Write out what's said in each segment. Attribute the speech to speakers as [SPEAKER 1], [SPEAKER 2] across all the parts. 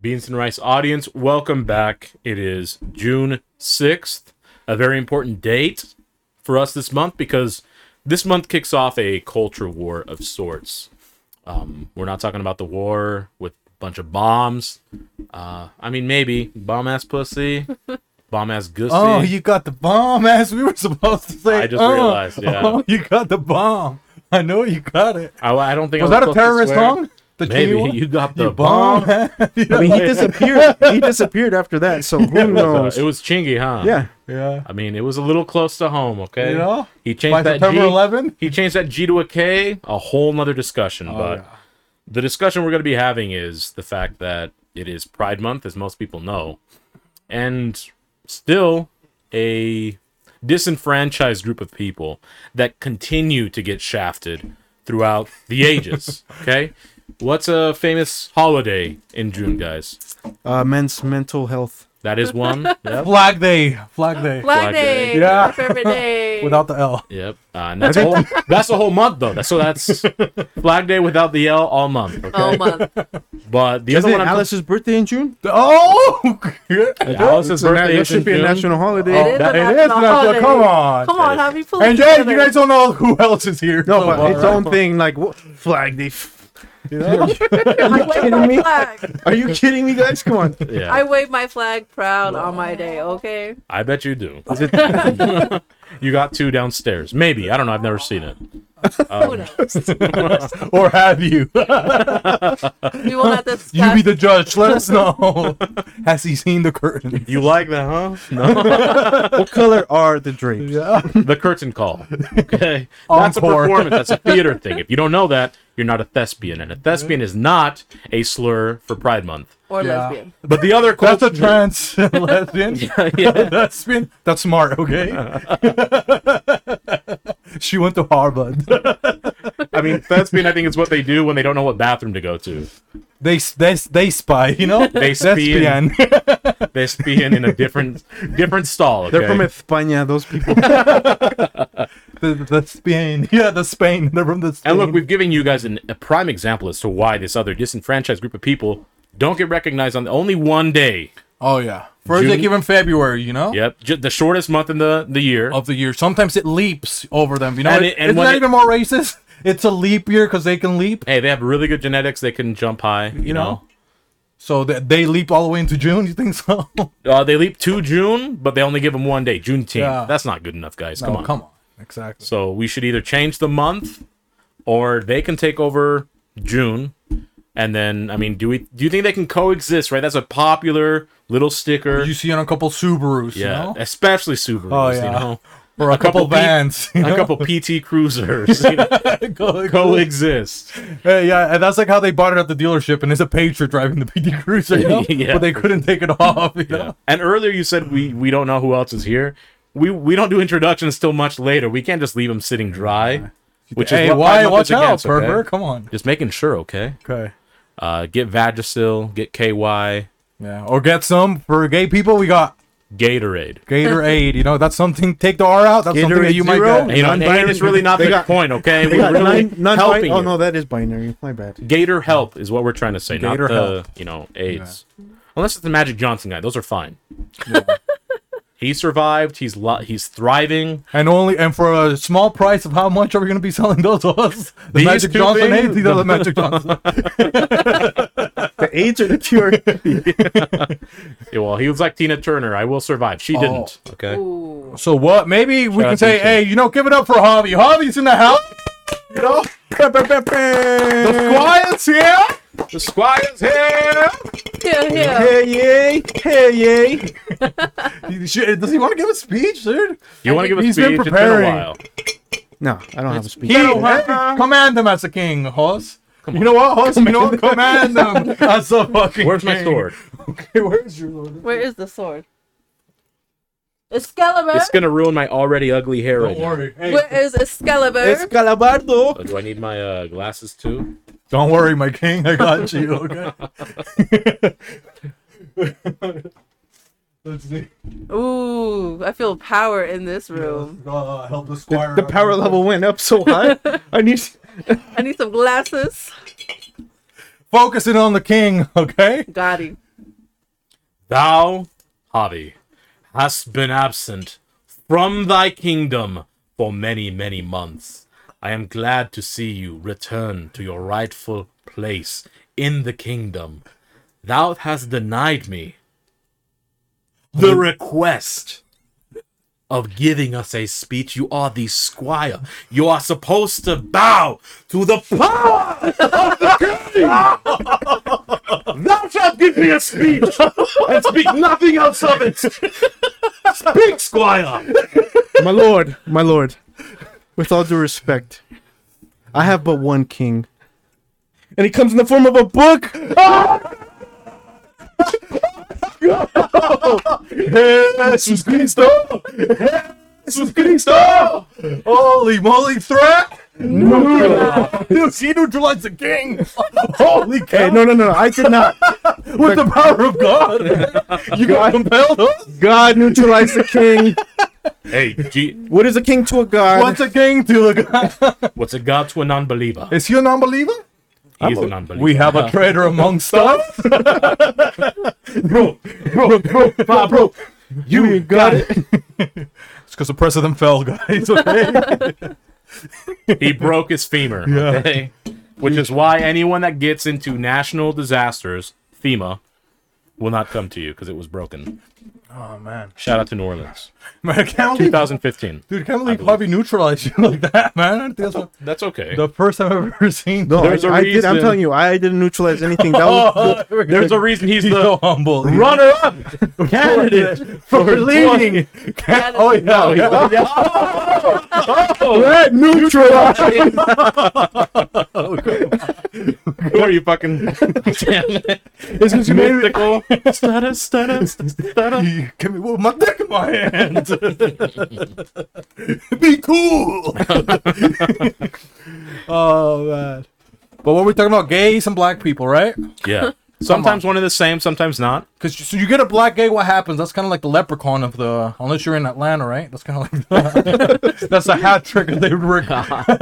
[SPEAKER 1] Beans and Rice audience, welcome back. It is June 6th, a very important date for us this month because this month kicks off a culture war of sorts. Um, we're not talking about the war with a bunch of bombs. Uh, I mean, maybe bomb ass pussy, bomb ass gussy.
[SPEAKER 2] Oh, you got the bomb, as we were supposed to say.
[SPEAKER 1] I just
[SPEAKER 2] oh,
[SPEAKER 1] realized, yeah.
[SPEAKER 2] Oh, you got the bomb. I know you got it.
[SPEAKER 1] I, I don't think
[SPEAKER 2] Was
[SPEAKER 1] I
[SPEAKER 2] that a
[SPEAKER 1] supposed to
[SPEAKER 2] terrorist
[SPEAKER 1] swear.
[SPEAKER 2] song? The Chinese one?
[SPEAKER 1] Maybe you got the
[SPEAKER 2] You
[SPEAKER 1] bomb.
[SPEAKER 3] I mean, he disappeared. he disappeared after that. So who
[SPEAKER 1] Uh,
[SPEAKER 3] knows?
[SPEAKER 1] it was Chingy, huh?
[SPEAKER 3] yeah.
[SPEAKER 2] yeah.
[SPEAKER 1] I mean, it was a little close to home, okay?
[SPEAKER 2] You know,
[SPEAKER 1] he changed
[SPEAKER 2] By
[SPEAKER 1] that
[SPEAKER 2] September
[SPEAKER 1] G.
[SPEAKER 2] 11?
[SPEAKER 1] He changed that G to a K. A whole nother discussion, but
[SPEAKER 2] Oh, yeah.
[SPEAKER 1] the discussion we're going to be having is the fact that it is Pride Month, as most people know, and still a disenfranchised group of people that continue to get shafted throughout the ages. okay, what's a famous holiday in June, guys?
[SPEAKER 3] Uh, men's mental health.
[SPEAKER 1] That is one. Yep.
[SPEAKER 2] Flag Day. Flag Day.
[SPEAKER 1] Flag
[SPEAKER 4] Flag
[SPEAKER 1] Day.
[SPEAKER 4] Day.
[SPEAKER 2] Yeah.
[SPEAKER 4] November Day.
[SPEAKER 2] Without the L.
[SPEAKER 1] Yep, uh, and that's a whole, that's a whole month though. That's, so that's Flag Day without the L all month. Okay?
[SPEAKER 4] all month.
[SPEAKER 1] But the
[SPEAKER 3] Isn't
[SPEAKER 1] other one, I'm
[SPEAKER 3] Alice's birth's birthday in June?
[SPEAKER 2] Oh! good.
[SPEAKER 1] Alice's
[SPEAKER 3] So that,
[SPEAKER 1] birthday
[SPEAKER 3] that
[SPEAKER 1] is
[SPEAKER 3] should
[SPEAKER 1] in
[SPEAKER 3] be a
[SPEAKER 1] June.
[SPEAKER 3] national holiday.
[SPEAKER 4] It is
[SPEAKER 2] that-
[SPEAKER 4] a
[SPEAKER 2] it is
[SPEAKER 4] national
[SPEAKER 2] national-
[SPEAKER 4] holiday.
[SPEAKER 2] come on.
[SPEAKER 4] Come on, have you pulled
[SPEAKER 2] And Jay, you guys don't know who else is here.
[SPEAKER 3] No, but
[SPEAKER 2] all
[SPEAKER 3] its
[SPEAKER 2] right.
[SPEAKER 3] own thing. Like what? Flag Day. F-
[SPEAKER 2] You know?
[SPEAKER 4] I wave
[SPEAKER 3] kidding
[SPEAKER 4] my
[SPEAKER 3] me?
[SPEAKER 4] flag.
[SPEAKER 3] Are you kidding me, guys? Come on.
[SPEAKER 1] Yeah.
[SPEAKER 4] I wave my flag proud on my day, okay?
[SPEAKER 1] I bet you do. you got two downstairs. Maybe. I don't know. I've never seen it.
[SPEAKER 3] Um,
[SPEAKER 4] Who knows?
[SPEAKER 2] or have you?
[SPEAKER 4] We will not discuss.
[SPEAKER 2] You be the judge. Let us know. Has he seen the curtain?
[SPEAKER 1] You like that, huh? No.
[SPEAKER 3] What color are the drapes?
[SPEAKER 2] Yeah.
[SPEAKER 1] the curtain call. Okay. That's a
[SPEAKER 2] Encore.
[SPEAKER 1] performance. That's a theater thing. If you don't know that, you're not a thespian. And a thespian is not a slur for Pride Month.
[SPEAKER 4] or
[SPEAKER 2] Yeah.
[SPEAKER 4] lesbian.
[SPEAKER 1] But the other
[SPEAKER 2] That's a
[SPEAKER 1] culture-
[SPEAKER 2] trans lesbian.
[SPEAKER 1] yeah.
[SPEAKER 2] That's been that's smart, okay? she went to Harvard.
[SPEAKER 1] I mean, thespian, I think, is what they do when they don't know what bathroom to go to.
[SPEAKER 2] They they they spy, you know.
[SPEAKER 1] They spy.
[SPEAKER 2] Thespian.
[SPEAKER 1] They're spying in a different different stall.
[SPEAKER 3] They're
[SPEAKER 1] okay?
[SPEAKER 3] from España. Those people.
[SPEAKER 2] the, the Spain. Yeah, the Spain. They're from the Spain.
[SPEAKER 1] And look, we've given you guys an, a prime example as to why this other disenfranchised group of people don't get recognized on only one day.
[SPEAKER 2] oh yeah. First
[SPEAKER 1] June-
[SPEAKER 2] they give them February, you know,
[SPEAKER 1] Yep, ju- the shortest month in the the year.
[SPEAKER 2] of the year. Sometimes it leaps over them. You know,
[SPEAKER 1] And
[SPEAKER 2] and
[SPEAKER 1] it- and
[SPEAKER 2] isn't
[SPEAKER 1] when
[SPEAKER 2] that
[SPEAKER 1] it-
[SPEAKER 2] even more racist? It's a leap year because they can leap.
[SPEAKER 1] Hey, they have really good genetics. They can jump high. You, know,
[SPEAKER 2] know? So they, they leap all the way into June. You think so?
[SPEAKER 1] Uh, they leap to June, but they only give them one day, Juneteenth.
[SPEAKER 2] Yeah.
[SPEAKER 1] That's not good enough, guys. come
[SPEAKER 2] No,
[SPEAKER 1] on.
[SPEAKER 2] Oh, come on. Exactly.
[SPEAKER 1] So we should either change the month, or they can take over June. And then, I mean, do we? Do you think they can coexist? Right? That's a popular little sticker.
[SPEAKER 2] You see on a couple Subarus,
[SPEAKER 1] yeah,
[SPEAKER 2] you know,
[SPEAKER 1] especially Subarus.
[SPEAKER 2] Oh, yeah.
[SPEAKER 1] You know.
[SPEAKER 2] or a, couple,
[SPEAKER 1] couple peop-
[SPEAKER 2] vans. you
[SPEAKER 1] a
[SPEAKER 2] know?
[SPEAKER 1] couple PT Cruisers you know,
[SPEAKER 2] Go-
[SPEAKER 1] coexist.
[SPEAKER 2] Yeah, yeah, and that's like how they bought it at the dealership, and it's a pager driving the PD Cruiser, you know?
[SPEAKER 1] Yeah.
[SPEAKER 2] but they couldn't take it off. You
[SPEAKER 1] Yeah.
[SPEAKER 2] know?
[SPEAKER 1] And earlier you said we we don't know who else is here. We we don't do introductions till much later. We can't just leave them sitting dry. Which is
[SPEAKER 2] hey,
[SPEAKER 1] what
[SPEAKER 2] why?
[SPEAKER 1] Pride Month
[SPEAKER 2] Watch
[SPEAKER 1] is
[SPEAKER 2] out,
[SPEAKER 1] against, okay?
[SPEAKER 2] pervert! Come on.
[SPEAKER 1] Just making sure, okay?
[SPEAKER 2] Okay.
[SPEAKER 1] Uh, get Vagisil, get KY,
[SPEAKER 2] Yeah, or get some for gay people. We got
[SPEAKER 1] Gatorade.
[SPEAKER 2] Gatorade. You know, that's something. Take the R out. That's something that
[SPEAKER 3] Gatorade
[SPEAKER 2] you might
[SPEAKER 3] Zero?
[SPEAKER 2] get.
[SPEAKER 1] You know, and
[SPEAKER 3] Non-binary-
[SPEAKER 1] hey, it's really not
[SPEAKER 3] they
[SPEAKER 1] the
[SPEAKER 3] got-
[SPEAKER 1] point, okay?
[SPEAKER 3] They
[SPEAKER 1] We're
[SPEAKER 3] got
[SPEAKER 1] really
[SPEAKER 3] nine, nine
[SPEAKER 1] helping
[SPEAKER 3] bi- Oh
[SPEAKER 1] you.
[SPEAKER 3] no, that is binary. My bad.
[SPEAKER 1] Gator help is what we're trying to say, not
[SPEAKER 2] Gator
[SPEAKER 1] the
[SPEAKER 2] help.
[SPEAKER 1] you know AIDS. Unless it's the Magic Johnson guy, those are fine. he survived. He's lo- he's thriving.
[SPEAKER 2] And only and for a small price of how much are we going to be selling those to us? The
[SPEAKER 1] These
[SPEAKER 2] Magic
[SPEAKER 1] two
[SPEAKER 2] Johnson
[SPEAKER 1] things?
[SPEAKER 2] AIDS. These are the Magic Johnson.
[SPEAKER 3] The AIDS or the cure?
[SPEAKER 1] Yeah, well, he was like Tina Turner. I will survive. She didn't. Okay.
[SPEAKER 4] Ooh.
[SPEAKER 2] So what? Maybe
[SPEAKER 1] Shout
[SPEAKER 2] we can
[SPEAKER 1] out
[SPEAKER 2] say,
[SPEAKER 1] to
[SPEAKER 2] hey, you know, give it up for Harvey. Harvey's in the house. You know,
[SPEAKER 3] Squad.
[SPEAKER 2] Quiet's here.
[SPEAKER 1] The squire's here.
[SPEAKER 4] Here, here.
[SPEAKER 3] Hey yay! Hey yay!
[SPEAKER 2] He- shit, Does he want to give a speech, dude?
[SPEAKER 1] You want to give a
[SPEAKER 2] He's
[SPEAKER 1] speech?
[SPEAKER 2] been
[SPEAKER 1] It's been a
[SPEAKER 2] preparing.
[SPEAKER 1] while.
[SPEAKER 3] No, I don't have a speech.
[SPEAKER 2] He, command them as a king, horse. You know what, horse? You know what? Command them as a fucking
[SPEAKER 1] Where's my
[SPEAKER 2] king.
[SPEAKER 1] sword?
[SPEAKER 2] Okay, where's your sword?
[SPEAKER 4] Where is the sword? Excalibur.
[SPEAKER 1] It's gonna ruin my already ugly hair right
[SPEAKER 2] Don't
[SPEAKER 1] now.
[SPEAKER 2] worry. Hey,
[SPEAKER 4] Where is Excalibur?
[SPEAKER 3] Calabardo.
[SPEAKER 1] Uh, Do I need my uh, glasses too?
[SPEAKER 2] don't worry, my king. I got you. Okay. Let's see.
[SPEAKER 4] Ooh, I feel power in this room.
[SPEAKER 2] Uh, help the squire.
[SPEAKER 3] The power level went up so high. I need.
[SPEAKER 4] I need some glasses.
[SPEAKER 2] Focusing on the king. Okay.
[SPEAKER 4] Got him.
[SPEAKER 1] Thou, Javi, hast been absent from thy kingdom for many, many months. I am glad to see you return to your rightful place in the kingdom. Thou hast denied me the request of giving us a speech. You are the squire. You are supposed to bow to the power of the king. Thou shalt give me a speech and speak nothing else of it. Speak, squire.
[SPEAKER 3] my lord, my lord, with all due respect, I have but one king. And he comes in the form of a book.
[SPEAKER 2] Jesus Cristo! Jesus Cristo! Holy moly, threat! Dude, she neutralized the king! Holy
[SPEAKER 3] Hey,
[SPEAKER 2] cow!
[SPEAKER 3] no, no, no, I did not.
[SPEAKER 2] With the power of God! You got compelled us?
[SPEAKER 3] God neutralized the king.
[SPEAKER 1] Hey, G-
[SPEAKER 3] What is a king to a god?
[SPEAKER 2] What's a king to a god?
[SPEAKER 1] what's a god to a non-believer?
[SPEAKER 2] Is he a non-believer?
[SPEAKER 1] He is a non-believer.
[SPEAKER 2] We have a traitor amongst us. bro, bro, bro, bro, bro. You got, it. it's because the president fell, guys. Okay.
[SPEAKER 1] he broke his femur. Okay? Which is why anyone that gets into national disasters, FEMA, will not come to you because it was broken.
[SPEAKER 2] oh man,
[SPEAKER 1] Shout out to New Orleans.
[SPEAKER 2] man, I can't believe,
[SPEAKER 1] 2015.
[SPEAKER 2] dude, I can't believe Javi neutralized you like that, man. I think That's what-
[SPEAKER 1] That's okay.
[SPEAKER 2] the first time I've ever seen.
[SPEAKER 3] no, I,
[SPEAKER 1] There's a
[SPEAKER 3] I did, I'm
[SPEAKER 1] reason.
[SPEAKER 3] telling you, I didn't neutralize anything. That was
[SPEAKER 1] There's a reason he's
[SPEAKER 2] He's
[SPEAKER 1] the
[SPEAKER 2] Oh, so humble.
[SPEAKER 1] runner up.
[SPEAKER 3] Oh,
[SPEAKER 2] candidate for, leading. Can- oh yeah, yeah.
[SPEAKER 3] Oh, that neutralized.
[SPEAKER 1] What are you fucking? Damn it.
[SPEAKER 3] It's 'cause you made it-
[SPEAKER 1] Mystical. Stutter, stutter, stutter.
[SPEAKER 2] You Give me with my dick in my hand. Be cool. oh man. But what we're talking about, gays and black people, right?
[SPEAKER 1] Yeah. Sometimes one and the same, sometimes not.
[SPEAKER 2] Because so you get a black gay, what happens? That's kind of like the leprechaun of the. Unless you're in Atlanta, right? That's kind of like the, that's a hat trick that they would work.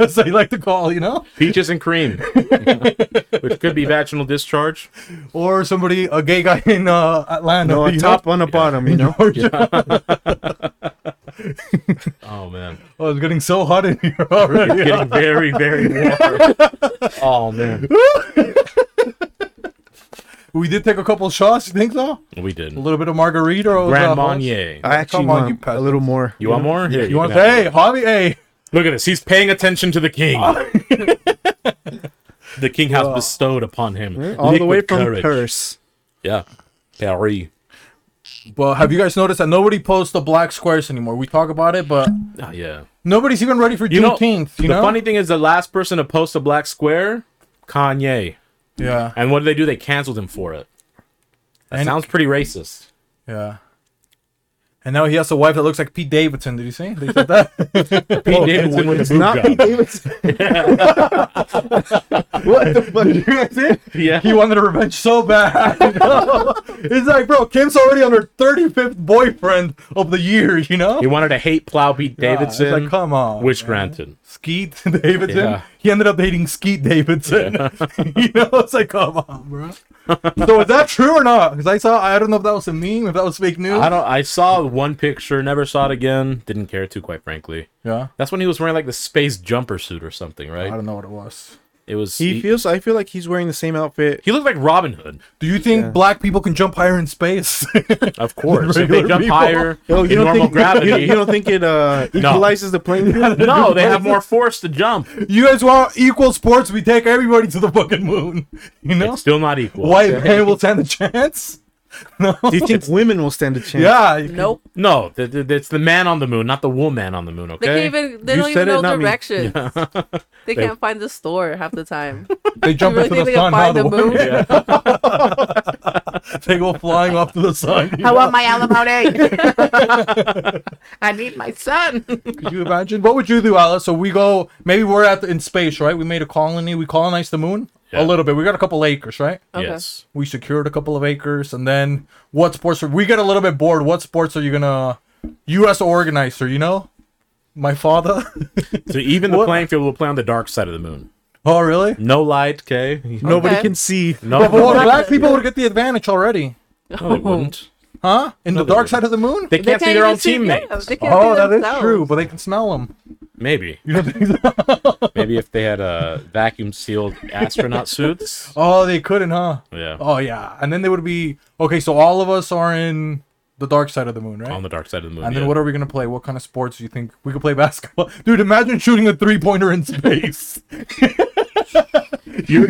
[SPEAKER 2] as they like to call, you know,
[SPEAKER 1] Peaches and cream, which could be vaginal discharge.
[SPEAKER 2] or somebody a gay guy in uh, Atlanta.
[SPEAKER 3] No, a
[SPEAKER 2] you
[SPEAKER 3] top
[SPEAKER 2] know?
[SPEAKER 3] on a bottom, you know?
[SPEAKER 2] Georgia.
[SPEAKER 1] Oh man,
[SPEAKER 2] Oh, it's getting so hot in here already.
[SPEAKER 1] it's getting very, very warm. oh man,
[SPEAKER 2] We did take a couple shots. You think so?
[SPEAKER 1] we
[SPEAKER 2] A
[SPEAKER 1] did.
[SPEAKER 2] little bit of margarita. Or
[SPEAKER 1] Grand
[SPEAKER 2] uh,
[SPEAKER 1] Marnier.
[SPEAKER 3] I actually
[SPEAKER 2] Come on, you
[SPEAKER 3] want a
[SPEAKER 2] peasants.
[SPEAKER 3] little more.
[SPEAKER 1] You want more? Here,
[SPEAKER 2] You want?
[SPEAKER 1] can have
[SPEAKER 2] Hey,
[SPEAKER 1] it.
[SPEAKER 2] Javi. Hey,
[SPEAKER 1] Look at this. He's paying attention to the king. the king has bestowed upon him
[SPEAKER 3] All the way
[SPEAKER 1] liquid
[SPEAKER 3] from
[SPEAKER 1] courage.
[SPEAKER 3] Paris.
[SPEAKER 1] Yeah, Paris.
[SPEAKER 2] but have you guys noticed that nobody posts the black squares anymore? We talk about it, but
[SPEAKER 1] Ah, yeah.
[SPEAKER 2] nobody's even ready for
[SPEAKER 1] You know,
[SPEAKER 2] Juneteenth. you
[SPEAKER 1] the
[SPEAKER 2] know?
[SPEAKER 1] funny thing is, the last person to post a black square, Kanye.
[SPEAKER 2] Yeah.
[SPEAKER 1] And what did they do? They canceled him for it. That
[SPEAKER 2] And-
[SPEAKER 1] sounds pretty racist.
[SPEAKER 2] Yeah. And now he has a wife that looks like Pete Davidson. Did you see? They said that.
[SPEAKER 1] Pete Oh, Davidson with a boob
[SPEAKER 3] Not Pete
[SPEAKER 1] job.
[SPEAKER 3] Davidson. what the fuck?
[SPEAKER 2] You guys see?
[SPEAKER 1] Yeah.
[SPEAKER 2] He wanted a revenge so bad. you know? it's like, bro, Kim's already on her 35th boyfriend of the year. You know?
[SPEAKER 1] He wanted to hate plow Pete
[SPEAKER 2] Yeah, it's
[SPEAKER 1] Davidson,
[SPEAKER 2] like, come on.
[SPEAKER 1] which
[SPEAKER 2] man.
[SPEAKER 1] granted.
[SPEAKER 2] Skeet Davidson.
[SPEAKER 1] Yeah.
[SPEAKER 2] He ended up dating Skeet Davidson. you know, it's like, come on, bro. so is that true or not? Because I saw, I don't know if that was a meme, if that was fake news.
[SPEAKER 1] I don't. I saw one picture, never saw it again. Didn't care to, quite frankly.
[SPEAKER 2] yeah,
[SPEAKER 1] That's when he was wearing like the space jumper suit or something,
[SPEAKER 2] I
[SPEAKER 1] right?
[SPEAKER 2] don't know what it was.
[SPEAKER 1] It was.
[SPEAKER 3] He
[SPEAKER 1] He,
[SPEAKER 3] feels. I feel like he's wearing the same outfit.
[SPEAKER 1] he looked like Robin Hood,
[SPEAKER 2] Do you think black people can jump higher in space?
[SPEAKER 1] of course. if they
[SPEAKER 2] regular
[SPEAKER 1] jump
[SPEAKER 2] people.
[SPEAKER 1] higher
[SPEAKER 3] Oh,
[SPEAKER 1] in normal gravity,
[SPEAKER 3] You, you don't think it uh, equalizes the playing field?
[SPEAKER 1] no, they have more force to jump.
[SPEAKER 2] you guys want equal sports? We take everybody to the fucking moon. You know,
[SPEAKER 1] It's still not equal.
[SPEAKER 2] white man will stand a chance. No.
[SPEAKER 3] Do you think women will stand a chance?
[SPEAKER 2] Yeah. you can-
[SPEAKER 4] Nope.
[SPEAKER 1] No, th- th- it's the man on the moon, not the woman on the moon.
[SPEAKER 4] They
[SPEAKER 1] Okay.
[SPEAKER 4] can't even. They
[SPEAKER 3] You
[SPEAKER 4] don't
[SPEAKER 3] said
[SPEAKER 4] even
[SPEAKER 3] it,
[SPEAKER 4] know
[SPEAKER 3] not me.
[SPEAKER 4] directions. They can't find the store half the time. You
[SPEAKER 2] They jump
[SPEAKER 4] really
[SPEAKER 2] into
[SPEAKER 4] think
[SPEAKER 2] the
[SPEAKER 4] they
[SPEAKER 2] sun.
[SPEAKER 4] can
[SPEAKER 2] How
[SPEAKER 4] find
[SPEAKER 2] the
[SPEAKER 4] the moon?
[SPEAKER 2] women- they go flying off to the sun. you
[SPEAKER 5] I
[SPEAKER 2] know?
[SPEAKER 5] want my Alamo Day. I need my son.
[SPEAKER 2] Could you imagine? What would you do, Alice? So we go. Maybe we're at the, in space, right? We made a colony. We colonized the moon
[SPEAKER 1] Yeah.
[SPEAKER 2] a little bit. We got a couple acres, right?
[SPEAKER 4] Okay.
[SPEAKER 1] Yes.
[SPEAKER 2] We secured a couple of acres, and then what sports? Are, we get a little bit bored. What sports are you gonna? U.S. organizer, you know, my father.
[SPEAKER 1] So even the playing field will play on the dark side of the moon.
[SPEAKER 2] oh, really?
[SPEAKER 1] No light, okay? No.
[SPEAKER 3] Nobody
[SPEAKER 4] Okay.
[SPEAKER 3] can see.
[SPEAKER 1] No.
[SPEAKER 2] But black people would get the advantage already.
[SPEAKER 1] No, they Oh, wouldn't.
[SPEAKER 2] Huh? In the
[SPEAKER 1] No, they
[SPEAKER 2] dark
[SPEAKER 1] didn't.
[SPEAKER 2] side of the moon?
[SPEAKER 1] They can't see their
[SPEAKER 4] even
[SPEAKER 1] own
[SPEAKER 4] see- yeah,
[SPEAKER 1] teammates.
[SPEAKER 4] they can't
[SPEAKER 2] oh,
[SPEAKER 4] see
[SPEAKER 2] that is
[SPEAKER 4] themselves.
[SPEAKER 2] true, but they can smell them.
[SPEAKER 1] Maybe.
[SPEAKER 2] You don't think so?
[SPEAKER 1] Maybe if they had uh, vacuum sealed astronaut suits.
[SPEAKER 2] Oh, they couldn't, huh?
[SPEAKER 1] Yeah.
[SPEAKER 2] Oh, yeah. And then they would be okay. So all of us are in the dark side of the moon, right?
[SPEAKER 1] On the dark side of the moon.
[SPEAKER 2] and then
[SPEAKER 1] yeah.
[SPEAKER 2] what are we gonna play? What kind of sports do you think we could play? Basketball, dude. Imagine shooting a three pointer in space.
[SPEAKER 1] your,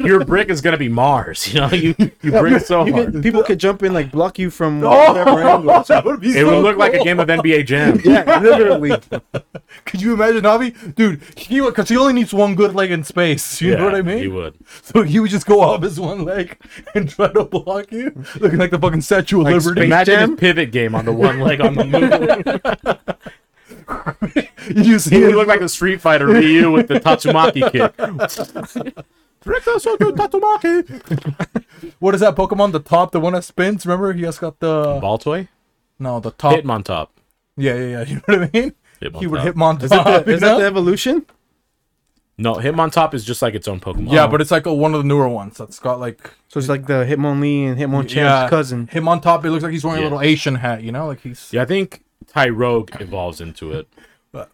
[SPEAKER 1] your brick is gonna be Mars. You know, you you brick so
[SPEAKER 3] You
[SPEAKER 1] hard.
[SPEAKER 3] could, people could jump in like block you from
[SPEAKER 2] Oh!
[SPEAKER 3] whatever angle.
[SPEAKER 2] that would be.
[SPEAKER 1] It would look like a game of NBA Jam.
[SPEAKER 3] Yeah, literally.
[SPEAKER 2] Could you imagine, Javi? Dude, he because he only needs one good leg in space. You
[SPEAKER 1] Yeah,
[SPEAKER 2] know what I mean?
[SPEAKER 1] He would.
[SPEAKER 2] So he would just go up his one leg and try to block you, looking like the fucking Statue of
[SPEAKER 3] Like
[SPEAKER 2] Liberty.
[SPEAKER 1] Imagine
[SPEAKER 3] Jam?
[SPEAKER 1] his pivot game on the one leg on the moon.
[SPEAKER 2] you just
[SPEAKER 1] he
[SPEAKER 2] hear
[SPEAKER 1] would look like the Street Fighter Ryu with the Tatsumaki kick.
[SPEAKER 2] what is that Pokemon? The top, the one that spins. Remember, he has got the
[SPEAKER 1] Ball toy?
[SPEAKER 2] no, the top.
[SPEAKER 1] Hitmontop. top.
[SPEAKER 2] Yeah, yeah, yeah. You know what I mean? He would
[SPEAKER 1] Hitmontop.
[SPEAKER 2] hit Mon
[SPEAKER 3] Is that, the, is that the evolution?
[SPEAKER 1] No, Hitmontop is just like its own Pokemon.
[SPEAKER 2] Yeah, but it's like a, one of the newer ones that's got like
[SPEAKER 3] So it's like the Hitmonlee and Hitmonchan's
[SPEAKER 2] yeah,
[SPEAKER 3] cousin.
[SPEAKER 2] Him on top, it looks like he's wearing
[SPEAKER 1] Yeah.
[SPEAKER 2] a little Asian hat. You know, like he's
[SPEAKER 1] yeah, I think Tyrogue evolves into it.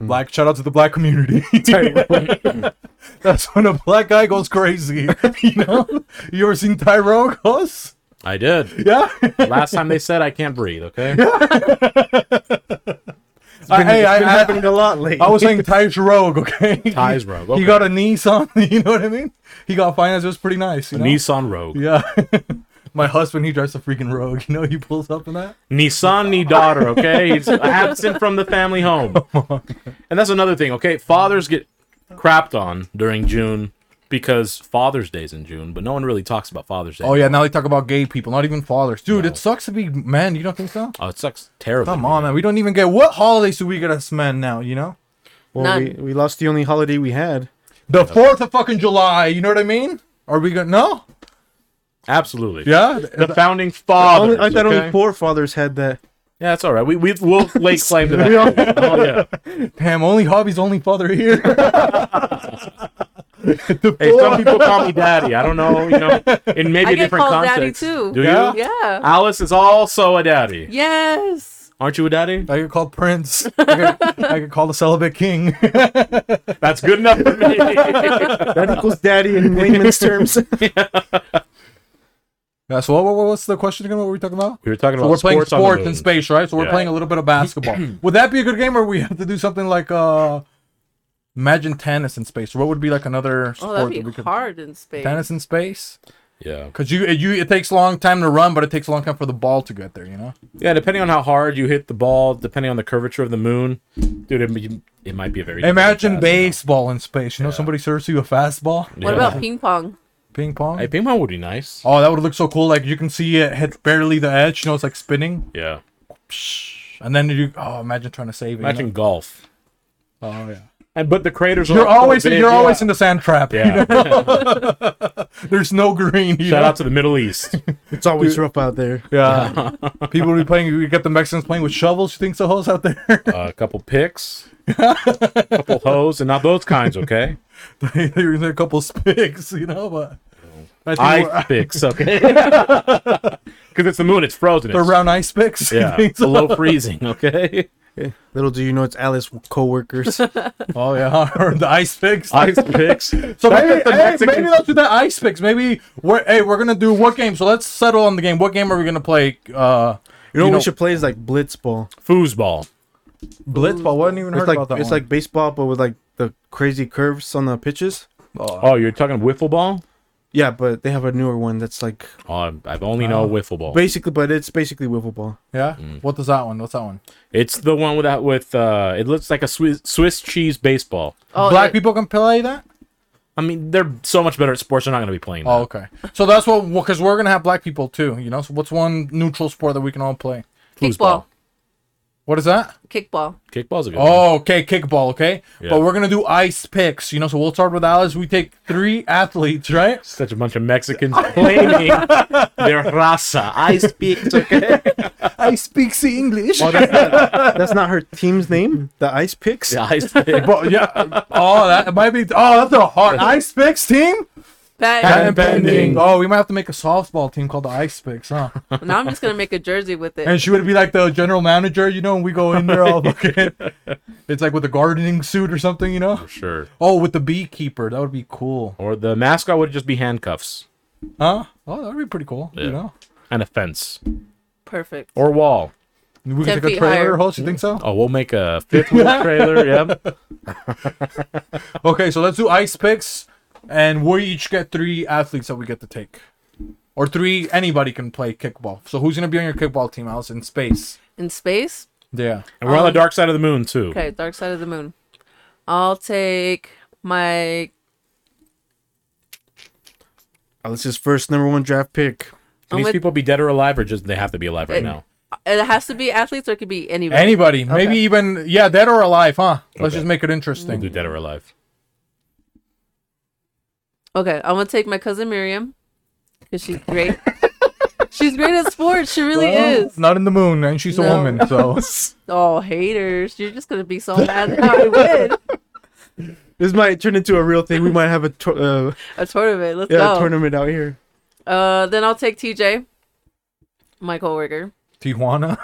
[SPEAKER 2] black. Shout out to the black community. that's when a black guy goes crazy. You know, you ever seen Tyro goes?
[SPEAKER 1] I did.
[SPEAKER 2] Yeah.
[SPEAKER 1] Last time they said I can't breathe, okay?
[SPEAKER 2] I, hey, I,
[SPEAKER 3] It's been
[SPEAKER 2] I,
[SPEAKER 3] happening a lot lately.
[SPEAKER 2] I was saying Ty's Rogue, okay?
[SPEAKER 1] Ty's Rogue,
[SPEAKER 2] He
[SPEAKER 1] okay.
[SPEAKER 2] got a Nissan, you know what I mean? He got financed, it was pretty nice. You know?
[SPEAKER 1] Nissan Rogue.
[SPEAKER 2] Yeah. My husband, he drives a freaking Rogue, you know, he pulls up in that.
[SPEAKER 1] Nissan ni daughter, okay? He's absent from the family home. And that's another thing, okay? Fathers get crapped on during June because Father's Day's in June, but no one really talks about Father's Day.
[SPEAKER 2] Oh, yeah, now they talk about gay people, not even fathers. Dude,
[SPEAKER 1] No.
[SPEAKER 2] it sucks to be men, you don't think so?
[SPEAKER 1] Oh, it sucks terribly.
[SPEAKER 2] Come on, man. We don't even get what holidays do we get as men now, you know?
[SPEAKER 3] well, we,
[SPEAKER 4] None.
[SPEAKER 3] we lost the only holiday we had.
[SPEAKER 2] The 4th of fucking July, you know what I mean? Are we gonna. No?
[SPEAKER 1] Absolutely.
[SPEAKER 2] Yeah?
[SPEAKER 1] The founding
[SPEAKER 3] Only,
[SPEAKER 1] fathers.
[SPEAKER 3] I thought
[SPEAKER 1] okay?
[SPEAKER 3] only poor fathers had that.
[SPEAKER 1] Yeah, that's all right. We we will lay claim to that. oh yeah.
[SPEAKER 2] Damn, only hobbies, only father here. The
[SPEAKER 1] Hey,
[SPEAKER 2] four-
[SPEAKER 1] some people call me daddy. I don't know. You know, in maybe
[SPEAKER 4] I
[SPEAKER 1] a
[SPEAKER 4] get
[SPEAKER 1] different
[SPEAKER 4] called daddy
[SPEAKER 1] context.
[SPEAKER 4] too.
[SPEAKER 1] Do
[SPEAKER 2] Yeah.
[SPEAKER 1] you?
[SPEAKER 4] Yeah.
[SPEAKER 1] Alice is also a daddy.
[SPEAKER 4] Yes.
[SPEAKER 1] Aren't you a daddy?
[SPEAKER 2] I get called Prince. I get, I get called a celibate king.
[SPEAKER 1] That's good enough for me.
[SPEAKER 3] That equals daddy in layman's terms.
[SPEAKER 2] Yeah, so what, what, what's the question again? What were we talking about?
[SPEAKER 1] we were talking
[SPEAKER 2] So
[SPEAKER 1] about
[SPEAKER 2] we're playing
[SPEAKER 1] sports,
[SPEAKER 2] sports
[SPEAKER 1] on the moon.
[SPEAKER 2] in space, right? So we're
[SPEAKER 1] Yeah.
[SPEAKER 2] playing a little bit of basketball. would that be a good game, or we have to do something like uh, imagine tennis in space? Or what would be like another
[SPEAKER 4] Oh,
[SPEAKER 2] sport
[SPEAKER 4] that'd
[SPEAKER 2] that we
[SPEAKER 4] be
[SPEAKER 2] could
[SPEAKER 4] hard in space.
[SPEAKER 2] tennis in space?
[SPEAKER 1] Yeah.
[SPEAKER 2] Because you it- you it takes a long time to run, but it takes a long time for the ball to get there. You know,
[SPEAKER 1] Yeah. Depending on how hard you hit the ball, depending on the curvature of the moon, dude, it, you- it might be a very.
[SPEAKER 2] imagine
[SPEAKER 1] different task.
[SPEAKER 2] baseball in space. You know, somebody serves you a fastball,
[SPEAKER 1] Yeah.
[SPEAKER 4] What about ping pong?
[SPEAKER 2] ping pong.
[SPEAKER 1] Hey, ping pong would be nice.
[SPEAKER 2] Oh, that would look so cool! Like you can see it hit barely the edge. You know, it's like spinning,
[SPEAKER 1] Yeah.
[SPEAKER 2] and then you oh, imagine trying to save it. you
[SPEAKER 1] Imagine golf.
[SPEAKER 2] know? Oh yeah.
[SPEAKER 1] And but the craters. are
[SPEAKER 2] You're
[SPEAKER 1] all so
[SPEAKER 2] always
[SPEAKER 1] big,
[SPEAKER 2] you're
[SPEAKER 1] yeah.
[SPEAKER 2] always in the sand trap. you
[SPEAKER 1] Yeah.
[SPEAKER 2] know? There's no green. You
[SPEAKER 1] Shout
[SPEAKER 2] know?
[SPEAKER 1] out to the Middle East.
[SPEAKER 3] It's always rough out there.
[SPEAKER 2] Yeah. People would be playing, we get the Mexicans playing with shovels. You think so, hoes out there?
[SPEAKER 1] Uh, a couple picks, a couple hoes, and not those kinds, okay?
[SPEAKER 2] They- They're they're a couple spigs, you know, but. I think we're-
[SPEAKER 1] I picks, okay? Because it's the moon, it's frozen.
[SPEAKER 2] they're
[SPEAKER 1] it's-
[SPEAKER 2] round ice picks. you
[SPEAKER 1] yeah,
[SPEAKER 2] think so?
[SPEAKER 1] below freezing, okay?
[SPEAKER 3] Little do you know it's Alice coworkers.
[SPEAKER 2] Oh, yeah. or the ice picks.
[SPEAKER 1] Ice picks.
[SPEAKER 2] so
[SPEAKER 1] That's
[SPEAKER 2] maybe,
[SPEAKER 1] what the
[SPEAKER 2] hey,
[SPEAKER 1] Mexican-
[SPEAKER 2] maybe let's do that ice picks. Maybe we're hey, we're gonna do what game? So let's settle on the game. What game are we gonna play? Uh,
[SPEAKER 3] You know, what we should play is like blitzball.
[SPEAKER 1] Foosball.
[SPEAKER 2] blitzball. Wasn't even
[SPEAKER 3] It's
[SPEAKER 2] heard
[SPEAKER 3] like
[SPEAKER 2] about that.
[SPEAKER 3] it's like baseball, but with like the crazy curves on the pitches.
[SPEAKER 2] oh,
[SPEAKER 1] Oh, you're talking wiffle ball?
[SPEAKER 3] Yeah, but they have a newer one that's like
[SPEAKER 1] Oh, I'm- I've only know wiffle ball.
[SPEAKER 3] basically, but it's basically wiffle ball.
[SPEAKER 2] yeah. What does that one? What's that one?
[SPEAKER 1] It's the one with that with uh, it looks like a Swiss, Swiss cheese baseball.
[SPEAKER 4] Oh,
[SPEAKER 2] Black
[SPEAKER 4] it-
[SPEAKER 2] people can play that.
[SPEAKER 1] I mean, they're so much better at sports. They're not going to be playing.
[SPEAKER 2] Oh,
[SPEAKER 1] That.
[SPEAKER 2] okay. So that's what because we're gonna have black people too. You know, so what's one neutral sport that we can all play?
[SPEAKER 1] Foosball.
[SPEAKER 4] Kickball.
[SPEAKER 2] What is that?
[SPEAKER 4] Kickball.
[SPEAKER 1] Kickball's a good. one.
[SPEAKER 2] Oh, okay, kickball. Okay,
[SPEAKER 1] Yeah.
[SPEAKER 2] but we're gonna do ice picks. You know, so we'll start with Alice. We take three athletes, right?
[SPEAKER 1] Such a bunch of Mexicans claiming their raza. Ice picks, okay?
[SPEAKER 2] I speak the English.
[SPEAKER 3] Oh, that's not, that's not her team's name. The Ice Picks.
[SPEAKER 1] The ice picks.
[SPEAKER 2] yeah. Oh, that might be. Oh, that's a hard ice picks team.
[SPEAKER 4] Patent
[SPEAKER 2] pending.
[SPEAKER 4] pending.
[SPEAKER 2] Well,
[SPEAKER 3] Well,
[SPEAKER 2] Oh,
[SPEAKER 3] oh, we might have to make a softball team called the Ice Picks, huh?
[SPEAKER 4] Now I'm just gonna make a jersey with it.
[SPEAKER 2] And she would be like the general manager, you know, and we go in there all fucking. It's like with a gardening suit or something, you know?
[SPEAKER 1] for sure.
[SPEAKER 2] Oh, with the beekeeper. That would be cool.
[SPEAKER 1] Or the mascot would just be handcuffs
[SPEAKER 2] Huh? Oh, that would be pretty cool,
[SPEAKER 1] Yeah.
[SPEAKER 2] you know?
[SPEAKER 1] and a fence
[SPEAKER 4] Perfect.
[SPEAKER 1] or wall.
[SPEAKER 2] We could
[SPEAKER 4] Ten
[SPEAKER 2] take a
[SPEAKER 4] feet
[SPEAKER 2] trailer
[SPEAKER 4] higher.
[SPEAKER 2] host, you think so?
[SPEAKER 1] Oh, we'll make a fifth wheel trailer. Yep.
[SPEAKER 2] Okay, so let's do ice picks, and we each get three athletes that we get to take, or three anybody can play kickball. So who's gonna be on your kickball team, Alice? In space.
[SPEAKER 4] In space.
[SPEAKER 2] Yeah.
[SPEAKER 1] And we're on the
[SPEAKER 4] Um,
[SPEAKER 1] dark side of the moon too.
[SPEAKER 4] Okay, Dark Side of the Moon. I'll take my
[SPEAKER 3] Alice's Oh, first number one draft pick.
[SPEAKER 1] Can
[SPEAKER 4] I'm
[SPEAKER 1] these
[SPEAKER 4] with-
[SPEAKER 1] people be dead or alive, or just they have to be alive right
[SPEAKER 4] Uh,
[SPEAKER 1] now?
[SPEAKER 4] it has to be athletes or it could be anybody.
[SPEAKER 2] Anybody, maybe even yeah, dead or alive, huh? Let's
[SPEAKER 1] Okay.
[SPEAKER 2] just make it
[SPEAKER 1] We'll do
[SPEAKER 2] interesting.
[SPEAKER 1] dead or alive.
[SPEAKER 4] okay, I'm gonna take my cousin Miriam. Cause she's great. she's great at sports, she really
[SPEAKER 2] Well,
[SPEAKER 4] is.
[SPEAKER 2] Not in the moon, and she's a
[SPEAKER 4] No.
[SPEAKER 2] woman, so
[SPEAKER 4] Oh haters. You're just gonna be so mad now I win.
[SPEAKER 3] This might turn into a real thing. We might have a tor- uh,
[SPEAKER 4] A tournament. Let's
[SPEAKER 3] yeah,
[SPEAKER 4] go.
[SPEAKER 3] tournament out here.
[SPEAKER 4] Uh then I'll take TJ. My coworker.
[SPEAKER 2] Tijuana.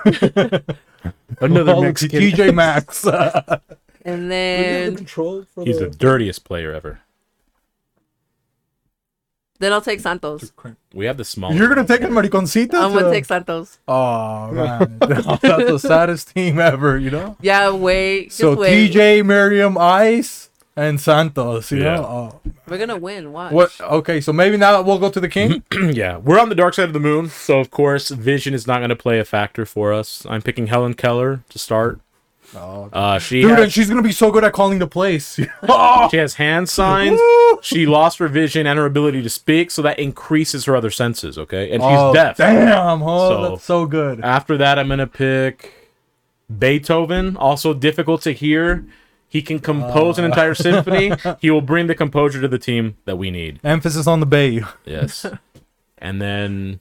[SPEAKER 3] Another
[SPEAKER 2] Oh,
[SPEAKER 3] Mexican.
[SPEAKER 2] TJ Maxx.
[SPEAKER 4] And then
[SPEAKER 1] He's the dirtiest player ever.
[SPEAKER 4] then I'll take Santos.
[SPEAKER 1] We have the smallest.
[SPEAKER 2] You're gonna
[SPEAKER 1] one.
[SPEAKER 2] take a mariconcita.
[SPEAKER 4] I'm gonna take Santos.
[SPEAKER 2] Oh man, that's the saddest team ever, you know.
[SPEAKER 4] Yeah, wait. Just
[SPEAKER 2] so
[SPEAKER 4] wait.
[SPEAKER 2] TJ, Miriam, Ice, and Santos. You
[SPEAKER 1] Yeah.
[SPEAKER 2] know? Oh.
[SPEAKER 4] We're gonna win. Watch.
[SPEAKER 2] What? Okay, so maybe now we'll go to the king.
[SPEAKER 1] yeah, we're on the dark side of the moon, so of course vision is not gonna play a factor for us. I'm picking Helen Keller to start.
[SPEAKER 2] oh,
[SPEAKER 1] Uh, she
[SPEAKER 2] dude, and
[SPEAKER 1] has,
[SPEAKER 2] she's gonna be so good at calling the place. oh,
[SPEAKER 1] she has hand signs.
[SPEAKER 2] Woo!
[SPEAKER 1] she lost her vision and her ability to speak, so that increases her other senses. Okay, and she's
[SPEAKER 2] oh,
[SPEAKER 1] deaf.
[SPEAKER 2] Damn, oh,
[SPEAKER 1] So-
[SPEAKER 2] that's so good.
[SPEAKER 1] After that, I'm gonna pick Beethoven. Also difficult to hear. He can compose an entire symphony. He will bring the composure to the team that we need.
[SPEAKER 2] Emphasis on the bay.
[SPEAKER 1] Yes. and then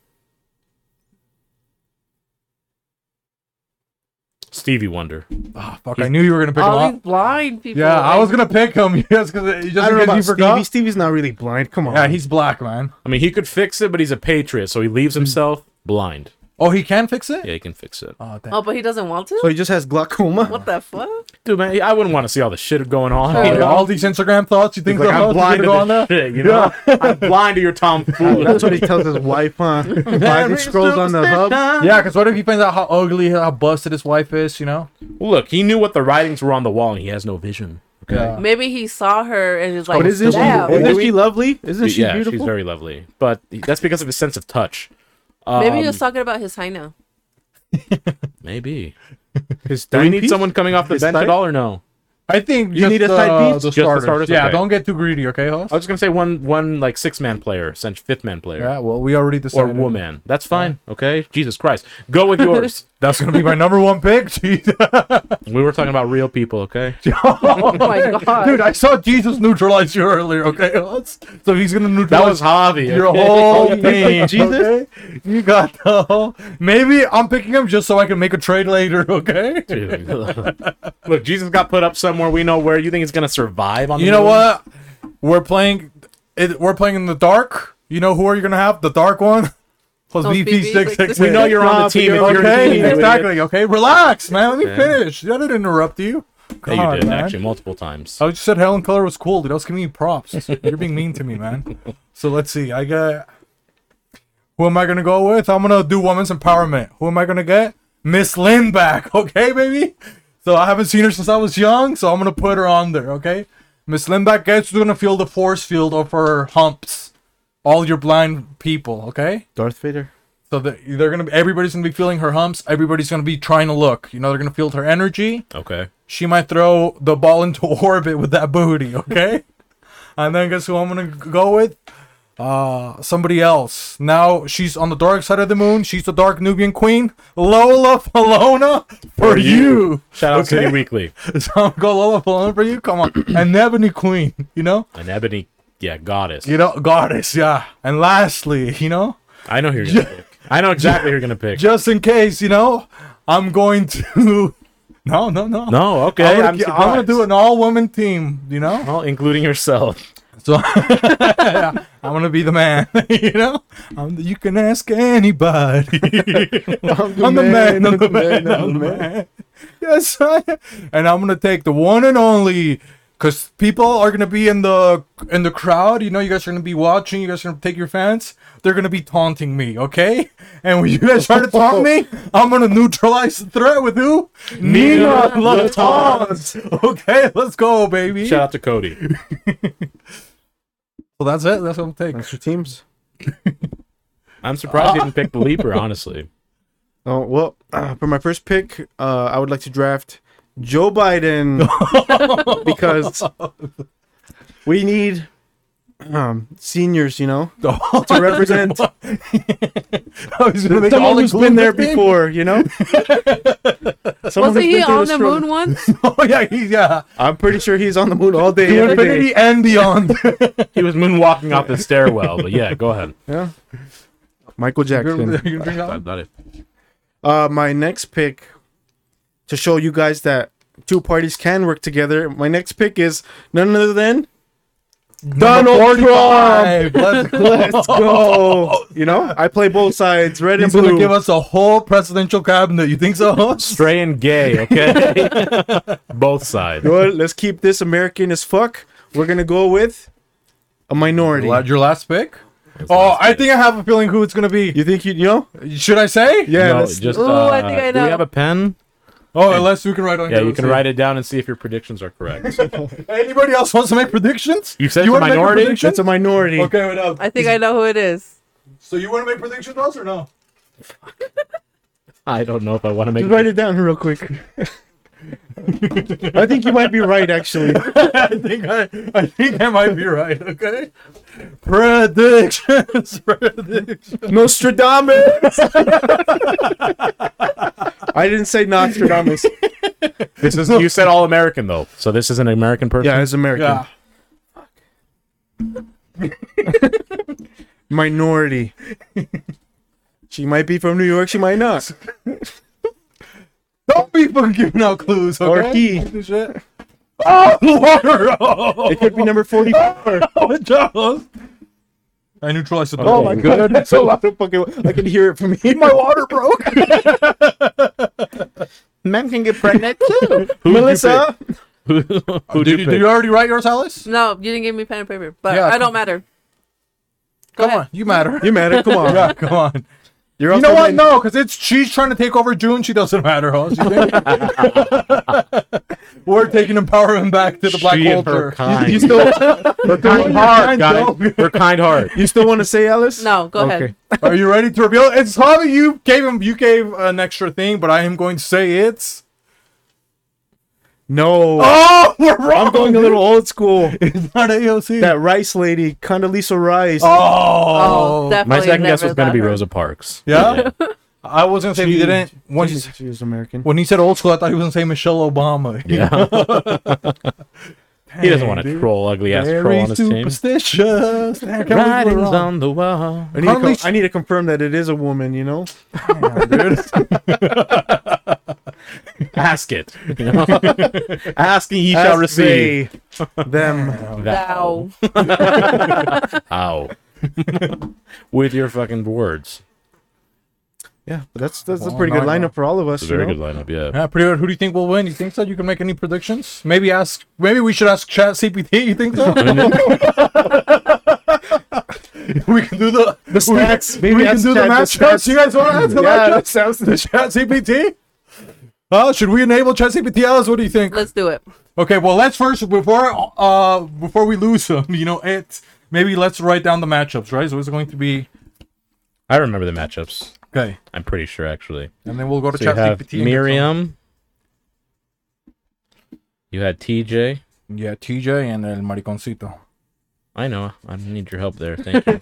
[SPEAKER 1] Stevie Wonder.
[SPEAKER 2] Ah, fuck, I knew you were gonna pick him
[SPEAKER 4] All
[SPEAKER 2] up.
[SPEAKER 4] these Oh, blind people.
[SPEAKER 2] Yeah, I
[SPEAKER 4] like-
[SPEAKER 2] was gonna pick him. Just because just
[SPEAKER 3] I don't know
[SPEAKER 2] because
[SPEAKER 3] about
[SPEAKER 2] you forgot.
[SPEAKER 3] Stevie. Stevie's not really blind. Come on.
[SPEAKER 2] Yeah, he's black, man.
[SPEAKER 1] I mean, he could fix it, but he's a patriot, so he leaves himself blind.
[SPEAKER 2] Oh, he can fix it.
[SPEAKER 1] Yeah, he can fix it.
[SPEAKER 2] Oh, damn.
[SPEAKER 4] Oh, but he doesn't want to.
[SPEAKER 3] so he just has glaucoma.
[SPEAKER 4] what the fuck?
[SPEAKER 1] Dude, man, I wouldn't want to see all the shit going on.
[SPEAKER 4] Sure.
[SPEAKER 1] you
[SPEAKER 2] Like,
[SPEAKER 1] know?
[SPEAKER 2] all these Instagram thoughts. You think
[SPEAKER 3] Like,
[SPEAKER 2] they're
[SPEAKER 3] I'm
[SPEAKER 2] Oh, all- you're
[SPEAKER 3] blind
[SPEAKER 2] gonna go
[SPEAKER 1] Look
[SPEAKER 2] on
[SPEAKER 1] at
[SPEAKER 2] there?
[SPEAKER 1] this shit, you know? I'm blind to your tomfoolery.
[SPEAKER 3] That's what he tells his wife, huh? Blind and scrolls on the hub.
[SPEAKER 2] Yeah, because what if he finds out how ugly, how busted his wife is? You know.
[SPEAKER 1] Look, he knew what the writings were on the wall, and he has no vision. Okay.
[SPEAKER 2] Yeah.
[SPEAKER 4] Maybe he saw her and is like,
[SPEAKER 3] But isn't she,
[SPEAKER 4] "Damn."
[SPEAKER 1] Is
[SPEAKER 3] isn't she lovely? Isn't she
[SPEAKER 1] yeah,
[SPEAKER 3] beautiful?
[SPEAKER 1] she's very lovely, but that's because of his sense of touch. Um,
[SPEAKER 4] Maybe he was talking about his hyena.
[SPEAKER 1] maybe.
[SPEAKER 3] His
[SPEAKER 1] Do we
[SPEAKER 3] dime
[SPEAKER 1] need
[SPEAKER 3] piece?
[SPEAKER 1] someone coming off the
[SPEAKER 3] His
[SPEAKER 1] bench
[SPEAKER 3] type?
[SPEAKER 1] at all, or no?
[SPEAKER 2] I think
[SPEAKER 3] You
[SPEAKER 2] just
[SPEAKER 3] need a
[SPEAKER 2] the-
[SPEAKER 3] side piece?
[SPEAKER 2] The
[SPEAKER 1] Just the
[SPEAKER 2] starters.
[SPEAKER 1] starters,
[SPEAKER 2] Yeah,
[SPEAKER 1] okay.
[SPEAKER 2] don't get too greedy, okay, host?
[SPEAKER 1] I was just gonna say one, one like six man player, cent- fifth man player,
[SPEAKER 2] Yeah, well, we already
[SPEAKER 1] or
[SPEAKER 2] decided.
[SPEAKER 1] woman. That's fine. Okay, Jesus Christ, go with yours.
[SPEAKER 2] That's gonna be my number one pick. Jesus.
[SPEAKER 1] we were talking about real people. Okay,
[SPEAKER 4] Oh my god.
[SPEAKER 2] Dude, I saw Jesus neutralize you earlier, okay, host? So he's gonna
[SPEAKER 1] that was
[SPEAKER 2] neutralize
[SPEAKER 1] Javi.
[SPEAKER 2] your
[SPEAKER 1] okay?
[SPEAKER 2] whole
[SPEAKER 3] You picked
[SPEAKER 2] team.
[SPEAKER 3] Jesus?
[SPEAKER 2] okay? You got the whole. Maybe I'm picking him just so I can make a trade later, okay?
[SPEAKER 1] Dude. Look, Jesus got put up somewhere. We know where. You think he's gonna survive on? the
[SPEAKER 2] You know
[SPEAKER 1] moon?
[SPEAKER 2] what? We're playing. It, we're playing in the dark. You know who are you gonna have? The dark one. Plus
[SPEAKER 4] Oh,
[SPEAKER 2] BP six six.
[SPEAKER 4] BB666.
[SPEAKER 1] We know you're on the
[SPEAKER 3] Nah,
[SPEAKER 1] team.
[SPEAKER 3] but
[SPEAKER 1] If
[SPEAKER 3] you're
[SPEAKER 1] you're
[SPEAKER 2] okay,
[SPEAKER 1] in the team,
[SPEAKER 2] exactly. Okay, relax, man. Let me
[SPEAKER 1] Yeah.
[SPEAKER 2] finish. I didn't interrupt you.
[SPEAKER 1] Yeah, you
[SPEAKER 2] God,
[SPEAKER 1] did
[SPEAKER 2] man.
[SPEAKER 1] actually multiple times.
[SPEAKER 2] I just said Helen Keller was cool, dude. I was giving you props. You're being mean to me, man. So let's see. I got. Who am I gonna go with? I'm gonna do women's empowerment. Who am I gonna get? Miss Lynn back, okay, baby. So I haven't seen her since I was young, so I'm gonna put her on there, okay? Miss Lindback gets gonna feel the force field of her humps. All your blind people, okay?
[SPEAKER 3] Darth Vader.
[SPEAKER 2] So that they're gonna everybody's gonna be feeling her humps. Everybody's gonna be trying to look. You know, they're gonna feel her energy.
[SPEAKER 1] Okay.
[SPEAKER 2] She might throw the ball into orbit with that booty. Okay, and then guess who I'm gonna go with? Uh, somebody else. Now she's on the dark side of the moon. She's the dark Nubian queen, Lola Falona, for,
[SPEAKER 1] For
[SPEAKER 2] you.
[SPEAKER 1] you. Shout out
[SPEAKER 2] Okay?
[SPEAKER 1] City Weekly.
[SPEAKER 2] So I'm gonna go Lola Falona for you. Come on, and Ebony Queen. You know,
[SPEAKER 1] An ebony, yeah, goddess.
[SPEAKER 2] you know, goddess. Yeah, and lastly, you know.
[SPEAKER 1] I know who you're gonna pick. I know exactly who you're gonna pick.
[SPEAKER 2] just in case, you know, I'm going to. No, no, no.
[SPEAKER 1] No, okay.
[SPEAKER 2] I'm
[SPEAKER 1] I'm,
[SPEAKER 2] gonna, I'm gonna do
[SPEAKER 1] surprised.
[SPEAKER 2] an all-woman team. You know,
[SPEAKER 1] Well, including yourself.
[SPEAKER 2] So I'm gonna be the man. you know, I'm the, you can ask anybody.
[SPEAKER 3] I'm
[SPEAKER 2] I'm the man. I'm the man. I'm the man. Yes, I am. And I'm gonna take the one and only, cause people are gonna be in the in the crowd. You know, you guys are gonna be watching. You guys are gonna take your fans. They're gonna be taunting me, okay? And when you guys try to taunt me, I'm gonna neutralize the threat with who? Nina Latons. Okay, let's go, baby.
[SPEAKER 1] Shout out to Cody.
[SPEAKER 2] Well, that's it. That's what I'm taking.
[SPEAKER 3] That's your teams.
[SPEAKER 1] I'm surprised you didn't pick the Leaper, honestly.
[SPEAKER 3] Oh well, uh, for my first pick, uh, I would like to draft Joe Biden because we need um, seniors, you know, to represent
[SPEAKER 2] I was gonna make all
[SPEAKER 3] someone who's been there
[SPEAKER 2] inclusive.
[SPEAKER 3] before, you know. someone
[SPEAKER 4] Wasn't
[SPEAKER 3] who's
[SPEAKER 4] he
[SPEAKER 3] been through
[SPEAKER 4] on the
[SPEAKER 3] struggle.
[SPEAKER 4] moon once?
[SPEAKER 2] Oh yeah, he, yeah.
[SPEAKER 3] I'm pretty sure he's on the moon all day,
[SPEAKER 2] To
[SPEAKER 3] every day.
[SPEAKER 2] infinity and beyond.
[SPEAKER 1] He was moonwalking off the stairwell, but yeah, go ahead.
[SPEAKER 3] Yeah. Michael Jackson.
[SPEAKER 1] I got it.
[SPEAKER 3] Uh, my next pick to show you guys that two parties can work together. My next pick is none other than Donald Trump.
[SPEAKER 2] Um, Let's
[SPEAKER 3] Let's go. You know, I play both sides, red
[SPEAKER 2] He's
[SPEAKER 3] and
[SPEAKER 2] gonna
[SPEAKER 3] Oh, blue.
[SPEAKER 2] give us a whole presidential cabinet. You think so?
[SPEAKER 1] Stray and gay, okay? Both sides.
[SPEAKER 3] You know what? Let's keep this American as fuck. We're gonna go with a minority.
[SPEAKER 2] La- Your last pick? Oh, I think I have a feeling who it's gonna be.
[SPEAKER 3] You think you, you know?
[SPEAKER 2] Should I say?
[SPEAKER 3] Yeah.
[SPEAKER 1] no,
[SPEAKER 3] let's-
[SPEAKER 1] just,
[SPEAKER 4] Ooh,
[SPEAKER 1] uh,
[SPEAKER 4] I think I
[SPEAKER 1] Do we
[SPEAKER 4] know.
[SPEAKER 1] have a pen?
[SPEAKER 2] Oh, unless you can write on.
[SPEAKER 1] Yeah,
[SPEAKER 2] here,
[SPEAKER 1] you
[SPEAKER 2] let's
[SPEAKER 1] can
[SPEAKER 2] see.
[SPEAKER 1] write it down and see if your predictions are correct.
[SPEAKER 2] Anybody else wants to make predictions?
[SPEAKER 1] You said it's a
[SPEAKER 2] wanna make
[SPEAKER 1] minority?
[SPEAKER 2] prediction?
[SPEAKER 3] That's a minority.
[SPEAKER 2] Okay, wait up.
[SPEAKER 4] I think I know who it is.
[SPEAKER 2] So you want to make predictions, Ross, or no?
[SPEAKER 1] I don't know if I want to make
[SPEAKER 3] Just write it down real quick. I think you might be right, actually.
[SPEAKER 2] I think I, I think I might be right. Okay. Predictions. Predictions.
[SPEAKER 3] Nostradamus. I didn't say Nostradamus.
[SPEAKER 1] This is you said all American though, so this is an American person.
[SPEAKER 3] yeah, it's American.
[SPEAKER 2] Yeah.
[SPEAKER 3] Minority. she might be from New York. She might not.
[SPEAKER 2] Don't be fucking giving out clues.
[SPEAKER 3] Or
[SPEAKER 2] Okay.
[SPEAKER 3] he.
[SPEAKER 2] Shit. Oh, water. Oh,
[SPEAKER 3] It could be number forty-four.
[SPEAKER 2] it does. I neutralized the.
[SPEAKER 3] Oh my god, that's a lot of fucking. I can hear it from here. My water broke.
[SPEAKER 1] men can get pregnant too.
[SPEAKER 3] Melissa,
[SPEAKER 1] who, who
[SPEAKER 2] Did
[SPEAKER 1] did
[SPEAKER 2] you, did you already write yours, Alice?
[SPEAKER 4] No, you didn't give me pen and paper, but
[SPEAKER 2] Yeah,
[SPEAKER 4] I
[SPEAKER 2] come-
[SPEAKER 4] don't matter. Go
[SPEAKER 2] Come
[SPEAKER 4] ahead.
[SPEAKER 2] on, you matter.
[SPEAKER 3] you matter? Come on.
[SPEAKER 2] Yeah, come on.
[SPEAKER 3] You're
[SPEAKER 2] You know what? No, because it's she's trying to take over June. She doesn't matter, huh? She think- We're taking empowerment back to the black
[SPEAKER 1] she and her
[SPEAKER 2] culture.
[SPEAKER 1] kind.
[SPEAKER 3] You, you still,
[SPEAKER 1] her kind heart,
[SPEAKER 2] kind,
[SPEAKER 1] guys. Her kind heart.
[SPEAKER 3] you still want to say Alice?
[SPEAKER 4] No, go ahead.
[SPEAKER 2] Are you ready to reveal? It's Javi. You gave him. You gave an extra thing, but I am going to say it's.
[SPEAKER 3] No.
[SPEAKER 2] Oh, we're wrong.
[SPEAKER 3] I'm going a little old school.
[SPEAKER 2] It's not AOC.
[SPEAKER 3] that Rice lady, Condoleezza Rice.
[SPEAKER 2] oh,
[SPEAKER 4] Oh, definitely.
[SPEAKER 1] My second guess
[SPEAKER 4] never
[SPEAKER 1] was going to
[SPEAKER 4] let
[SPEAKER 1] be
[SPEAKER 4] her.
[SPEAKER 1] Rosa Parks.
[SPEAKER 2] Yeah? I was gonna say if
[SPEAKER 3] She-
[SPEAKER 2] he didn't. When he,
[SPEAKER 3] she's, she's American.
[SPEAKER 2] when he said old school, I thought he was gonna say Michelle Obama.
[SPEAKER 1] Yeah. he doesn't want to troll ugly ass troll on his team.
[SPEAKER 2] superstitious. Damn, can't believe we're
[SPEAKER 1] Writings
[SPEAKER 2] wrong.
[SPEAKER 1] on the wall.
[SPEAKER 3] I need, to
[SPEAKER 2] Condoleezza-
[SPEAKER 3] com- I need to confirm that it is a woman. You know,
[SPEAKER 1] Ask it. You know? Asking, he shall
[SPEAKER 3] Ask
[SPEAKER 1] receive.
[SPEAKER 3] they, them.
[SPEAKER 4] Thou.
[SPEAKER 1] How? With your fucking words.
[SPEAKER 3] Yeah, but that's that's
[SPEAKER 2] Well,
[SPEAKER 3] a pretty good
[SPEAKER 2] not-
[SPEAKER 3] lineup for all of us.
[SPEAKER 1] It's a
[SPEAKER 3] you
[SPEAKER 1] very
[SPEAKER 3] know?
[SPEAKER 1] good lineup, yeah.
[SPEAKER 2] Yeah, pretty good. Who do you think will win? You think so? You can make any predictions? Maybe ask. Maybe we should ask Chat CPT. You think so? we can do the
[SPEAKER 3] The stats.
[SPEAKER 2] we,
[SPEAKER 3] Maybe
[SPEAKER 2] can
[SPEAKER 3] ask
[SPEAKER 2] do the
[SPEAKER 3] Chad the
[SPEAKER 2] matchups.
[SPEAKER 3] stats.
[SPEAKER 2] You guys want to ask the
[SPEAKER 3] Yeah, that
[SPEAKER 2] matchups?
[SPEAKER 3] sounds.
[SPEAKER 2] The Chat CPT. Uh, should we enable Chat CPT? Alice, what do you think?
[SPEAKER 4] Let's do it.
[SPEAKER 2] Okay, well let's first before uh before we lose him, you know it. Maybe let's write down the matchups, right? So it's going to be
[SPEAKER 1] I remember the matchups.
[SPEAKER 2] okay,
[SPEAKER 1] I'm pretty sure, actually.
[SPEAKER 2] and then we'll go to
[SPEAKER 1] So you
[SPEAKER 2] Chat
[SPEAKER 1] have
[SPEAKER 2] ChatGPT. and get
[SPEAKER 1] Miriam. You had TJ.
[SPEAKER 2] some- Yeah, TJ and El Mariconcito.
[SPEAKER 1] I know. I need your help there. Thank you.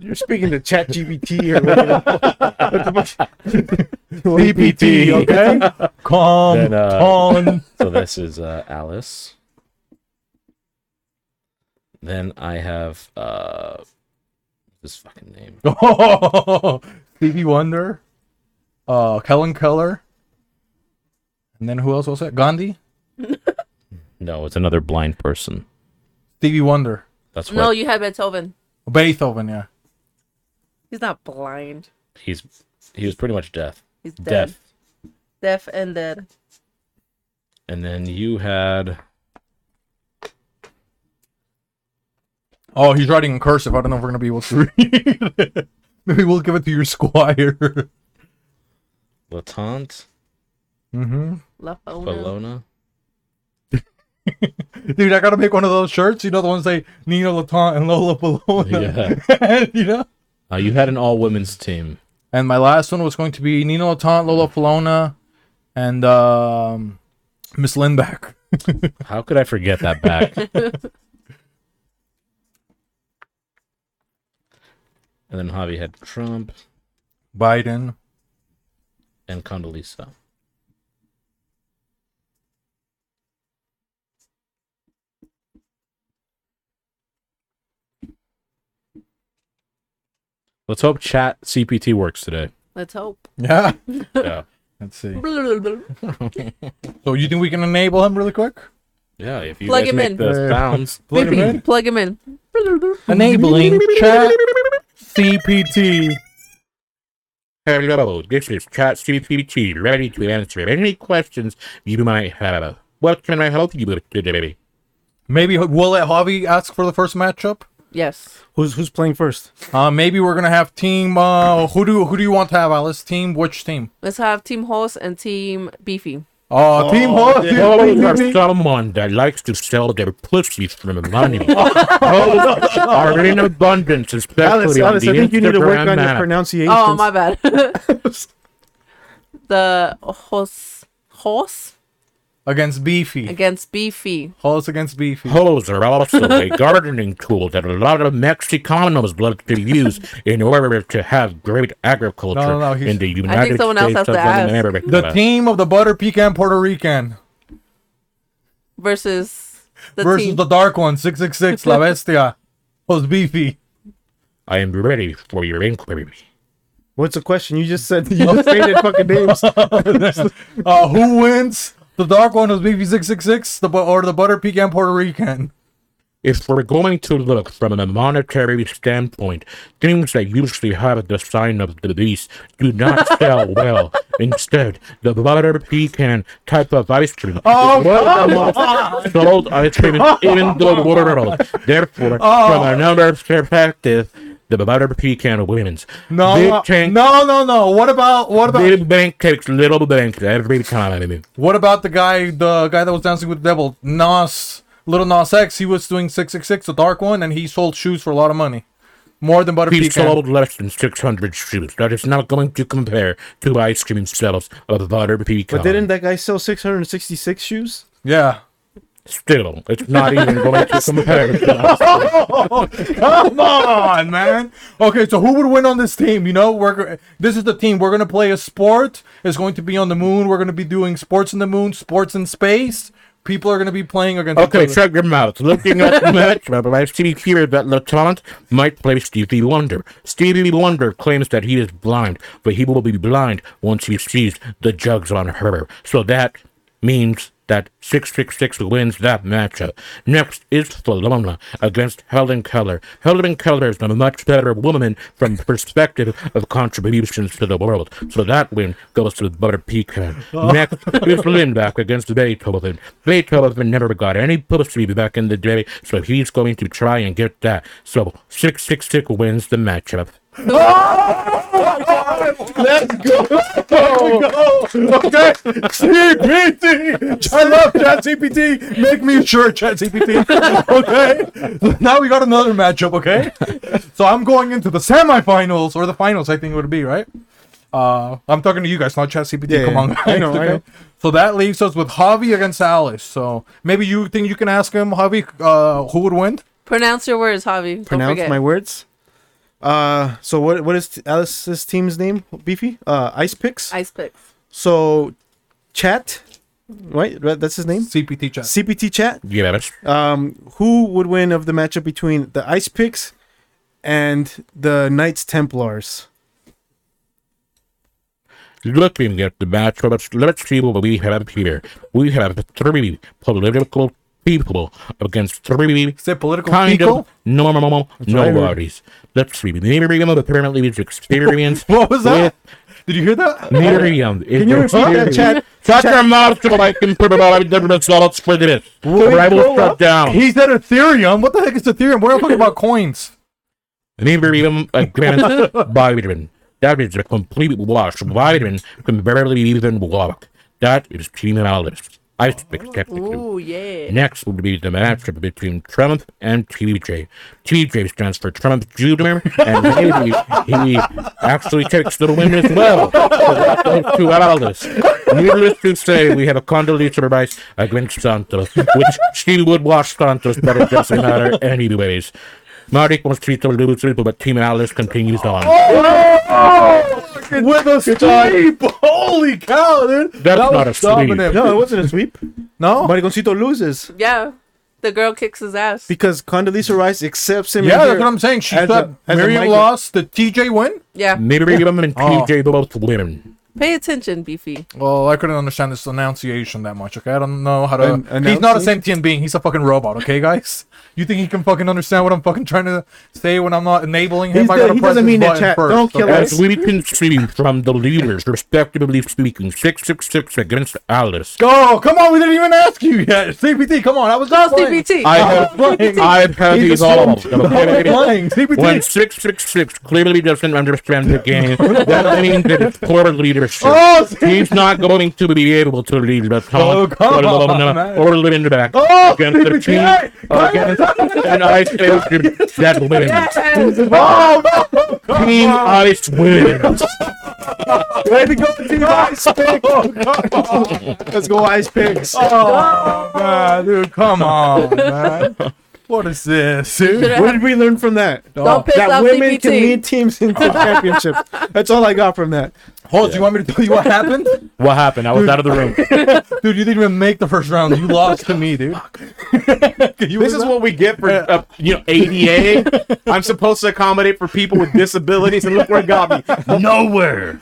[SPEAKER 3] You're speaking to Chat GBT or whatever.
[SPEAKER 2] CPT, okay? Calm
[SPEAKER 1] Then, uh,
[SPEAKER 2] down.
[SPEAKER 1] so this is uh, Alice. Then I have uh, this fucking name.
[SPEAKER 2] Oh, Stevie Wonder, uh, Kellen Keller, and then who else was it? Gandhi,
[SPEAKER 1] No, it's another blind person.
[SPEAKER 2] Stevie Wonder,
[SPEAKER 1] That's what
[SPEAKER 4] No, you had Beethoven.
[SPEAKER 2] Beethoven. Yeah.
[SPEAKER 5] He's not blind.
[SPEAKER 1] he's he was pretty much deaf.
[SPEAKER 4] He's dead.
[SPEAKER 1] Deaf.
[SPEAKER 5] Deaf and dead.
[SPEAKER 1] And then you had
[SPEAKER 2] Oh, he's writing in cursive. I don't know if we're gonna be able to read. it. Maybe we'll give it to your squire.
[SPEAKER 1] Latante,
[SPEAKER 2] mm-hmm.
[SPEAKER 4] La Fauna.
[SPEAKER 1] Bologna.
[SPEAKER 2] Dude, I gotta make one of those shirts. You know the ones they Nina Laton and Lola Bologna. you know.
[SPEAKER 1] Uh, you had an all women's team.
[SPEAKER 2] And my last one was going to be Nina Laton, Lola Polona, and um, Miss Lindback.
[SPEAKER 1] How could I forget that back? and then Javi had Trump
[SPEAKER 2] Biden.
[SPEAKER 1] and Condoleezza. Let's hope chat CPT works today.
[SPEAKER 4] Let's hope.
[SPEAKER 2] Yeah.
[SPEAKER 1] Yeah.
[SPEAKER 2] Let's see.
[SPEAKER 4] Plug
[SPEAKER 2] So you think we can enable him really quick?
[SPEAKER 1] Yeah, if you
[SPEAKER 4] Plug
[SPEAKER 1] guys
[SPEAKER 4] him
[SPEAKER 1] make
[SPEAKER 4] in.
[SPEAKER 1] the sounds.
[SPEAKER 2] Plug him in.
[SPEAKER 4] him in.
[SPEAKER 2] Enabling chat CPT.
[SPEAKER 1] Hello, this is ChatGPT, ready to answer any questions you might have. What can I help you with today?
[SPEAKER 2] Maybe we'll let Javi ask for the first matchup.
[SPEAKER 4] Yes.
[SPEAKER 3] Who's who's playing first?
[SPEAKER 2] Uh, maybe we're gonna have team. Uh, who do who do you want to have, Alice? Team which team?
[SPEAKER 4] Let's have Team Horse and Team Beefy.
[SPEAKER 2] Oh, team Hall.
[SPEAKER 1] Always are someone that likes to sell their pussies for money. Hoes are in abundance, especially
[SPEAKER 3] Alice,
[SPEAKER 1] on
[SPEAKER 3] Alice,
[SPEAKER 1] the
[SPEAKER 3] I think you need to work
[SPEAKER 1] Instagram
[SPEAKER 3] on your
[SPEAKER 1] app.
[SPEAKER 3] pronunciation.
[SPEAKER 4] Oh, my bad. the horse, horse
[SPEAKER 2] Against Beefy.
[SPEAKER 4] against Beefy.
[SPEAKER 2] Hall's against Beefy.
[SPEAKER 1] Hoes are also a gardening tool that a lot of Mexicanos love to use in order to have great agriculture
[SPEAKER 2] No, no, no, he's-
[SPEAKER 1] in the United
[SPEAKER 4] someone else
[SPEAKER 1] States
[SPEAKER 4] has
[SPEAKER 1] of
[SPEAKER 4] to ask.
[SPEAKER 1] America.
[SPEAKER 2] The team of the butter pecan Puerto Rican
[SPEAKER 4] versus the
[SPEAKER 2] versus
[SPEAKER 4] team.
[SPEAKER 2] the dark one, six six six La Bestia. Was Beefy?
[SPEAKER 1] I am ready for your inquiry.
[SPEAKER 3] What's the question? You just said you just stated fucking names.
[SPEAKER 2] Uh, who wins? The dark one was Beefy six six six. The bu- or the butter pecan Puerto Rican.
[SPEAKER 1] If we're going to look from a monetary standpoint, things that usually have the sign of the beast do not sell well. Instead, the butter pecan type of ice cream oh, is one of the most sold ice cream in the world. Therefore,
[SPEAKER 2] Oh.
[SPEAKER 1] from a numbers perspective, the butter pecan wins.
[SPEAKER 2] No,
[SPEAKER 1] Big tank,
[SPEAKER 2] no, no, no. What about what about
[SPEAKER 1] big bank takes little bank every time.
[SPEAKER 2] what about the guy the guy that was dancing with the devil? Nas, little Nas X. He was doing six six six, the dark one, and he sold shoes for a lot of money, more than butter
[SPEAKER 1] He
[SPEAKER 2] pecan.
[SPEAKER 1] sold less than 600 shoes. That is not going to compare to ice cream sales of butter pecan.
[SPEAKER 3] But didn't that guy sell 666 shoes?
[SPEAKER 2] Yeah.
[SPEAKER 1] Still, it's not even going to compare. to-
[SPEAKER 2] Come on, man. Okay, so who would win on this team? You know, we're g- this is the team. We're gonna play a sport. It's going to be on the moon. We're gonna be doing sports in the moon, sports in space. People are gonna be playing against.
[SPEAKER 1] Okay,
[SPEAKER 2] each other.
[SPEAKER 1] shut your mouth. Looking at the matchup, I see here that LaTant might play Stevie Wonder. Stevie Wonder claims that he is blind, but he will be blind once he sees the jugs on her. So that means that 666 wins that matchup. Next is Salona against Helen Keller. Helen Keller is a much better woman from perspective of contributions to the world. So that win goes to Butter Pecan. Next is Lindback against Beethoven. Beethoven never got any pussy back in the day, so he's going to try and get that. So 666 wins the matchup.
[SPEAKER 2] Okay, CPT. I love ChatGPT. Make me a shirt, ChatGPT. Okay. Now we got another matchup. Okay. So I'm going into the semifinals or the finals. I think it would be right. Uh, I'm talking to you guys, not ChatGPT.
[SPEAKER 3] Yeah,
[SPEAKER 2] Come
[SPEAKER 3] yeah.
[SPEAKER 2] on, guys.
[SPEAKER 3] I know, I know.
[SPEAKER 2] So that leaves us with Javi against Alice. So maybe you think you can ask him, Javi, uh, who would win?
[SPEAKER 4] Pronounce your words, Javi. Don't
[SPEAKER 3] Pronounce
[SPEAKER 4] forget.
[SPEAKER 3] my words. Uh, so what what is Alice's team's name? Beefy? Uh, Ice Picks.
[SPEAKER 4] Ice picks.
[SPEAKER 3] So, Chat, right? That- That's his name.
[SPEAKER 2] CPT chat.
[SPEAKER 3] CPT Chat.
[SPEAKER 1] Yes.
[SPEAKER 3] Um, who would win of the matchup between the Ice Picks and the Knights Templars?
[SPEAKER 1] Looking at the matchup, let's see what we have here. We have three political people against three
[SPEAKER 2] Say political
[SPEAKER 1] kind
[SPEAKER 2] people.
[SPEAKER 1] of normal
[SPEAKER 2] right.
[SPEAKER 1] nobodies. Let's read the pyramid leaders experience.
[SPEAKER 2] What was that? Did you hear that?
[SPEAKER 1] Miriam. Can
[SPEAKER 3] you repeat that, Chad?
[SPEAKER 1] Shut your mouth so I can put about the results for this. Or I will shut down.
[SPEAKER 2] He said Ethereum. What the heck is Ethereum? We're not talking about coins.
[SPEAKER 1] Miriam against Byron. That is a complete wash. Byron can barely even walk. That is criminalist. I speak technically.
[SPEAKER 4] Ooh, yeah.
[SPEAKER 1] Next would be the matchup between Trump and TJ. TJ stands for Trump Jr. and maybe he actually takes the win as well. So that's those two others. Needless to say, we have a Condoleezza Rice against Santos, which she would wash Santos, but it doesn't matter anyways. Mardik was treated losers, but Team Alice continues on.
[SPEAKER 2] With a sweep. Holy cow, dude.
[SPEAKER 1] That's not a sweep.
[SPEAKER 3] No, it wasn't a sweep.
[SPEAKER 2] No?
[SPEAKER 3] Mariconcito loses
[SPEAKER 4] Yeah. The girl kicks his ass.
[SPEAKER 3] because Condoleezza Rice accepts him.
[SPEAKER 2] Yeah,
[SPEAKER 3] in
[SPEAKER 2] that's
[SPEAKER 3] her-
[SPEAKER 2] what I'm saying. She
[SPEAKER 3] as a-
[SPEAKER 2] said
[SPEAKER 3] as a
[SPEAKER 2] Miriam
[SPEAKER 3] Michael.
[SPEAKER 2] lost. Did TJ win?
[SPEAKER 4] yeah.
[SPEAKER 1] Miriam and
[SPEAKER 2] Oh.
[SPEAKER 1] TJ both women.
[SPEAKER 4] Pay attention, Beefy.
[SPEAKER 2] Well, I couldn't understand this enunciation that much, okay? I don't know how to.
[SPEAKER 3] An-
[SPEAKER 2] he's not a
[SPEAKER 3] enunciation?
[SPEAKER 2] sentient being. He's a fucking robot, okay, guys? You think he can fucking understand what I'm fucking trying to say when I'm not enabling him?
[SPEAKER 3] He's
[SPEAKER 2] I
[SPEAKER 3] the-
[SPEAKER 2] gotta
[SPEAKER 3] he
[SPEAKER 2] press
[SPEAKER 3] doesn't
[SPEAKER 2] his
[SPEAKER 3] mean that,
[SPEAKER 2] button
[SPEAKER 3] chat.
[SPEAKER 2] first,
[SPEAKER 3] Don't kill
[SPEAKER 2] okay?
[SPEAKER 3] him.
[SPEAKER 1] As we can see from the leaders, respectively speaking, 666 against Alice.
[SPEAKER 2] Go! Come on, we didn't even ask you yet. CPT, come on. I was
[SPEAKER 4] Go
[SPEAKER 2] not playing.
[SPEAKER 4] CBT.
[SPEAKER 1] I have, I have had
[SPEAKER 2] Oh, He
[SPEAKER 1] these
[SPEAKER 2] just
[SPEAKER 1] all.
[SPEAKER 2] said- Playing, CPT.
[SPEAKER 1] When 666 clearly doesn't understand the game, that means that it's poor leadership.
[SPEAKER 2] Oh,
[SPEAKER 1] He's not going to be able to lead the
[SPEAKER 2] Oh,
[SPEAKER 1] talent
[SPEAKER 2] come on, man.
[SPEAKER 1] or living the back
[SPEAKER 2] Oh,
[SPEAKER 1] against the
[SPEAKER 2] CPT,
[SPEAKER 1] team.
[SPEAKER 2] hey,
[SPEAKER 1] Against, and I say that wins.
[SPEAKER 4] Yes.
[SPEAKER 2] Oh, no!
[SPEAKER 1] Team Ice wins.
[SPEAKER 2] Way to go, Team Ice Pick!
[SPEAKER 3] Let's go, Ice Picks.
[SPEAKER 2] Oh, man, dude, come on, man. What is this, dude?
[SPEAKER 3] What did we learn from that?
[SPEAKER 4] Don't piss
[SPEAKER 3] that
[SPEAKER 4] off
[SPEAKER 3] women can
[SPEAKER 4] CBT.
[SPEAKER 3] lead teams into championships. That's all I got from that.
[SPEAKER 2] Hold, do you want me to tell you what happened?
[SPEAKER 1] What happened? I was out of the room.
[SPEAKER 2] Dude, you didn't even make the first round. You lost to me, dude. You
[SPEAKER 1] This is what we get for uh, you know ADA. I'm supposed to accommodate for people with disabilities, and look where it got me. Nowhere,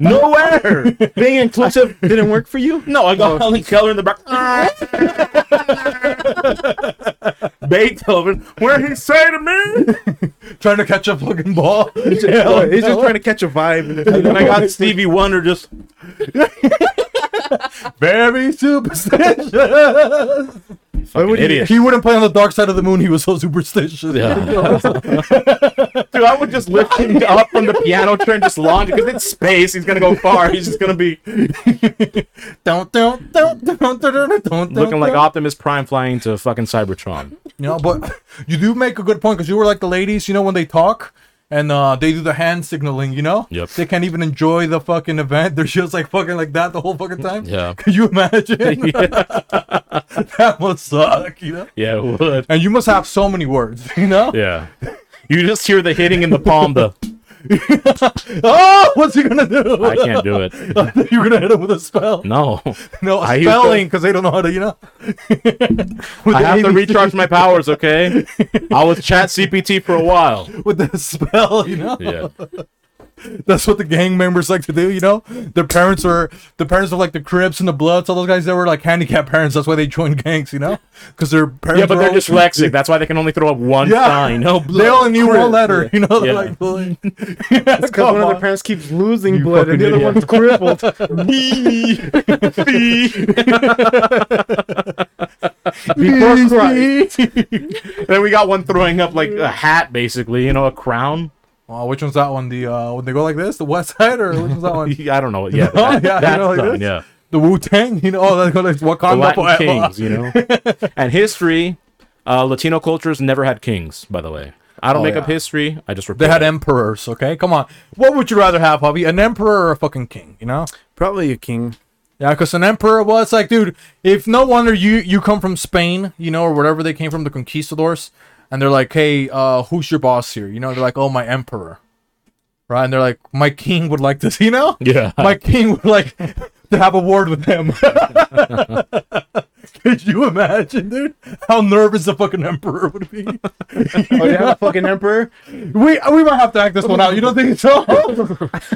[SPEAKER 1] nowhere.
[SPEAKER 3] Being inclusive didn't work for you.
[SPEAKER 1] No, I got Helen Keller in the back. Beethoven, where he say to me?
[SPEAKER 2] trying to catch a fucking ball.
[SPEAKER 3] Oh, he's just trying to catch a vibe.
[SPEAKER 1] And then I got Stevie Wonder just
[SPEAKER 2] Very superstitious.
[SPEAKER 1] fucking
[SPEAKER 3] would you-
[SPEAKER 1] idiot.
[SPEAKER 2] He wouldn't play on the dark side of the moon. He was so superstitious.
[SPEAKER 1] Dude, I would just lift him up from the piano chair and just launch because it's space. He's gonna go far. He's just gonna be
[SPEAKER 2] Don't, don't, don't, don't, don't, don't, don't,
[SPEAKER 1] looking like
[SPEAKER 2] don't.
[SPEAKER 1] Optimus Prime flying to fucking Cybertron.
[SPEAKER 2] You know, but you do make a good point because you were like the ladies, you know, when they talk and uh, they do the hand signaling, you know?
[SPEAKER 1] Yep.
[SPEAKER 2] They can't even enjoy the fucking event. They're just like fucking like that the whole fucking time.
[SPEAKER 1] Yeah.
[SPEAKER 2] Could you imagine?
[SPEAKER 1] yeah,
[SPEAKER 2] that must suck, you know?
[SPEAKER 1] yeah, it would.
[SPEAKER 2] And you must have so many words, you know?
[SPEAKER 1] Yeah. You just hear the hitting in the palm. The
[SPEAKER 2] Oh, what's he gonna do?
[SPEAKER 1] I can't do it.
[SPEAKER 2] You're gonna hit him with a spell.
[SPEAKER 1] No,
[SPEAKER 2] No,
[SPEAKER 1] I
[SPEAKER 2] a
[SPEAKER 1] used to-
[SPEAKER 2] spelling because they don't know how to, you know?
[SPEAKER 1] I have to recharge my powers. Okay, I was chat CPT for a while.
[SPEAKER 2] With the spell, you know?
[SPEAKER 1] Yeah,
[SPEAKER 2] That's what the gang members like to do, you know? Their parents are the parents of like the Crips and the Bloods, all those guys that were like handicapped parents. That's why they joined gangs, you know? Because their parents
[SPEAKER 1] yeah, but
[SPEAKER 2] were
[SPEAKER 1] they're
[SPEAKER 2] always-
[SPEAKER 1] dyslexic. That's why they can only throw up one
[SPEAKER 2] Yeah.
[SPEAKER 1] sign. No
[SPEAKER 2] They
[SPEAKER 1] blood.
[SPEAKER 2] only knew one letter, you know? They're
[SPEAKER 1] Yeah.
[SPEAKER 2] like, "Bully."
[SPEAKER 3] That's because
[SPEAKER 2] Come
[SPEAKER 3] one of
[SPEAKER 2] on.
[SPEAKER 3] the parents keeps losing blood and the
[SPEAKER 2] fucking
[SPEAKER 3] other
[SPEAKER 2] idiot.
[SPEAKER 3] one's crippled. Before Christ.
[SPEAKER 1] then we got one throwing up like a hat, basically. You know, a crown.
[SPEAKER 2] Oh, which one's that one? The uh, when they go like this, the West Side, or which one's that one?
[SPEAKER 1] I don't know. Yeah,
[SPEAKER 2] Oh,
[SPEAKER 1] that-
[SPEAKER 2] yeah, you
[SPEAKER 1] that's
[SPEAKER 2] know, like
[SPEAKER 1] done,
[SPEAKER 2] this?
[SPEAKER 1] yeah.
[SPEAKER 2] The Wu Tang, you know? Oh, that's like Wakanda
[SPEAKER 1] the Latin
[SPEAKER 2] forever.
[SPEAKER 1] kings, you know. and history, uh, Latino cultures never had kings, by the way. I don't
[SPEAKER 2] Oh,
[SPEAKER 1] make up
[SPEAKER 2] yeah.
[SPEAKER 1] history. I just repeat.
[SPEAKER 2] They had
[SPEAKER 1] it.
[SPEAKER 2] emperors, okay? Come on. What would you rather have, Hobby? An emperor or a fucking king, you know?
[SPEAKER 3] Probably a king.
[SPEAKER 2] Yeah, because an emperor, well, it's like, dude, if no wonder you you come from Spain, you know, or whatever they came from, the conquistadors, and they're like, hey, uh, who's your boss here? You know, they're like, oh, my emperor, right? And they're like, my king would like this, you know?
[SPEAKER 1] Yeah.
[SPEAKER 2] My king would like to have a word with him. Could you imagine, dude? How nervous the fucking emperor would be.
[SPEAKER 3] Oh, they have a fucking emperor.
[SPEAKER 2] We we might have to act this one out. You don't think so?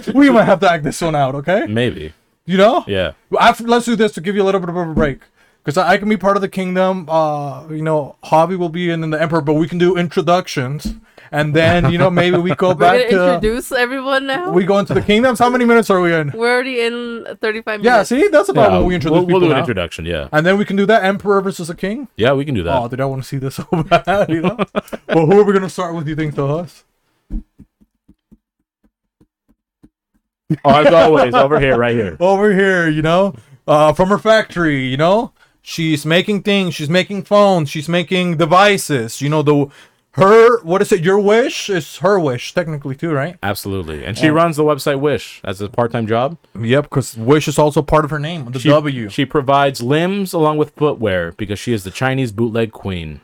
[SPEAKER 2] we might have to act this one out, okay?
[SPEAKER 1] Maybe.
[SPEAKER 2] You know?
[SPEAKER 1] Yeah.
[SPEAKER 2] After, let's do this to give you a little bit of a break. Because I I can be part of the kingdom. Uh, you know, Javi will be in, and the emperor, but we can do introductions, and then you know maybe we go
[SPEAKER 4] We're gonna
[SPEAKER 2] back to
[SPEAKER 4] introduce everyone now.
[SPEAKER 2] we go into the kingdoms. How many minutes are we in?
[SPEAKER 4] We're already in 35 minutes.
[SPEAKER 2] Yeah, see, that's about
[SPEAKER 1] Yeah,
[SPEAKER 2] when we introduce
[SPEAKER 1] Oh, we'll, we'll
[SPEAKER 2] people
[SPEAKER 1] do an
[SPEAKER 2] now.
[SPEAKER 1] introduction. Yeah,
[SPEAKER 2] and then we can do that emperor versus a king.
[SPEAKER 1] yeah, we can do that.
[SPEAKER 2] Oh, did I want to see this so bad? You know? well, who are we gonna start with? You think the us?
[SPEAKER 1] Oh, as always, over here, right here.
[SPEAKER 2] over here, you know, uh, from her factory, you know. She's making things. She's making phones. She's making devices. You know the her what is it? Your wish is her wish technically too, right?
[SPEAKER 1] Absolutely, and she runs the website Wish as a part-time job.
[SPEAKER 2] Yep, because wish is also part of her name. The
[SPEAKER 1] She,
[SPEAKER 2] W.
[SPEAKER 1] She provides limbs along with footwear because she is the Chinese bootleg queen,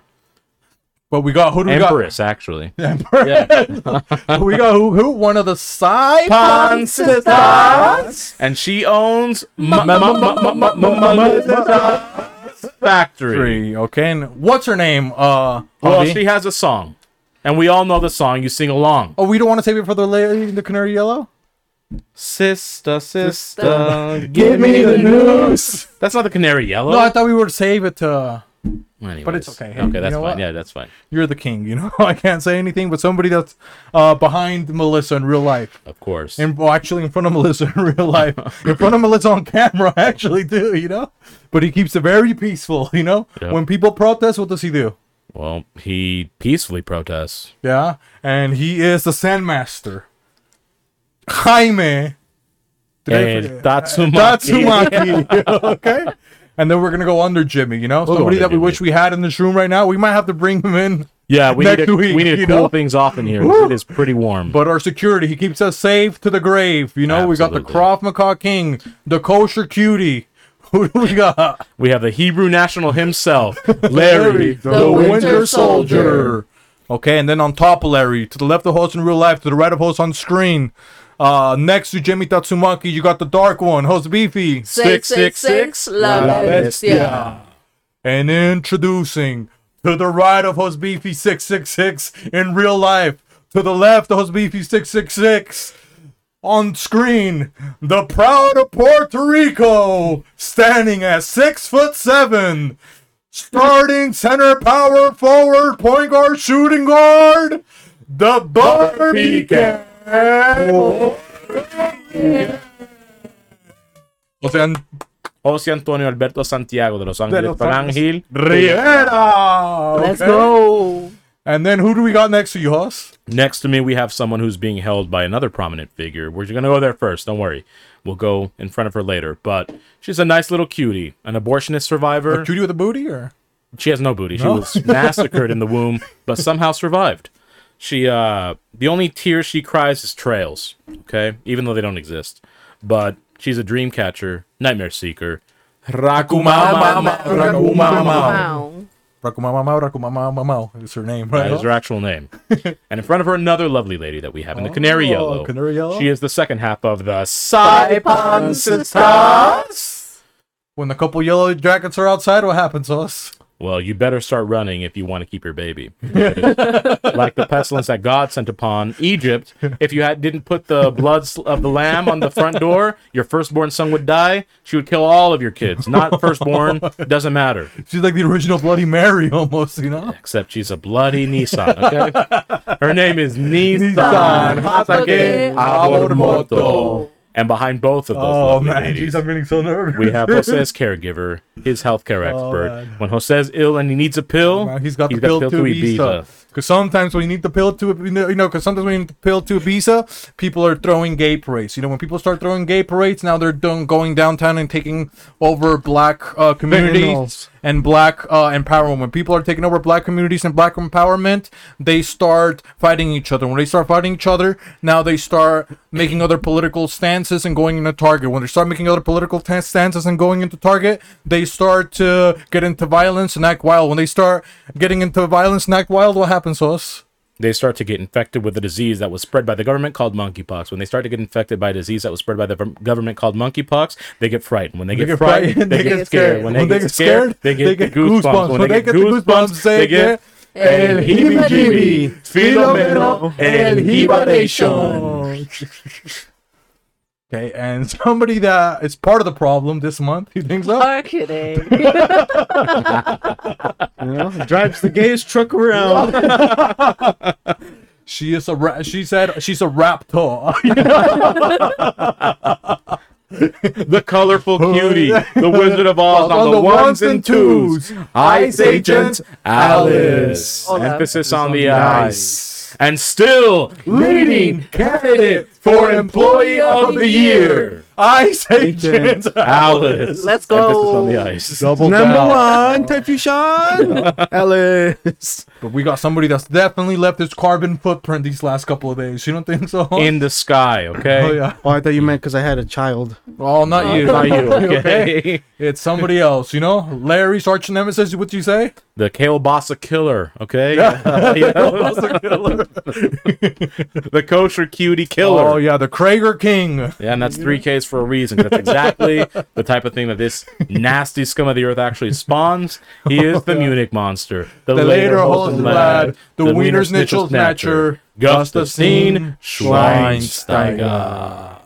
[SPEAKER 2] but we got who do we
[SPEAKER 1] empress, actually.
[SPEAKER 2] got? Empress. we got who? Who? One of the side
[SPEAKER 1] Pons and she owns Ma- Ma- Ma- Ma- Ma- Ma- Ma- Ma- Factory.
[SPEAKER 2] Three. Okay, and what's her name? Uh,
[SPEAKER 1] Well,
[SPEAKER 2] Javi?
[SPEAKER 1] she has a song, and we all know the song. You sing along.
[SPEAKER 2] oh, we don't want to save it for the lady, in the canary yellow.
[SPEAKER 1] Sister, sister, Oh, give me the news. That's not the Canary Yellow.
[SPEAKER 2] No, I thought we would save it to.
[SPEAKER 1] Anyways.
[SPEAKER 2] it's okay. Hey,
[SPEAKER 1] okay,
[SPEAKER 2] you
[SPEAKER 1] that's
[SPEAKER 2] know
[SPEAKER 1] fine.
[SPEAKER 2] what?
[SPEAKER 1] Yeah, that's fine.
[SPEAKER 2] you're the king. You know, I can't say anything, but somebody that's uh, behind Melissa in real life,
[SPEAKER 1] Of course.
[SPEAKER 2] and well, actually in front of Melissa in real life, in front of Melissa on camera, actually too. You know, but he keeps it very peaceful. You know,
[SPEAKER 1] Yeah.
[SPEAKER 2] when people protest, what does he do?
[SPEAKER 1] Well, he peacefully protests.
[SPEAKER 2] Yeah, and he is the Sandmaster, Jaime. Did I
[SPEAKER 1] And
[SPEAKER 2] forget?
[SPEAKER 1] Tatsumaki.
[SPEAKER 2] Tatsumaki. okay. And then we're gonna go under Jimmy, you know,
[SPEAKER 1] go
[SPEAKER 2] somebody
[SPEAKER 1] under
[SPEAKER 2] that we
[SPEAKER 1] Jimmy.
[SPEAKER 2] wish we had in this room right now. We might have to bring him in
[SPEAKER 1] Yeah, we need
[SPEAKER 2] Next
[SPEAKER 1] to,
[SPEAKER 2] week,
[SPEAKER 1] we need to
[SPEAKER 2] you
[SPEAKER 1] cool
[SPEAKER 2] know?
[SPEAKER 1] things off in here. 'cause It is pretty warm.
[SPEAKER 2] But our security, he keeps us safe to the grave. You know, we got the
[SPEAKER 1] Absolutely.
[SPEAKER 2] Krav Maga King, the kosher cutie. Who do we got?
[SPEAKER 1] we have the Hebrew national himself, Larry, the,
[SPEAKER 4] the
[SPEAKER 1] Winter,
[SPEAKER 4] Winter
[SPEAKER 1] Soldier.
[SPEAKER 4] Soldier.
[SPEAKER 2] Okay, and then on top of Larry, to the left of host in real life, to the right of host on screen. Uh, next to Jimmy Tatsumaki, you got the dark one, host Beefy.
[SPEAKER 4] Six, six, six, La, Bestia.
[SPEAKER 2] And introducing to the right of host Beefy 666 in real life, to the left of host Beefy 666 on screen, the proud of Puerto Rico standing at six foot seven, starting center power forward, point guard, shooting guard, the Barbican. O sea,
[SPEAKER 1] José Antonio Alberto Santiago de Los Angeles
[SPEAKER 2] Los
[SPEAKER 1] Frangil.
[SPEAKER 2] Angeles. Riera.
[SPEAKER 4] Let's
[SPEAKER 2] okay?
[SPEAKER 4] go.
[SPEAKER 2] And then who do we got next to you, Hoss?
[SPEAKER 1] Next to me, we have someone who's being held by another prominent figure. We're going to go there first. Don't worry. We'll go in front of her later. But she's a nice little cutie, an abortionist survivor.
[SPEAKER 2] Cutie with a booty, or
[SPEAKER 1] She has no booty.
[SPEAKER 2] No?
[SPEAKER 1] She was massacred in the womb, but somehow survived. She uh the only tear she cries is trails, okay? Even though they don't exist. But she's a dream catcher, nightmare seeker. Rakumama.
[SPEAKER 4] Wow.
[SPEAKER 2] Rakumamamau, Rakumamamau is her name, right?
[SPEAKER 1] That is her actual name. and in front of her another lovely lady that we have in the canary
[SPEAKER 2] Oh,
[SPEAKER 1] yellow.
[SPEAKER 2] Canary Yellow?
[SPEAKER 1] She is the second half of the Saipan
[SPEAKER 2] When the couple yellow jackets are outside, what happens, Hoss?
[SPEAKER 1] Well, you better start running if you want to keep your baby. like the pestilence that God sent upon Egypt, if you had, didn't put the blood sl- of the lamb on the front door, your firstborn son would die. She would kill all of your kids. Not firstborn, doesn't matter.
[SPEAKER 2] She's like the original Bloody Mary, almost, you know?
[SPEAKER 1] Except she's a bloody Nissan, okay? Her name is Nissan
[SPEAKER 2] Nissan
[SPEAKER 1] Hatake
[SPEAKER 4] Hatake
[SPEAKER 1] Aborimoto. And behind both of those
[SPEAKER 2] Oh,
[SPEAKER 1] lovely
[SPEAKER 2] man,
[SPEAKER 1] ladies,
[SPEAKER 2] jeez, I'm getting so nervous.
[SPEAKER 1] we have Jose's caregiver, his healthcare expert.
[SPEAKER 2] man.
[SPEAKER 1] when Jose's ill and he needs a pill,
[SPEAKER 2] Man, he's got the pill to Ibiza. Because sometimes when you need the pill to, you know, because sometimes when you need the pill to Ibiza, people are throwing gay parades. You know, when people start throwing gay parades, now they're doing, going downtown and taking over black uh, communities
[SPEAKER 3] Criminals.
[SPEAKER 2] and black uh, empowerment. When people are taking over black communities and black empowerment, they start fighting each other. When they start fighting each other, now they start making other political stances and going into target. When they start making other political ta- stances and going into target, they start to get into violence and act wild. When they start getting into violence and act wild, what happens to us?
[SPEAKER 1] they start to get infected with a disease that was spread by the government called monkeypox. When they start to get infected by a disease that was spread by the v- government called monkeypox, they get frightened. When they, get,
[SPEAKER 2] get
[SPEAKER 1] frightened,
[SPEAKER 2] frightened,
[SPEAKER 1] they, get scared. When they, get, scared, they get, goosebumps. When, they get
[SPEAKER 2] the
[SPEAKER 1] goosebumps,
[SPEAKER 2] goosebumps,
[SPEAKER 1] they
[SPEAKER 2] they
[SPEAKER 1] get
[SPEAKER 2] get
[SPEAKER 1] el heebie-jeebie,
[SPEAKER 3] filomeno,
[SPEAKER 1] el hibernation.
[SPEAKER 2] Okay, and somebody that is part of the problem this month, you think so?
[SPEAKER 4] Marketing.
[SPEAKER 3] You know, drives the gayest truck around.
[SPEAKER 2] She is a ra- she said she's a raptor.
[SPEAKER 1] The colorful cutie, the Wizard of Oz on, the ones and twos. Ice Agent Alice.
[SPEAKER 4] Hola.
[SPEAKER 1] Emphasis on the eyes.
[SPEAKER 2] Nice.
[SPEAKER 1] And still leading candidate for Employee of the Year.
[SPEAKER 2] Ice Agent.
[SPEAKER 3] Agent.
[SPEAKER 1] Alice.
[SPEAKER 4] Let's go.
[SPEAKER 1] Emphasis on the ice.
[SPEAKER 2] Double
[SPEAKER 3] Number
[SPEAKER 2] down.
[SPEAKER 3] one, Typhushan Alice.
[SPEAKER 2] But we got somebody that's definitely left his carbon footprint these last couple of days. You don't think so?
[SPEAKER 1] In the sky, okay?
[SPEAKER 2] oh yeah.
[SPEAKER 3] Oh, I thought you meant because I had a child.
[SPEAKER 2] Well, not you.
[SPEAKER 1] Not you, okay?
[SPEAKER 2] It's somebody else. You know, Larry's arch nemesis. What you say?
[SPEAKER 1] The Kalebasa Killer, okay? You know? the kosher cutie killer.
[SPEAKER 2] Oh yeah, the Krager King.
[SPEAKER 1] Yeah, and that's three Ks for a reason. That's exactly the type of thing that this nasty scum of the earth actually spawns. He is the Munich monster, the,
[SPEAKER 2] The later holds the lad, the
[SPEAKER 1] Wiener
[SPEAKER 2] Wiener's Nitschel Snatcher,
[SPEAKER 1] Gustafsson
[SPEAKER 2] Gustafsson
[SPEAKER 1] Schweinsteiger.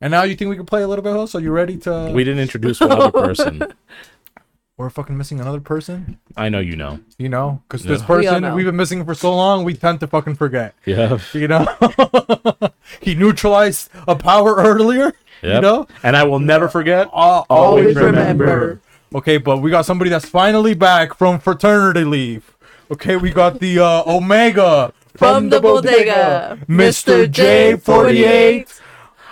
[SPEAKER 2] And now you think we can play a little bit, host? Are you ready to?
[SPEAKER 1] We didn't introduce one other person.
[SPEAKER 2] We're fucking missing another person.
[SPEAKER 1] I know you know.
[SPEAKER 2] You know, because this
[SPEAKER 1] Yeah.
[SPEAKER 4] We all
[SPEAKER 2] person
[SPEAKER 4] know.
[SPEAKER 2] we've been missing for so long, we tend to fucking forget.
[SPEAKER 1] Yeah.
[SPEAKER 2] You know, he neutralized a power earlier. You
[SPEAKER 1] Yep.
[SPEAKER 2] know,
[SPEAKER 1] And I will never forget.
[SPEAKER 2] Al-
[SPEAKER 1] Always remember.
[SPEAKER 2] Okay, but we got somebody that's finally back from fraternity leave. Okay, we got the uh, Omega
[SPEAKER 4] From the bodega,
[SPEAKER 2] Mr. J48.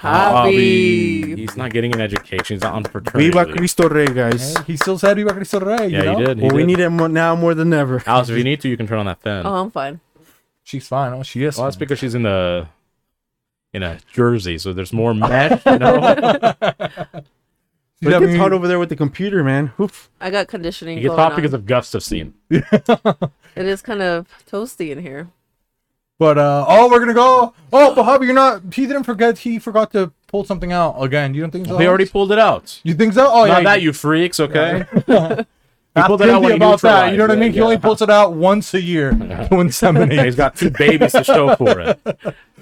[SPEAKER 1] Javi.
[SPEAKER 4] Javi.
[SPEAKER 1] He's not getting an education. He's not on fraternity.
[SPEAKER 3] Viva
[SPEAKER 1] leave.
[SPEAKER 3] Cristo Rey, guys.
[SPEAKER 2] Hey, He still said Viva Cristo Rey.
[SPEAKER 1] Yeah,
[SPEAKER 2] you know?
[SPEAKER 1] he did. He
[SPEAKER 3] Well, we
[SPEAKER 1] did.
[SPEAKER 3] need it mo- now more than ever.
[SPEAKER 1] Alice, if you need to, you can turn on that fan.
[SPEAKER 4] Oh, I'm fine.
[SPEAKER 2] She's fine. Oh, she is.
[SPEAKER 1] Well, that's
[SPEAKER 2] fine.
[SPEAKER 1] because she's in a in a jersey, so there's more mesh. You know?
[SPEAKER 2] She's
[SPEAKER 3] But it gets
[SPEAKER 2] having-
[SPEAKER 3] hot over there with the computer, man. Oof.
[SPEAKER 4] I got conditioning.
[SPEAKER 1] it gets
[SPEAKER 4] going
[SPEAKER 1] hot
[SPEAKER 4] on.
[SPEAKER 1] because of Gustafsson.
[SPEAKER 4] It is kind of toasty in here.
[SPEAKER 2] But uh, oh, we're gonna go. Oh, but Bobby, you're not. He didn't forget. He forgot to pull something out again. You don't think so?
[SPEAKER 1] They already pulled it out.
[SPEAKER 2] You think so? Oh
[SPEAKER 1] Not
[SPEAKER 2] yeah.
[SPEAKER 1] that you freaks, okay? he
[SPEAKER 2] Ask
[SPEAKER 1] pulled it out
[SPEAKER 2] Timothy
[SPEAKER 1] when he
[SPEAKER 2] about that. You know
[SPEAKER 1] neutralized
[SPEAKER 2] what I
[SPEAKER 1] it,
[SPEAKER 2] mean? He
[SPEAKER 1] yeah.
[SPEAKER 2] only pulls it out once a year to
[SPEAKER 1] And
[SPEAKER 2] inseminate.
[SPEAKER 1] He's got two babies to show for it,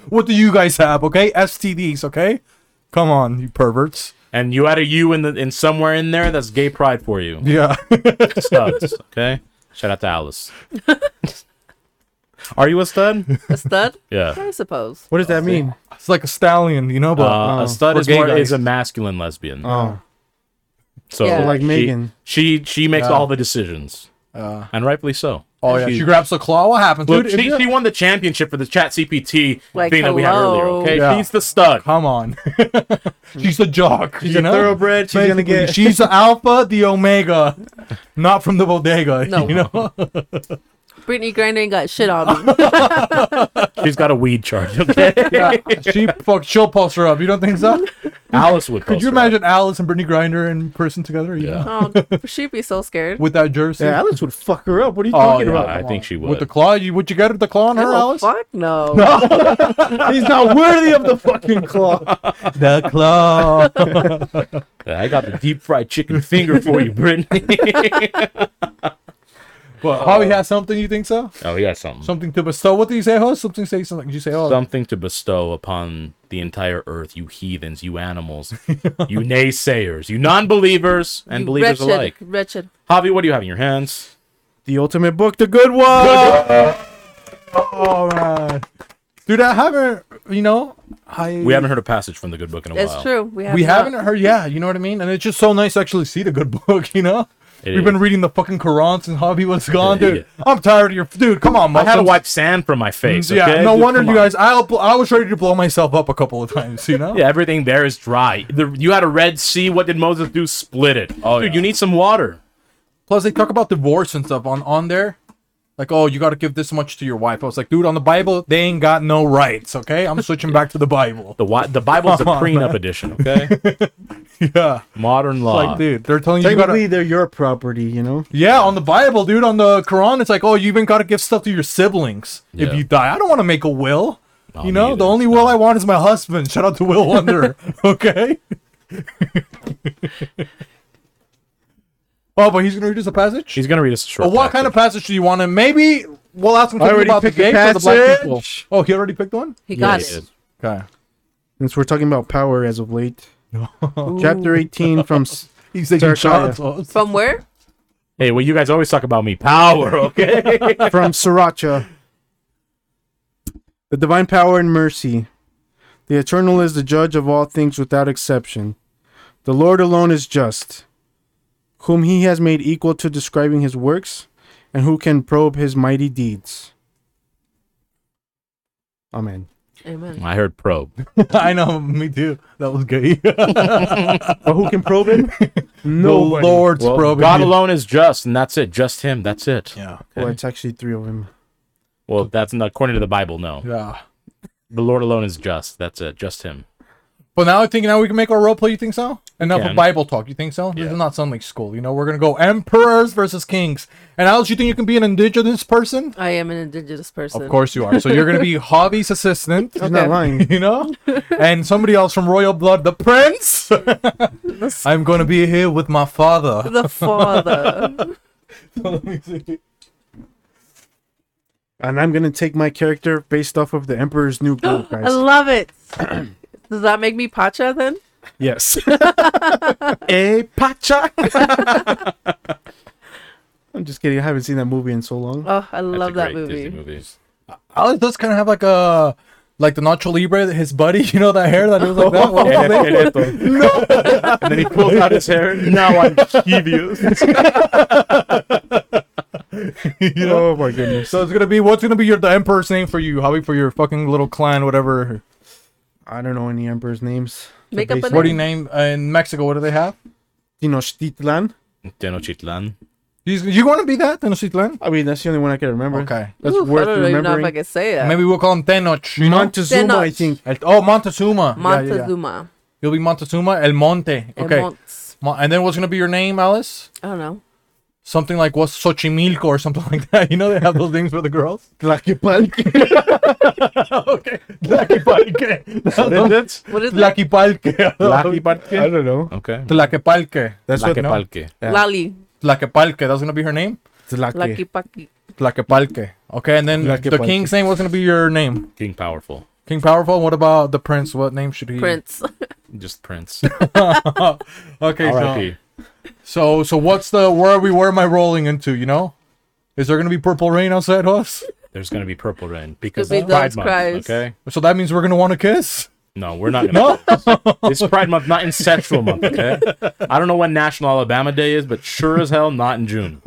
[SPEAKER 2] what do you guys have? Okay, STDs. Okay, come on, you perverts.
[SPEAKER 1] and you had a you in the in somewhere in there that's gay pride for you.
[SPEAKER 2] Yeah.
[SPEAKER 1] Studs, okay? Shout out to Alice. Are you a stud?
[SPEAKER 4] A stud?
[SPEAKER 1] Yeah.
[SPEAKER 4] I suppose.
[SPEAKER 3] What does that mean?
[SPEAKER 2] It's like a stallion, you know, but
[SPEAKER 1] Uh, a stud
[SPEAKER 2] We're
[SPEAKER 1] is,
[SPEAKER 2] Oh, gay
[SPEAKER 1] more,
[SPEAKER 2] guys.
[SPEAKER 1] is a masculine lesbian.
[SPEAKER 3] Oh,
[SPEAKER 1] so
[SPEAKER 4] Yeah.
[SPEAKER 3] Like
[SPEAKER 1] she-
[SPEAKER 3] Megan.
[SPEAKER 1] She she makes
[SPEAKER 2] Yeah.
[SPEAKER 1] all the decisions,
[SPEAKER 2] Uh,
[SPEAKER 1] and rightfully so.
[SPEAKER 2] oh yeah, she grabs the claw. What happened,
[SPEAKER 1] Look,
[SPEAKER 2] dude?
[SPEAKER 1] she, she won the championship for the chat CPT
[SPEAKER 4] Like,
[SPEAKER 1] thing that we had earlier.
[SPEAKER 4] hello.
[SPEAKER 1] Okay,
[SPEAKER 2] Yeah.
[SPEAKER 1] she's the stud.
[SPEAKER 2] come on, she's a jock.
[SPEAKER 3] she's
[SPEAKER 2] you
[SPEAKER 3] a
[SPEAKER 2] know?
[SPEAKER 3] thoroughbred. She's gonna
[SPEAKER 2] Basically,
[SPEAKER 3] get.
[SPEAKER 2] she's the alpha, the omega, not from the bodega.
[SPEAKER 4] No.
[SPEAKER 2] You know,
[SPEAKER 4] Brittany Grinder ain't got shit on me.
[SPEAKER 1] She's got a weed charge. Okay,
[SPEAKER 2] she fuck, she'll pulse her up. You don't think so?
[SPEAKER 1] Alice would.
[SPEAKER 2] Could
[SPEAKER 1] post
[SPEAKER 2] you
[SPEAKER 1] her.
[SPEAKER 2] imagine Alice and Brittany Grinder in person together? You
[SPEAKER 1] Yeah.
[SPEAKER 2] know,
[SPEAKER 4] Oh, she'd be so scared.
[SPEAKER 2] with that jersey,
[SPEAKER 3] Yeah, Alex would fuck her up. What are you
[SPEAKER 2] Oh,
[SPEAKER 3] talking
[SPEAKER 2] yeah.
[SPEAKER 1] Yeah,
[SPEAKER 3] about?
[SPEAKER 1] I think she would.
[SPEAKER 2] with the claw. You would you get her the claw on her,
[SPEAKER 4] Oh,
[SPEAKER 2] Alice?
[SPEAKER 4] fuck no.
[SPEAKER 3] He's not worthy of the fucking claw.
[SPEAKER 2] The claw.
[SPEAKER 1] Yeah, I got the deep fried chicken finger for you, Brittany.
[SPEAKER 2] but Harvey has something. You think so?
[SPEAKER 1] oh, we got something.
[SPEAKER 2] Something to bestow. What do you say, host? Something say something. You say, oh,
[SPEAKER 1] something to bestow upon the entire earth, you heathens, you animals, you naysayers, you non-believers and
[SPEAKER 4] You
[SPEAKER 1] believers
[SPEAKER 4] wretched,
[SPEAKER 1] alike.
[SPEAKER 4] Wretched.
[SPEAKER 1] Javi, what do you have in your hands?
[SPEAKER 3] The ultimate book, the good one.
[SPEAKER 2] oh man, dude, I haven't. You know, I
[SPEAKER 1] We haven't heard a passage from the good book in a
[SPEAKER 4] It's
[SPEAKER 1] while.
[SPEAKER 4] true. We, have
[SPEAKER 2] we
[SPEAKER 4] not.
[SPEAKER 2] haven't heard yeah you know what i mean and it's just so nice to actually see the good book you know
[SPEAKER 1] It
[SPEAKER 2] we've been
[SPEAKER 1] is.
[SPEAKER 2] reading the fucking quran since hobby was gone
[SPEAKER 1] Yeah,
[SPEAKER 2] dude i'm tired of your dude come on
[SPEAKER 1] I had to
[SPEAKER 2] Muslims.
[SPEAKER 1] wipe sand from my face.
[SPEAKER 2] Mm, yeah
[SPEAKER 1] okay?
[SPEAKER 2] no
[SPEAKER 1] Dude,
[SPEAKER 2] wonder
[SPEAKER 1] come
[SPEAKER 2] you
[SPEAKER 1] on.
[SPEAKER 2] guys I'll, bl- i was ready to blow myself up a couple of times you know
[SPEAKER 1] Yeah, everything there is dry. The, you had a Red Sea. What did Moses do? Split it. Oh, dude, you need some water.
[SPEAKER 2] plus they talk about divorce and stuff on on there like oh you got to give this much to your wife i was like dude on the bible they ain't got no rights okay i'm switching back to the bible
[SPEAKER 1] The wi- the Bible's a
[SPEAKER 2] Come on,
[SPEAKER 1] prenup edition. Okay,
[SPEAKER 2] yeah
[SPEAKER 1] modern law.
[SPEAKER 2] like dude they're telling you you gotta
[SPEAKER 3] Technically, they're your property, you know.
[SPEAKER 2] Yeah, on the Bible, dude, on the Quran, it's like, oh, you even got to give stuff to your siblings
[SPEAKER 1] Yeah.
[SPEAKER 2] if you die. I don't want to make a will.
[SPEAKER 1] No,
[SPEAKER 2] you
[SPEAKER 1] me
[SPEAKER 2] know,
[SPEAKER 1] either.
[SPEAKER 2] the only will I want is my husband. Shout out to Will Wonder. okay. oh, but he's gonna read us a passage.
[SPEAKER 1] She's gonna read us a short.
[SPEAKER 2] Well, what kind of passage do you want? And maybe we'll ask him
[SPEAKER 3] I
[SPEAKER 2] something
[SPEAKER 3] already
[SPEAKER 2] about the
[SPEAKER 3] picked a
[SPEAKER 2] gay or the black people.
[SPEAKER 3] passage.
[SPEAKER 2] Oh, he already picked one.
[SPEAKER 4] He
[SPEAKER 1] Yeah,
[SPEAKER 4] got
[SPEAKER 1] he
[SPEAKER 4] it.
[SPEAKER 1] did.
[SPEAKER 2] Okay.
[SPEAKER 3] Since we're talking about power as of late,
[SPEAKER 4] Ooh.
[SPEAKER 3] chapter 18 from S-
[SPEAKER 2] He's taking
[SPEAKER 3] Sarkaya.
[SPEAKER 2] shots. Oh, it's-
[SPEAKER 4] From where?
[SPEAKER 1] Hey, well, you guys always talk about me. Power, okay?
[SPEAKER 3] from Sriracha. The divine power and mercy. The eternal is the judge of all things without exception. The Lord alone is just, whom he has made equal to describing his works, and who can probe his mighty deeds. Amen.
[SPEAKER 4] Amen.
[SPEAKER 1] I heard probe.
[SPEAKER 2] I know. Me too. That was gay.
[SPEAKER 3] But who can probe it?
[SPEAKER 2] the
[SPEAKER 3] No one.
[SPEAKER 2] Lord's
[SPEAKER 1] Well,
[SPEAKER 2] probing.
[SPEAKER 1] God
[SPEAKER 2] you.
[SPEAKER 1] alone is just, and that's it. Just Him. That's it.
[SPEAKER 2] Yeah.
[SPEAKER 3] Well, it's actually three of them.
[SPEAKER 1] Well, that's not according to the Bible. No,
[SPEAKER 2] Yeah.
[SPEAKER 1] the Lord alone is just. That's it. Just Him.
[SPEAKER 2] But now I think now we can make our role play. You think so? Enough
[SPEAKER 1] can.
[SPEAKER 2] of Bible talk. You think so? This
[SPEAKER 1] Yeah.
[SPEAKER 2] is not Sunday school. You know, we're gonna go emperors versus kings. And Alex, you think you can be an indigenous person?
[SPEAKER 4] I am an indigenous person.
[SPEAKER 2] Of course you are. So you're gonna be Hobby's assistant.
[SPEAKER 3] He's not lying.
[SPEAKER 2] You know, and somebody else from royal blood, the prince. I'm gonna be here with my father.
[SPEAKER 4] The father.
[SPEAKER 3] And I'm going to take my character based off of the Emperor's New Groove,
[SPEAKER 4] I
[SPEAKER 3] guys.
[SPEAKER 4] love it. Does that make me Pacha then?
[SPEAKER 3] Yes. hey, Pacha! I'm just kidding. I haven't seen that movie in so long.
[SPEAKER 4] Oh, I
[SPEAKER 1] That's a
[SPEAKER 4] love that
[SPEAKER 1] great
[SPEAKER 4] movie.
[SPEAKER 1] Disney movie.
[SPEAKER 2] Alex does kind of have like a, like the Nacho Libre, his buddy. You know that hair that it was like that. What was his name?
[SPEAKER 1] no. And then he pulls out his hair. Now I'm devious.
[SPEAKER 2] You know?
[SPEAKER 3] Oh my goodness.
[SPEAKER 2] So it's gonna be what's gonna be your the emperor's name for you, Hobby, for your fucking little clan, whatever.
[SPEAKER 3] I don't know any emperor's names.
[SPEAKER 4] Make up a
[SPEAKER 2] What do you name uh, in Mexico? What do they have?
[SPEAKER 3] Tenochtitlan.
[SPEAKER 1] Tenochtitlan.
[SPEAKER 2] You, you want to be that Tenochtitlan?
[SPEAKER 3] I mean, that's the only one I can remember.
[SPEAKER 2] Okay.
[SPEAKER 3] That's
[SPEAKER 4] Oof, I
[SPEAKER 3] worth
[SPEAKER 4] don't even know if I
[SPEAKER 3] remembering.
[SPEAKER 4] can say it.
[SPEAKER 2] Maybe we'll call him Tenoch. You know?
[SPEAKER 3] Montezuma, I
[SPEAKER 4] Tenoch.
[SPEAKER 3] think.
[SPEAKER 2] El- oh, Montezuma.
[SPEAKER 3] yeah, yeah.
[SPEAKER 4] Montezuma.
[SPEAKER 2] You'll be Montezuma El Monte.
[SPEAKER 4] and
[SPEAKER 2] Okay.
[SPEAKER 4] Monts-
[SPEAKER 2] Mo- and then what's gonna be your name, Alice?
[SPEAKER 4] I don't know.
[SPEAKER 2] Something like what's Xochimilco or something like that. You know they have those names for the girls.
[SPEAKER 3] Tlaquepalque.
[SPEAKER 2] okay. Tlaquepalque.
[SPEAKER 3] That's-
[SPEAKER 4] What is that?
[SPEAKER 2] Tlaquepalque.
[SPEAKER 3] I don't know.
[SPEAKER 1] Okay.
[SPEAKER 2] Tlaquepalque.
[SPEAKER 3] That's what. No.
[SPEAKER 1] Laquepalque.
[SPEAKER 3] Yeah.
[SPEAKER 4] Lali.
[SPEAKER 2] Tlaquepalque. That's gonna be her name.
[SPEAKER 3] Tlaque.
[SPEAKER 4] Lucky Paki.
[SPEAKER 2] Tlaquepalque. Okay, and then the
[SPEAKER 3] Tlaquepalque.
[SPEAKER 2] king's name was gonna be your name.
[SPEAKER 1] King Powerful.
[SPEAKER 2] King Powerful. What about the prince? What name should he?
[SPEAKER 4] Prince.
[SPEAKER 1] Just Prince.
[SPEAKER 2] Okay, so,
[SPEAKER 1] R.I.P.
[SPEAKER 2] so so what's the where are we? Where am I rolling into? You know, is there gonna be purple rain outside us?
[SPEAKER 1] There's gonna be Purple Rain because
[SPEAKER 4] be
[SPEAKER 1] it's Pride
[SPEAKER 4] those
[SPEAKER 1] Month.
[SPEAKER 4] cries.
[SPEAKER 1] Okay.
[SPEAKER 2] So that means we're gonna want to kiss.
[SPEAKER 1] No, we're not gonna. It's Pride Month, not in Central Month. Okay. I don't know when National Alabama Day is, but sure as hell not in June.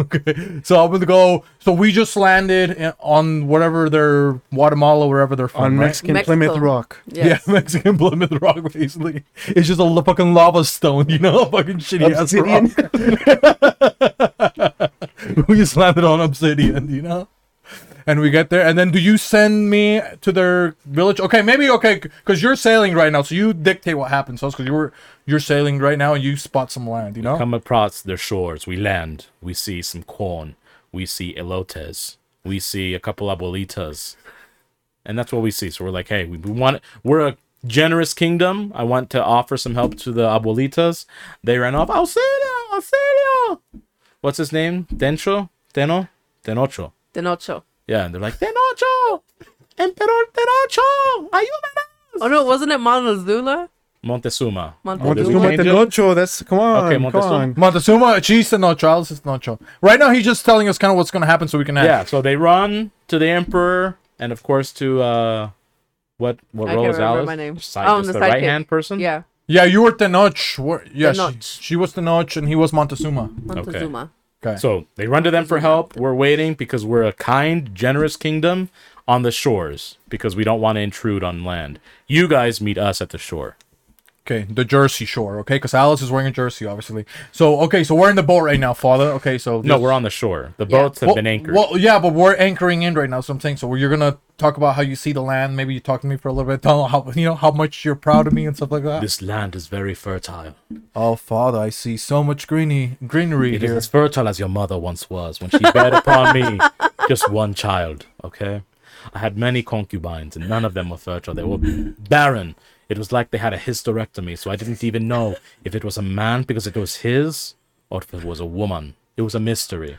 [SPEAKER 2] So I'm gonna go. So we just landed in- on whatever they're Guatemala, wherever they're from.
[SPEAKER 3] On
[SPEAKER 2] right?
[SPEAKER 3] Mexican
[SPEAKER 4] Mexico.
[SPEAKER 3] Plymouth Rock.
[SPEAKER 4] Yes.
[SPEAKER 2] Yeah, Mexican Plymouth Rock, basically. It's just a lo- fucking lava stone, you know? Fucking shitty ass
[SPEAKER 3] Obsidian.
[SPEAKER 2] rock. we just landed on obsidian, you know? And we get there, and then do you send me to their village? Okay, maybe okay, because you're sailing right now, so you dictate what happens. Because you were you're sailing right now, and you spot some land, you know.
[SPEAKER 1] Come across their shores. We land. We see some corn. We see elotes. We see a couple abuelitas, and that's what we see. So we're like, hey, we, we want. We're a generous kingdom. I want to offer some help to the abuelitas. They ran off. Auxilio! Auxilio! What's his name? Dencho? Deno? Denocho.
[SPEAKER 4] Tenocho.
[SPEAKER 1] Yeah, and they're like, Denocho! Emperor Denocho! Ayúdanos!
[SPEAKER 4] Oh no, wasn't it Montezuma?
[SPEAKER 1] Montezuma.
[SPEAKER 4] Oh,
[SPEAKER 3] Montezuma
[SPEAKER 1] Did we change it?
[SPEAKER 3] Tenocho. oh, That's come on.
[SPEAKER 1] Okay,
[SPEAKER 3] come
[SPEAKER 1] Montezuma.
[SPEAKER 3] on.
[SPEAKER 2] Montezuma, she's the Nocho. Alice is the Nocho. Right now, he's just telling us kind of what's gonna happen, so we can act.
[SPEAKER 1] Yeah, so they run to the emperor and of course to uh what what
[SPEAKER 4] I
[SPEAKER 1] role
[SPEAKER 4] can't
[SPEAKER 1] is
[SPEAKER 4] remember
[SPEAKER 1] Alice?
[SPEAKER 4] my name.
[SPEAKER 1] Side,
[SPEAKER 4] Oh,
[SPEAKER 1] just
[SPEAKER 4] the
[SPEAKER 1] the,
[SPEAKER 4] sidekick.
[SPEAKER 1] right hand person?
[SPEAKER 4] Yeah.
[SPEAKER 2] Yeah, you were Tenoch. Were, yeah, she-
[SPEAKER 4] Tenoch.
[SPEAKER 2] She, was Tenoch and he was Montezuma.
[SPEAKER 4] Montezuma.
[SPEAKER 2] Okay.
[SPEAKER 1] So they run to them for help. We're waiting because we're a kind, generous kingdom on the shores because we don't want to intrude on land. You guys meet us at the shore.
[SPEAKER 2] okay, the Jersey Shore. Okay, because Alice is wearing a jersey, obviously. So okay, so we're in the boat right now, Father. Okay, so
[SPEAKER 1] No, we're on the shore. The
[SPEAKER 4] Yeah.
[SPEAKER 1] boats have
[SPEAKER 2] well,
[SPEAKER 1] been anchored.
[SPEAKER 2] Well, yeah, but we're anchoring in right now. So I'm saying, so you're gonna talk about how you see the land. Maybe you talk to me for a little bit. Tell how you know how much you're proud of me and stuff like that.
[SPEAKER 1] this land is very fertile.
[SPEAKER 2] oh, Father, I see so much greeny greenery
[SPEAKER 1] It is
[SPEAKER 2] here.
[SPEAKER 1] as fertile as your mother once was when she bared upon me just one child, okay? I had many concubines and none of them were fertile. They were barren. It was like they had a hysterectomy, so I didn't even know if it was a man because it was his or if it was a woman. It was a mystery.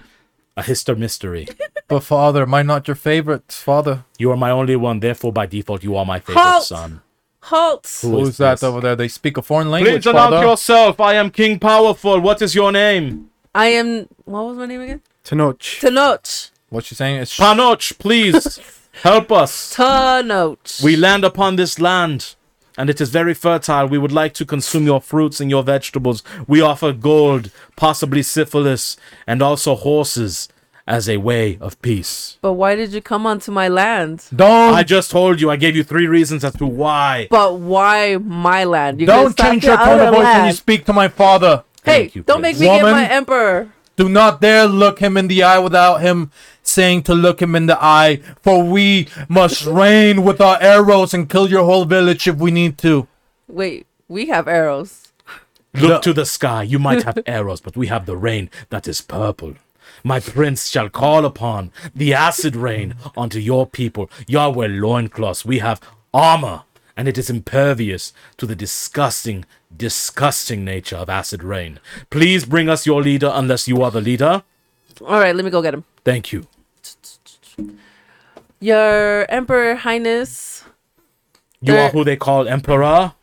[SPEAKER 1] A hister mystery.
[SPEAKER 2] But Father, am I not your favorite, Father?
[SPEAKER 1] You are my only one, therefore by default you are my favorite
[SPEAKER 4] Halt!
[SPEAKER 1] son.
[SPEAKER 4] Halt!
[SPEAKER 1] Who
[SPEAKER 2] Who's
[SPEAKER 1] is
[SPEAKER 2] that
[SPEAKER 1] this?
[SPEAKER 2] over there? They speak a foreign language.
[SPEAKER 1] Please announce
[SPEAKER 2] father.
[SPEAKER 1] yourself. I am King Powerful. What is your name?
[SPEAKER 4] I am. What was my name again?
[SPEAKER 3] Tenoch.
[SPEAKER 4] Tanoch.
[SPEAKER 2] What she's saying is,
[SPEAKER 1] Panoch, please help us.
[SPEAKER 4] Tanoch.
[SPEAKER 1] We land upon this land, and it is very fertile. We would like to consume your fruits and your vegetables. We offer gold, possibly syphilis, and also horses as a way of peace.
[SPEAKER 4] But why did you come onto my land?
[SPEAKER 2] don't
[SPEAKER 1] I just told you, I gave you three reasons as to why.
[SPEAKER 4] But why my land? You
[SPEAKER 2] don't change your tone of voice when you speak to my father.
[SPEAKER 4] Hey,
[SPEAKER 1] Thank you,
[SPEAKER 4] don't
[SPEAKER 1] please.
[SPEAKER 4] make me get
[SPEAKER 2] Woman.
[SPEAKER 4] my emperor.
[SPEAKER 2] Do not dare look him in the eye without him saying to look him in the eye, for we must rain with our arrows and kill your whole village if we need to.
[SPEAKER 4] Wait, we have arrows.
[SPEAKER 1] Look
[SPEAKER 2] No.
[SPEAKER 1] to the sky. You might have arrows, but we have the rain that is purple. My prince shall call upon the acid rain onto your people. Y'all wear loincloths. We have armor, and it is impervious to the disgusting, disgusting nature of acid rain. Please bring us your leader, unless you are the leader.
[SPEAKER 4] All right, let me go get him.
[SPEAKER 1] Thank you.
[SPEAKER 4] Your Emperor Highness.
[SPEAKER 1] You
[SPEAKER 4] There-
[SPEAKER 1] are who they call emperor.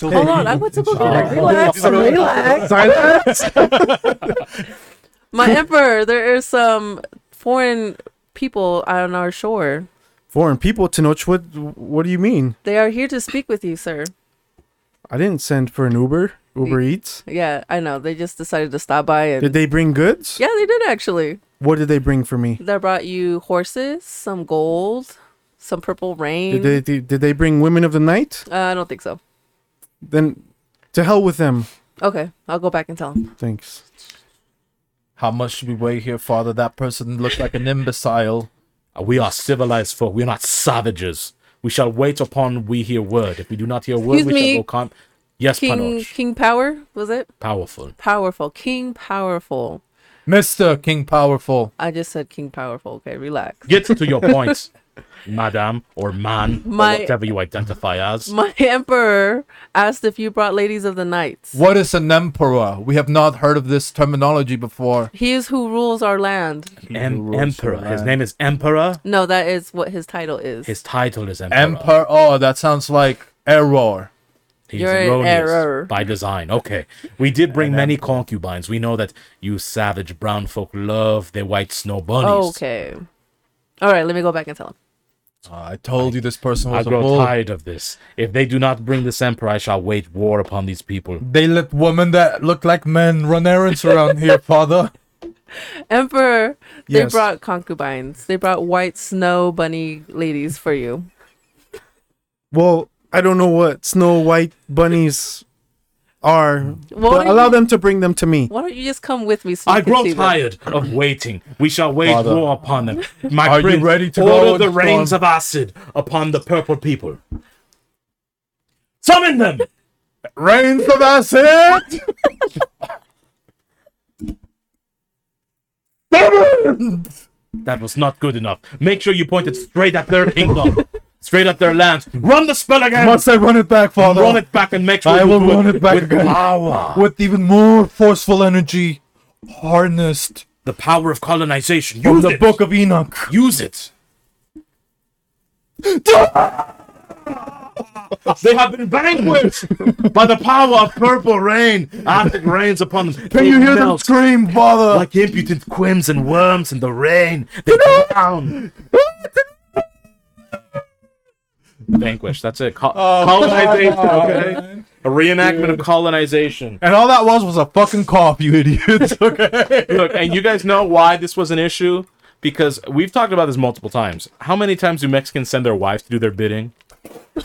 [SPEAKER 4] Hold on, I went to go get him. Relax, relax. My Emperor, there are some foreign people on our shore.
[SPEAKER 3] Foreign people, Tenoch. What? What do you mean?
[SPEAKER 4] They are here to speak with you, sir.
[SPEAKER 3] I didn't send for an Uber. Uber Eats.
[SPEAKER 4] Yeah, I know. They just decided to stop by and.
[SPEAKER 3] Did they bring goods?
[SPEAKER 4] yeah, they did actually.
[SPEAKER 3] What did they bring for me?
[SPEAKER 4] They brought you horses, some gold, some purple rain.
[SPEAKER 3] Did they, did did they bring women of the night?
[SPEAKER 4] Uh, I don't think so.
[SPEAKER 3] Then to hell with them.
[SPEAKER 4] Okay, I'll go back and tell him.
[SPEAKER 3] Thanks.
[SPEAKER 2] How much should we wait here, father? That person looked like an imbecile.
[SPEAKER 1] We are civilized folk. We are not savages. We shall wait upon we hear word. If we do not hear word,
[SPEAKER 4] Excuse
[SPEAKER 1] we
[SPEAKER 4] me,
[SPEAKER 1] shall go con. Yes,
[SPEAKER 4] King
[SPEAKER 1] Panoch.
[SPEAKER 4] King Power was it?
[SPEAKER 1] Powerful.
[SPEAKER 4] Powerful King Powerful.
[SPEAKER 2] Mr. King Powerful.
[SPEAKER 4] I just said King Powerful. Okay, relax.
[SPEAKER 1] get to your point, madam or man,
[SPEAKER 4] My-
[SPEAKER 1] or whatever you identify as.
[SPEAKER 4] My emperor asked if you brought ladies of the knights.
[SPEAKER 2] What is an emperor? We have not heard of this terminology before.
[SPEAKER 4] He is who rules our land.
[SPEAKER 1] Em-
[SPEAKER 2] rules
[SPEAKER 1] emperor.
[SPEAKER 2] the
[SPEAKER 1] His
[SPEAKER 2] land.
[SPEAKER 1] name is Emperor.
[SPEAKER 4] No, that is what his title is.
[SPEAKER 1] His title is Emperor.
[SPEAKER 2] Emperor, oh, that sounds like error.
[SPEAKER 1] He's
[SPEAKER 4] You're an
[SPEAKER 1] erroneous
[SPEAKER 4] error.
[SPEAKER 1] by design. Okay, we did bring many concubines. We know that you savage brown folk love their white snow bunnies.
[SPEAKER 4] okay. All right, let me go back and tell him.
[SPEAKER 2] Uh, I told you this person
[SPEAKER 1] I
[SPEAKER 2] was a
[SPEAKER 1] grow
[SPEAKER 2] bull.
[SPEAKER 1] tired of this. If they do not bring this emperor, I shall wage war upon these people.
[SPEAKER 2] They let women that look like men run errands around here, father.
[SPEAKER 4] Emperor, they
[SPEAKER 3] Yes.
[SPEAKER 4] brought concubines. They brought white snow bunny ladies for you.
[SPEAKER 3] Well, I don't know what Snow White bunnies are,
[SPEAKER 4] Well,
[SPEAKER 3] but
[SPEAKER 4] you-
[SPEAKER 3] allow them to bring them to me.
[SPEAKER 4] Why don't you just come with me? So you
[SPEAKER 1] I
[SPEAKER 4] can
[SPEAKER 1] grow
[SPEAKER 4] see them?
[SPEAKER 1] tired of waiting. We shall wage
[SPEAKER 2] Father.
[SPEAKER 1] war upon them. My
[SPEAKER 2] Are you
[SPEAKER 1] prince,
[SPEAKER 2] ready to
[SPEAKER 1] order
[SPEAKER 2] go in
[SPEAKER 1] the
[SPEAKER 2] the
[SPEAKER 1] rains
[SPEAKER 2] storm?
[SPEAKER 1] of acid upon the purple people. Summon them.
[SPEAKER 2] Reigns of acid!
[SPEAKER 1] That was not good enough. Make sure you point it straight at their kingdom, straight at their land. Run the spell again.
[SPEAKER 2] Must I run it back, father?
[SPEAKER 1] run it back and make sure
[SPEAKER 2] I
[SPEAKER 1] you
[SPEAKER 2] will
[SPEAKER 1] do
[SPEAKER 2] run it back
[SPEAKER 1] with
[SPEAKER 2] again.
[SPEAKER 1] power.
[SPEAKER 2] With even more forceful energy harnessed
[SPEAKER 1] The power of colonization.
[SPEAKER 2] from
[SPEAKER 1] Use
[SPEAKER 2] the
[SPEAKER 1] it.
[SPEAKER 2] Book of Enoch.
[SPEAKER 1] Use it. they have been vanquished by the power of purple rain. After it rains upon them,
[SPEAKER 2] Can
[SPEAKER 1] they
[SPEAKER 2] you hear them
[SPEAKER 1] melt
[SPEAKER 2] scream, father?
[SPEAKER 1] like impudent quims and worms in the rain? They drown. Vanquished. That's it. Col- colonization. Okay. A reenactment of colonization.
[SPEAKER 2] Oh, and all that was was a fucking cough, you idiots. okay.
[SPEAKER 1] Look, and you guys know why this was an issue because we've talked about this multiple times. How many times do Mexicans send their wives to do their bidding?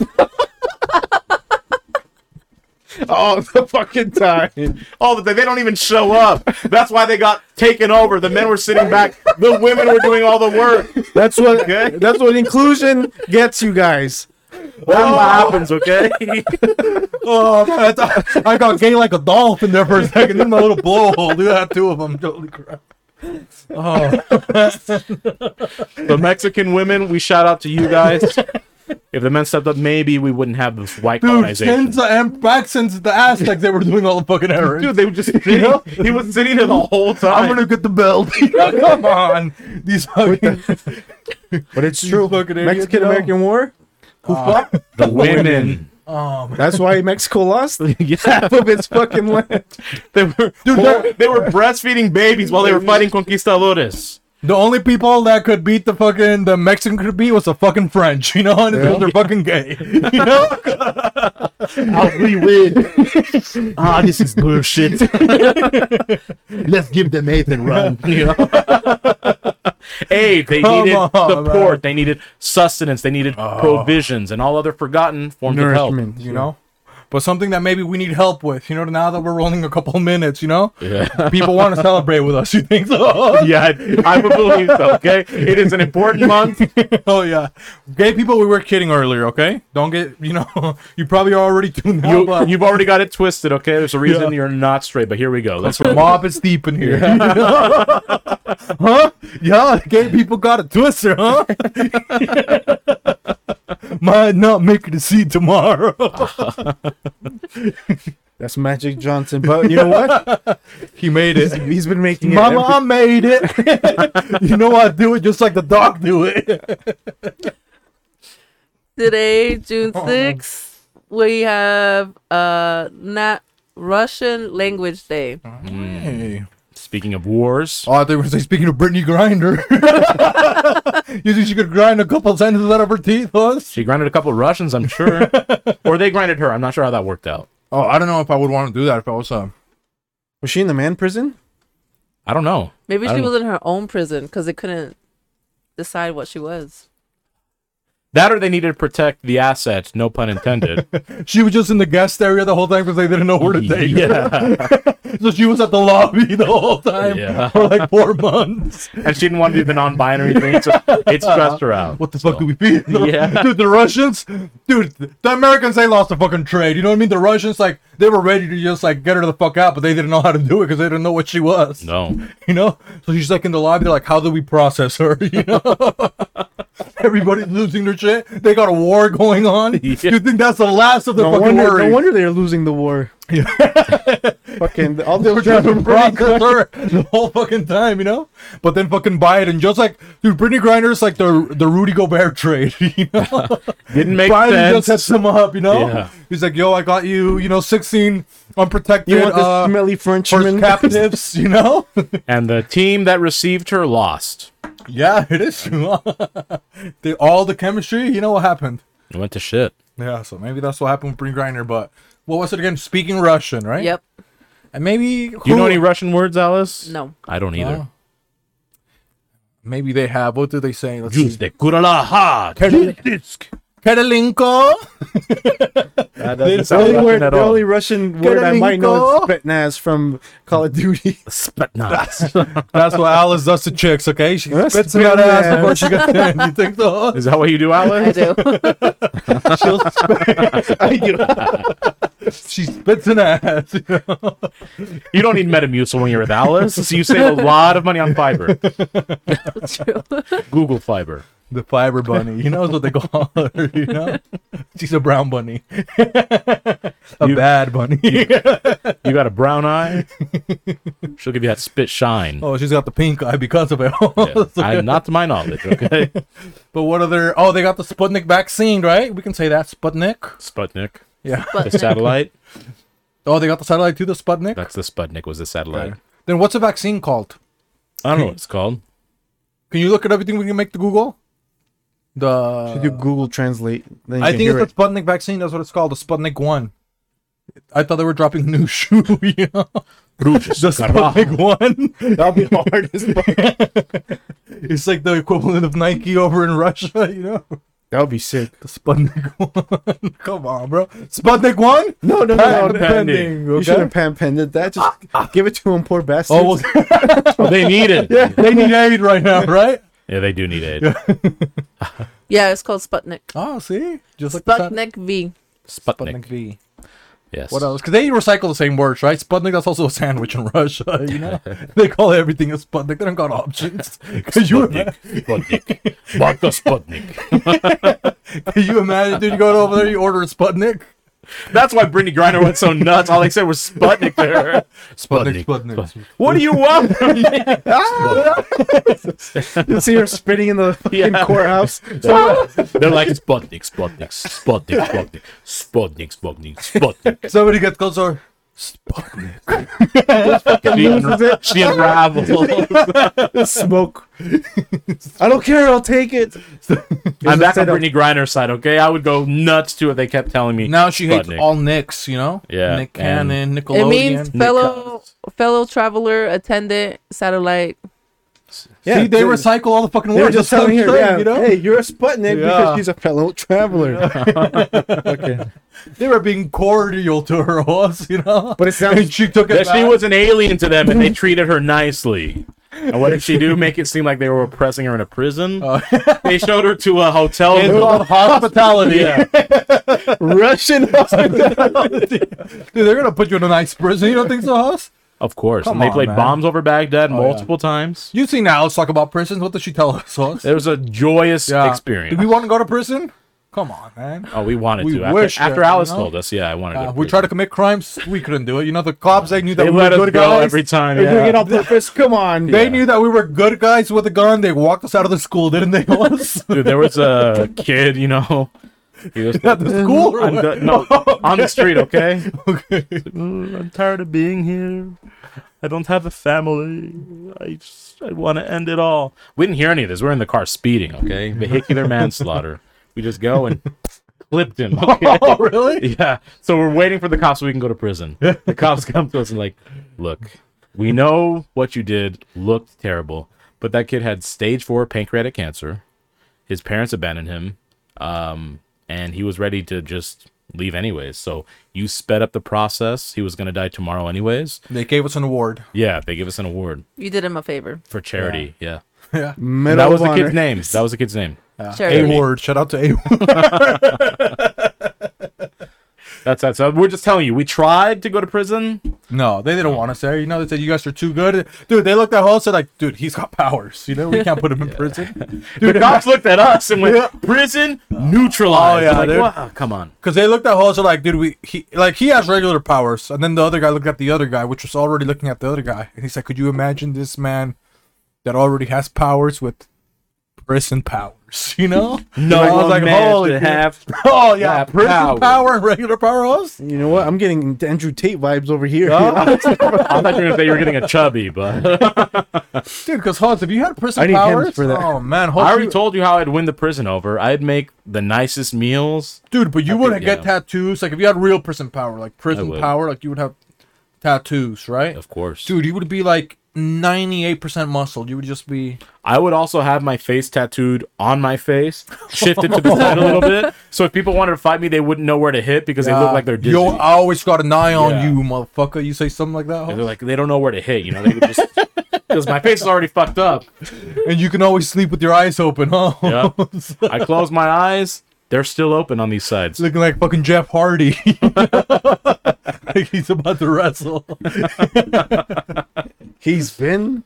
[SPEAKER 1] All the fucking time. All the They don't even show up. That's why they got taken over. The men were sitting back. The women were doing all the work.
[SPEAKER 3] That's what
[SPEAKER 1] Okay.
[SPEAKER 3] that's what inclusion gets you guys.
[SPEAKER 1] That's what happens, okay?
[SPEAKER 2] Oh, man, I, thought- I got gay like a dolphin there for a second. Then my little blowhole. Do that, two of them. Holy crap. Oh,
[SPEAKER 1] the Mexican women, we shout out to you guys. If the men stepped up, maybe we wouldn't have this white
[SPEAKER 2] dude,
[SPEAKER 1] colonization.
[SPEAKER 2] since the, Am- back since the Aztecs, they were doing all the fucking errands.
[SPEAKER 1] Dude, they were just sitting.
[SPEAKER 2] know?
[SPEAKER 1] He was sitting there the whole time.
[SPEAKER 2] I'm gonna get the belt. Come on, these fucking
[SPEAKER 3] But it's
[SPEAKER 2] true. Uh,
[SPEAKER 3] Mexican American War. Who fuck?
[SPEAKER 1] the women.
[SPEAKER 2] Um,
[SPEAKER 3] That's why Mexico lost
[SPEAKER 1] yeah.
[SPEAKER 3] half of its fucking land.
[SPEAKER 1] They were
[SPEAKER 2] that-
[SPEAKER 1] they were breastfeeding babies while they were fighting conquistadores.
[SPEAKER 2] the only people that could beat the fucking the Mexican could beat was the fucking French, you know, and
[SPEAKER 3] Yeah.
[SPEAKER 2] they're fucking gay. You know,
[SPEAKER 6] How we win. ah, this is bullshit. Let's give them hate and run. You know?
[SPEAKER 1] Hey, they
[SPEAKER 2] Come
[SPEAKER 1] needed
[SPEAKER 2] on,
[SPEAKER 1] support.
[SPEAKER 2] man.
[SPEAKER 1] They needed sustenance. They needed provisions and all other forgotten forms of help.
[SPEAKER 3] Nourishment,
[SPEAKER 2] you know. But something that maybe we need help with, you know, now that we're rolling a couple minutes, you know,
[SPEAKER 1] Yeah.
[SPEAKER 2] people want to celebrate with us. You think so?
[SPEAKER 1] yeah, I, I would believe so. Okay, it is an important month.
[SPEAKER 2] oh yeah, gay people, we were kidding earlier. Okay, don't get, you know, you probably are already tuned out.
[SPEAKER 1] You,
[SPEAKER 2] but
[SPEAKER 1] you've already got it twisted. Okay, there's a reason
[SPEAKER 2] Yeah.
[SPEAKER 1] you're not straight. But here we go. Let's
[SPEAKER 2] the mob is deep in here. huh? Yeah, the gay people got a twister, huh? Might not make it to see tomorrow.
[SPEAKER 3] That's Magic Johnson. But you know what?
[SPEAKER 2] he made it.
[SPEAKER 3] He's been making it.
[SPEAKER 2] Mama,
[SPEAKER 3] ever-
[SPEAKER 2] I made it. you know I do it just like the dog do it.
[SPEAKER 4] Today, June 6th, we have uh not Russian Language Day.
[SPEAKER 2] Hey.
[SPEAKER 1] Speaking of wars,
[SPEAKER 2] Oh, Mm. I thought you were gonna say speaking of Brittany Grinder. you think she could grind a couple sentences out of her teeth, us?
[SPEAKER 1] she grinded a couple of Russians, I'm sure, or they grinded her. I'm not sure how that worked out.
[SPEAKER 2] Oh, I don't know if I would want to do that if I was um
[SPEAKER 3] Was she in the man prison?
[SPEAKER 1] I don't know.
[SPEAKER 4] Maybe
[SPEAKER 1] I
[SPEAKER 4] she
[SPEAKER 1] don't-
[SPEAKER 4] was in her own prison because they couldn't decide what she was.
[SPEAKER 1] That or they needed to protect the asset. No pun intended.
[SPEAKER 2] She was just in the guest area the whole time because they didn't know where to take her.
[SPEAKER 1] yeah,
[SPEAKER 2] So she was at the lobby the whole time
[SPEAKER 1] Yeah.
[SPEAKER 2] for like four months.
[SPEAKER 1] and she didn't want to do the non-binary thing, so it stressed her out.
[SPEAKER 2] What the fuck do we feed?
[SPEAKER 1] Yeah.
[SPEAKER 2] Dude, the Russians, dude, the Americans, they lost the fucking trade. You know what I mean? The Russians, like, they were ready to just, like, get her the fuck out, but they didn't know how to do it because they didn't know what she was.
[SPEAKER 1] No.
[SPEAKER 2] You know? So she's, like, in the lobby. They're like, how do we process her? You know? Everybody's losing their shit. They got a war going on. You think that's the last of the
[SPEAKER 3] No
[SPEAKER 2] fucking
[SPEAKER 3] wonder,
[SPEAKER 2] worries?
[SPEAKER 3] no wonder they're losing the war. fucking all
[SPEAKER 2] They were trying to
[SPEAKER 3] Brittany
[SPEAKER 2] process her the whole fucking time, you know. But then fucking Biden, just like dude, Brittany Griner's like the the Rudy Gobert trade. You know,
[SPEAKER 1] Didn't make
[SPEAKER 2] Biden
[SPEAKER 1] sense.
[SPEAKER 2] just sets him up, you know.
[SPEAKER 1] Yeah.
[SPEAKER 2] He's like, yo, I got you, you know, sixteen unprotected
[SPEAKER 3] You want this
[SPEAKER 2] uh,
[SPEAKER 3] smelly
[SPEAKER 2] first
[SPEAKER 3] Frenchman?
[SPEAKER 2] captives, you know.
[SPEAKER 1] and the team that received her lost.
[SPEAKER 2] yeah, it is true. they, all the chemistry, you know what happened.
[SPEAKER 1] It went to shit.
[SPEAKER 2] Yeah, so maybe that's what happened with Brittany Griner. But what was it again? Speaking Russian, right?
[SPEAKER 4] Yep.
[SPEAKER 2] And maybe
[SPEAKER 1] Do you know any Russian words, Alice?
[SPEAKER 4] No.
[SPEAKER 1] I don't either.
[SPEAKER 2] Oh. Maybe they have. What do they say? Let's
[SPEAKER 1] Juice de Kuralaha.
[SPEAKER 2] Kerelinko.
[SPEAKER 3] That
[SPEAKER 2] They-
[SPEAKER 3] doesn't sound
[SPEAKER 2] they
[SPEAKER 3] Russian
[SPEAKER 1] were-
[SPEAKER 3] at
[SPEAKER 1] the
[SPEAKER 3] all.
[SPEAKER 1] only
[SPEAKER 3] Russian word I might know is
[SPEAKER 2] Kerelinko.
[SPEAKER 3] Spetnaz from Call of Duty.
[SPEAKER 1] Spetnaz.
[SPEAKER 2] That's what Alice does to chicks, okay? She
[SPEAKER 3] That's
[SPEAKER 2] spits them out her ass
[SPEAKER 3] badass.
[SPEAKER 2] before she gets in. You think so?
[SPEAKER 1] Is that what you do,
[SPEAKER 4] I
[SPEAKER 1] Alice?
[SPEAKER 4] do.
[SPEAKER 2] She spits an ass. you know?
[SPEAKER 1] You don't need Metamucil when you're with Alice. So you save a lot of money on fiber.
[SPEAKER 4] True.
[SPEAKER 1] Google fiber.
[SPEAKER 2] The fiber bunny. You know what they call her, you know? She's a brown bunny. a
[SPEAKER 1] You-
[SPEAKER 2] bad bunny.
[SPEAKER 1] You got a brown eye. She'll give you that spit shine.
[SPEAKER 2] oh, she's got the pink eye because of it.
[SPEAKER 1] Yeah. I, not to my knowledge. Okay.
[SPEAKER 2] but what other... Oh, they got the Sputnik vaccine, right? We can say that. Sputnik.
[SPEAKER 1] Sputnik,
[SPEAKER 2] Yeah.
[SPEAKER 1] the satellite.
[SPEAKER 2] Oh, they got the satellite too, the Sputnik?
[SPEAKER 1] That's the Sputnik was the satellite.
[SPEAKER 2] Then what's a vaccine called?
[SPEAKER 1] I don't know what it's called.
[SPEAKER 2] Can you look it up? You think we can make the Google? The
[SPEAKER 3] you do Google Translate. Then you
[SPEAKER 2] I
[SPEAKER 3] can
[SPEAKER 2] think
[SPEAKER 3] hear
[SPEAKER 2] it's the
[SPEAKER 3] it.
[SPEAKER 2] Sputnik vaccine. That's what it's called, the Sputnik one. I thought they were dropping a new shoe. You know?
[SPEAKER 1] Bruges.
[SPEAKER 2] The Sputnik one.
[SPEAKER 3] that'll be hard as fuck.
[SPEAKER 2] It's like the equivalent of Nike over in Russia. You know,
[SPEAKER 3] That would be sick.
[SPEAKER 2] the Sputnik one. Come on, bro. Sputnik one.
[SPEAKER 3] No, no, no,
[SPEAKER 2] Patent
[SPEAKER 3] no.
[SPEAKER 1] pending.
[SPEAKER 3] You
[SPEAKER 2] okay? Ah,
[SPEAKER 3] shouldn't pan pendant that. Just give it to him, poor bastard.
[SPEAKER 2] Oh, well,
[SPEAKER 1] Oh, they need it. Yeah.
[SPEAKER 2] they need aid right now, right?
[SPEAKER 1] they do need it.
[SPEAKER 4] Yeah, it's called Sputnik.
[SPEAKER 2] Oh, see, just like the sat-
[SPEAKER 4] Sputnik V.
[SPEAKER 1] Sputnik.
[SPEAKER 2] Sputnik V.
[SPEAKER 1] Yes.
[SPEAKER 2] What else? Because they recycle the same words, right? Sputnik. That's also a sandwich in Russia. You know, they call everything a Sputnik. They don't got options. Could you imagine?
[SPEAKER 1] Sputnik. Sputnik. Vodka Sputnik.
[SPEAKER 2] Can you imagine, dude? You go over there, you order a Sputnik.
[SPEAKER 1] That's why Brittany Griner went so nuts. All they said was Sputnik to her.
[SPEAKER 2] Sputnik, Sputnik.
[SPEAKER 1] What do you want? from me?
[SPEAKER 3] You see her spinning in the fucking
[SPEAKER 1] Yeah.
[SPEAKER 3] courthouse.
[SPEAKER 1] They're like Sputnik, Sputnik, Sputnik, Sputnik, Sputnik, Sputnik, Sputnik.
[SPEAKER 2] Somebody get Kozar.
[SPEAKER 1] She, un- she unravels.
[SPEAKER 3] Smoke. I don't care. I'll take it.
[SPEAKER 1] I'm back on Brittany Griner's side, okay? I would go nuts too if they kept telling me.
[SPEAKER 2] Now she hates
[SPEAKER 1] Sputnik.
[SPEAKER 2] all Nicks, you know?
[SPEAKER 1] Yeah,
[SPEAKER 2] Nick Cannon,
[SPEAKER 4] It
[SPEAKER 2] Nickelodeon.
[SPEAKER 4] means fellow fellow traveler, attendant, satellite.
[SPEAKER 2] See, they recycle all the fucking
[SPEAKER 3] They were
[SPEAKER 2] words.
[SPEAKER 3] just
[SPEAKER 2] That's what
[SPEAKER 3] telling
[SPEAKER 2] I'm
[SPEAKER 3] her,
[SPEAKER 2] saying,
[SPEAKER 3] yeah,
[SPEAKER 2] you know?
[SPEAKER 3] hey, you're a Sputnik
[SPEAKER 2] Yeah.
[SPEAKER 3] because she's a fellow traveler. okay.
[SPEAKER 2] They were being cordial to her horse, you know?
[SPEAKER 3] But it sounds-
[SPEAKER 2] And she took it
[SPEAKER 1] That she
[SPEAKER 2] back.
[SPEAKER 1] was an alien to them and they treated her nicely. And what did she do? Make it seem like they were oppressing her in a prison?
[SPEAKER 2] Oh.
[SPEAKER 1] they showed her to a hotel
[SPEAKER 2] It's
[SPEAKER 1] room.
[SPEAKER 2] called hospitality.
[SPEAKER 3] Russian
[SPEAKER 2] Dude, they're gonna put you in a nice prison. You don't think so, Hoss?
[SPEAKER 1] Of course.
[SPEAKER 2] Come
[SPEAKER 1] and they
[SPEAKER 2] on,
[SPEAKER 1] played
[SPEAKER 2] man. Oh,
[SPEAKER 1] bombs over Baghdad
[SPEAKER 2] yeah.
[SPEAKER 1] multiple times.
[SPEAKER 2] You seen now? Let's talk about prisons. What did she tell us, Hoss?
[SPEAKER 1] It was a joyous experience.
[SPEAKER 2] Do we want to go to prison? Come on, man.
[SPEAKER 1] oh, we wanted
[SPEAKER 2] we
[SPEAKER 1] to. After,
[SPEAKER 2] wished
[SPEAKER 1] after
[SPEAKER 2] that,
[SPEAKER 1] Alice
[SPEAKER 2] you know?
[SPEAKER 1] told us, yeah, I wanted
[SPEAKER 2] Uh,
[SPEAKER 1] to.
[SPEAKER 2] we tried to commit crimes. We couldn't do it. You know, the cops, they knew that
[SPEAKER 1] They
[SPEAKER 2] we
[SPEAKER 1] let
[SPEAKER 2] were
[SPEAKER 1] us go
[SPEAKER 2] good guys.
[SPEAKER 1] every time.
[SPEAKER 3] They're doing
[SPEAKER 1] Yeah.
[SPEAKER 3] it on purpose. Come on.
[SPEAKER 2] They knew that we were good guys with a gun. They walked us out of the school, didn't they? Hoss?
[SPEAKER 1] Dude, there was a kid, you know. He was
[SPEAKER 2] At the school? or
[SPEAKER 1] on
[SPEAKER 2] what?
[SPEAKER 1] the, no, on the street, okay? "Mm, I'm tired of being here. I don't have a family. I just, I want to end it all. We didn't hear any of this. We're in the car speeding, okay? Vehicular manslaughter. We just go and clipped him. Okay?
[SPEAKER 2] Oh, really?
[SPEAKER 1] Yeah. So we're waiting for the cops so we can go to prison. The cops come to us and like, look, we know what you did looked terrible, but that kid had stage four pancreatic cancer. His parents abandoned him, um, and he was ready to just leave anyways. So you sped up the process. He was gonna die tomorrow anyways.
[SPEAKER 2] They gave us an award.
[SPEAKER 1] Yeah, they give us an award
[SPEAKER 4] You did him a favor.
[SPEAKER 1] for charity. Yeah.
[SPEAKER 2] Yeah.
[SPEAKER 1] And
[SPEAKER 3] Medal
[SPEAKER 1] that was
[SPEAKER 3] of
[SPEAKER 1] the
[SPEAKER 3] Honor.
[SPEAKER 1] kid's name. That was the kid's name.
[SPEAKER 2] A
[SPEAKER 4] Charity.
[SPEAKER 2] word. Shout out to A word.
[SPEAKER 1] That's that. So we're just telling you, we tried to go to prison.
[SPEAKER 2] No, they didn't want us there. You know, they said you guys are too good. Dude, they looked at Hall and said, like, dude, he's got powers. You know, we can't put him in prison.
[SPEAKER 1] the cops looked at us and went,
[SPEAKER 2] Yeah.
[SPEAKER 1] "Prison neutralized."
[SPEAKER 2] Oh, yeah,
[SPEAKER 1] Like,
[SPEAKER 2] dude.
[SPEAKER 1] "Wow, come on.
[SPEAKER 2] Because they looked at Hall and said, like, dude, we he like he has regular powers. And then the other guy looked at the other guy, which was already looking at the other guy. And he's like, Could you imagine this man that already has powers with prison powers? You know?
[SPEAKER 1] No,
[SPEAKER 2] I was like, holy shit. Oh yeah,
[SPEAKER 1] that
[SPEAKER 2] prison
[SPEAKER 1] power.
[SPEAKER 2] power. and regular power host?
[SPEAKER 3] You know what? I'm getting Andrew Tate vibes over here.
[SPEAKER 1] I thought you were gonna say you were getting a chubby, but
[SPEAKER 2] Dude, because Hoss, if you had prison
[SPEAKER 3] I need hymns
[SPEAKER 2] powers,
[SPEAKER 3] for that.
[SPEAKER 2] oh man, Hoss,
[SPEAKER 1] I already
[SPEAKER 2] you-
[SPEAKER 1] told you how I'd win the prison over. I'd make the nicest meals.
[SPEAKER 2] dude, but you wouldn't
[SPEAKER 1] yeah.
[SPEAKER 2] get tattoos. Like if you had real prison power, like prison
[SPEAKER 1] would.
[SPEAKER 2] power, like you would have tattoos, right?
[SPEAKER 1] Of course,
[SPEAKER 2] Dude, you would be like ninety-eight percent muscle. You would just be
[SPEAKER 1] I would also have my face tattooed on my face, shifted to the side a little bit, so if people wanted to fight me, they wouldn't know where to hit because they look
[SPEAKER 2] Uh,
[SPEAKER 1] like they're dizzy.
[SPEAKER 2] Yo, I always got an eye on
[SPEAKER 1] Yeah.
[SPEAKER 2] you, motherfucker. You say something like that,
[SPEAKER 1] And
[SPEAKER 2] Hoss?
[SPEAKER 1] they're like they don't know where to hit. You know, they would just because my face is already fucked up.
[SPEAKER 2] and you can always sleep with your eyes open, huh?
[SPEAKER 1] Yeah, I close my eyes. They're still open on these sides.
[SPEAKER 2] Looking like fucking Jeff Hardy. like he's about to wrestle.
[SPEAKER 3] He's been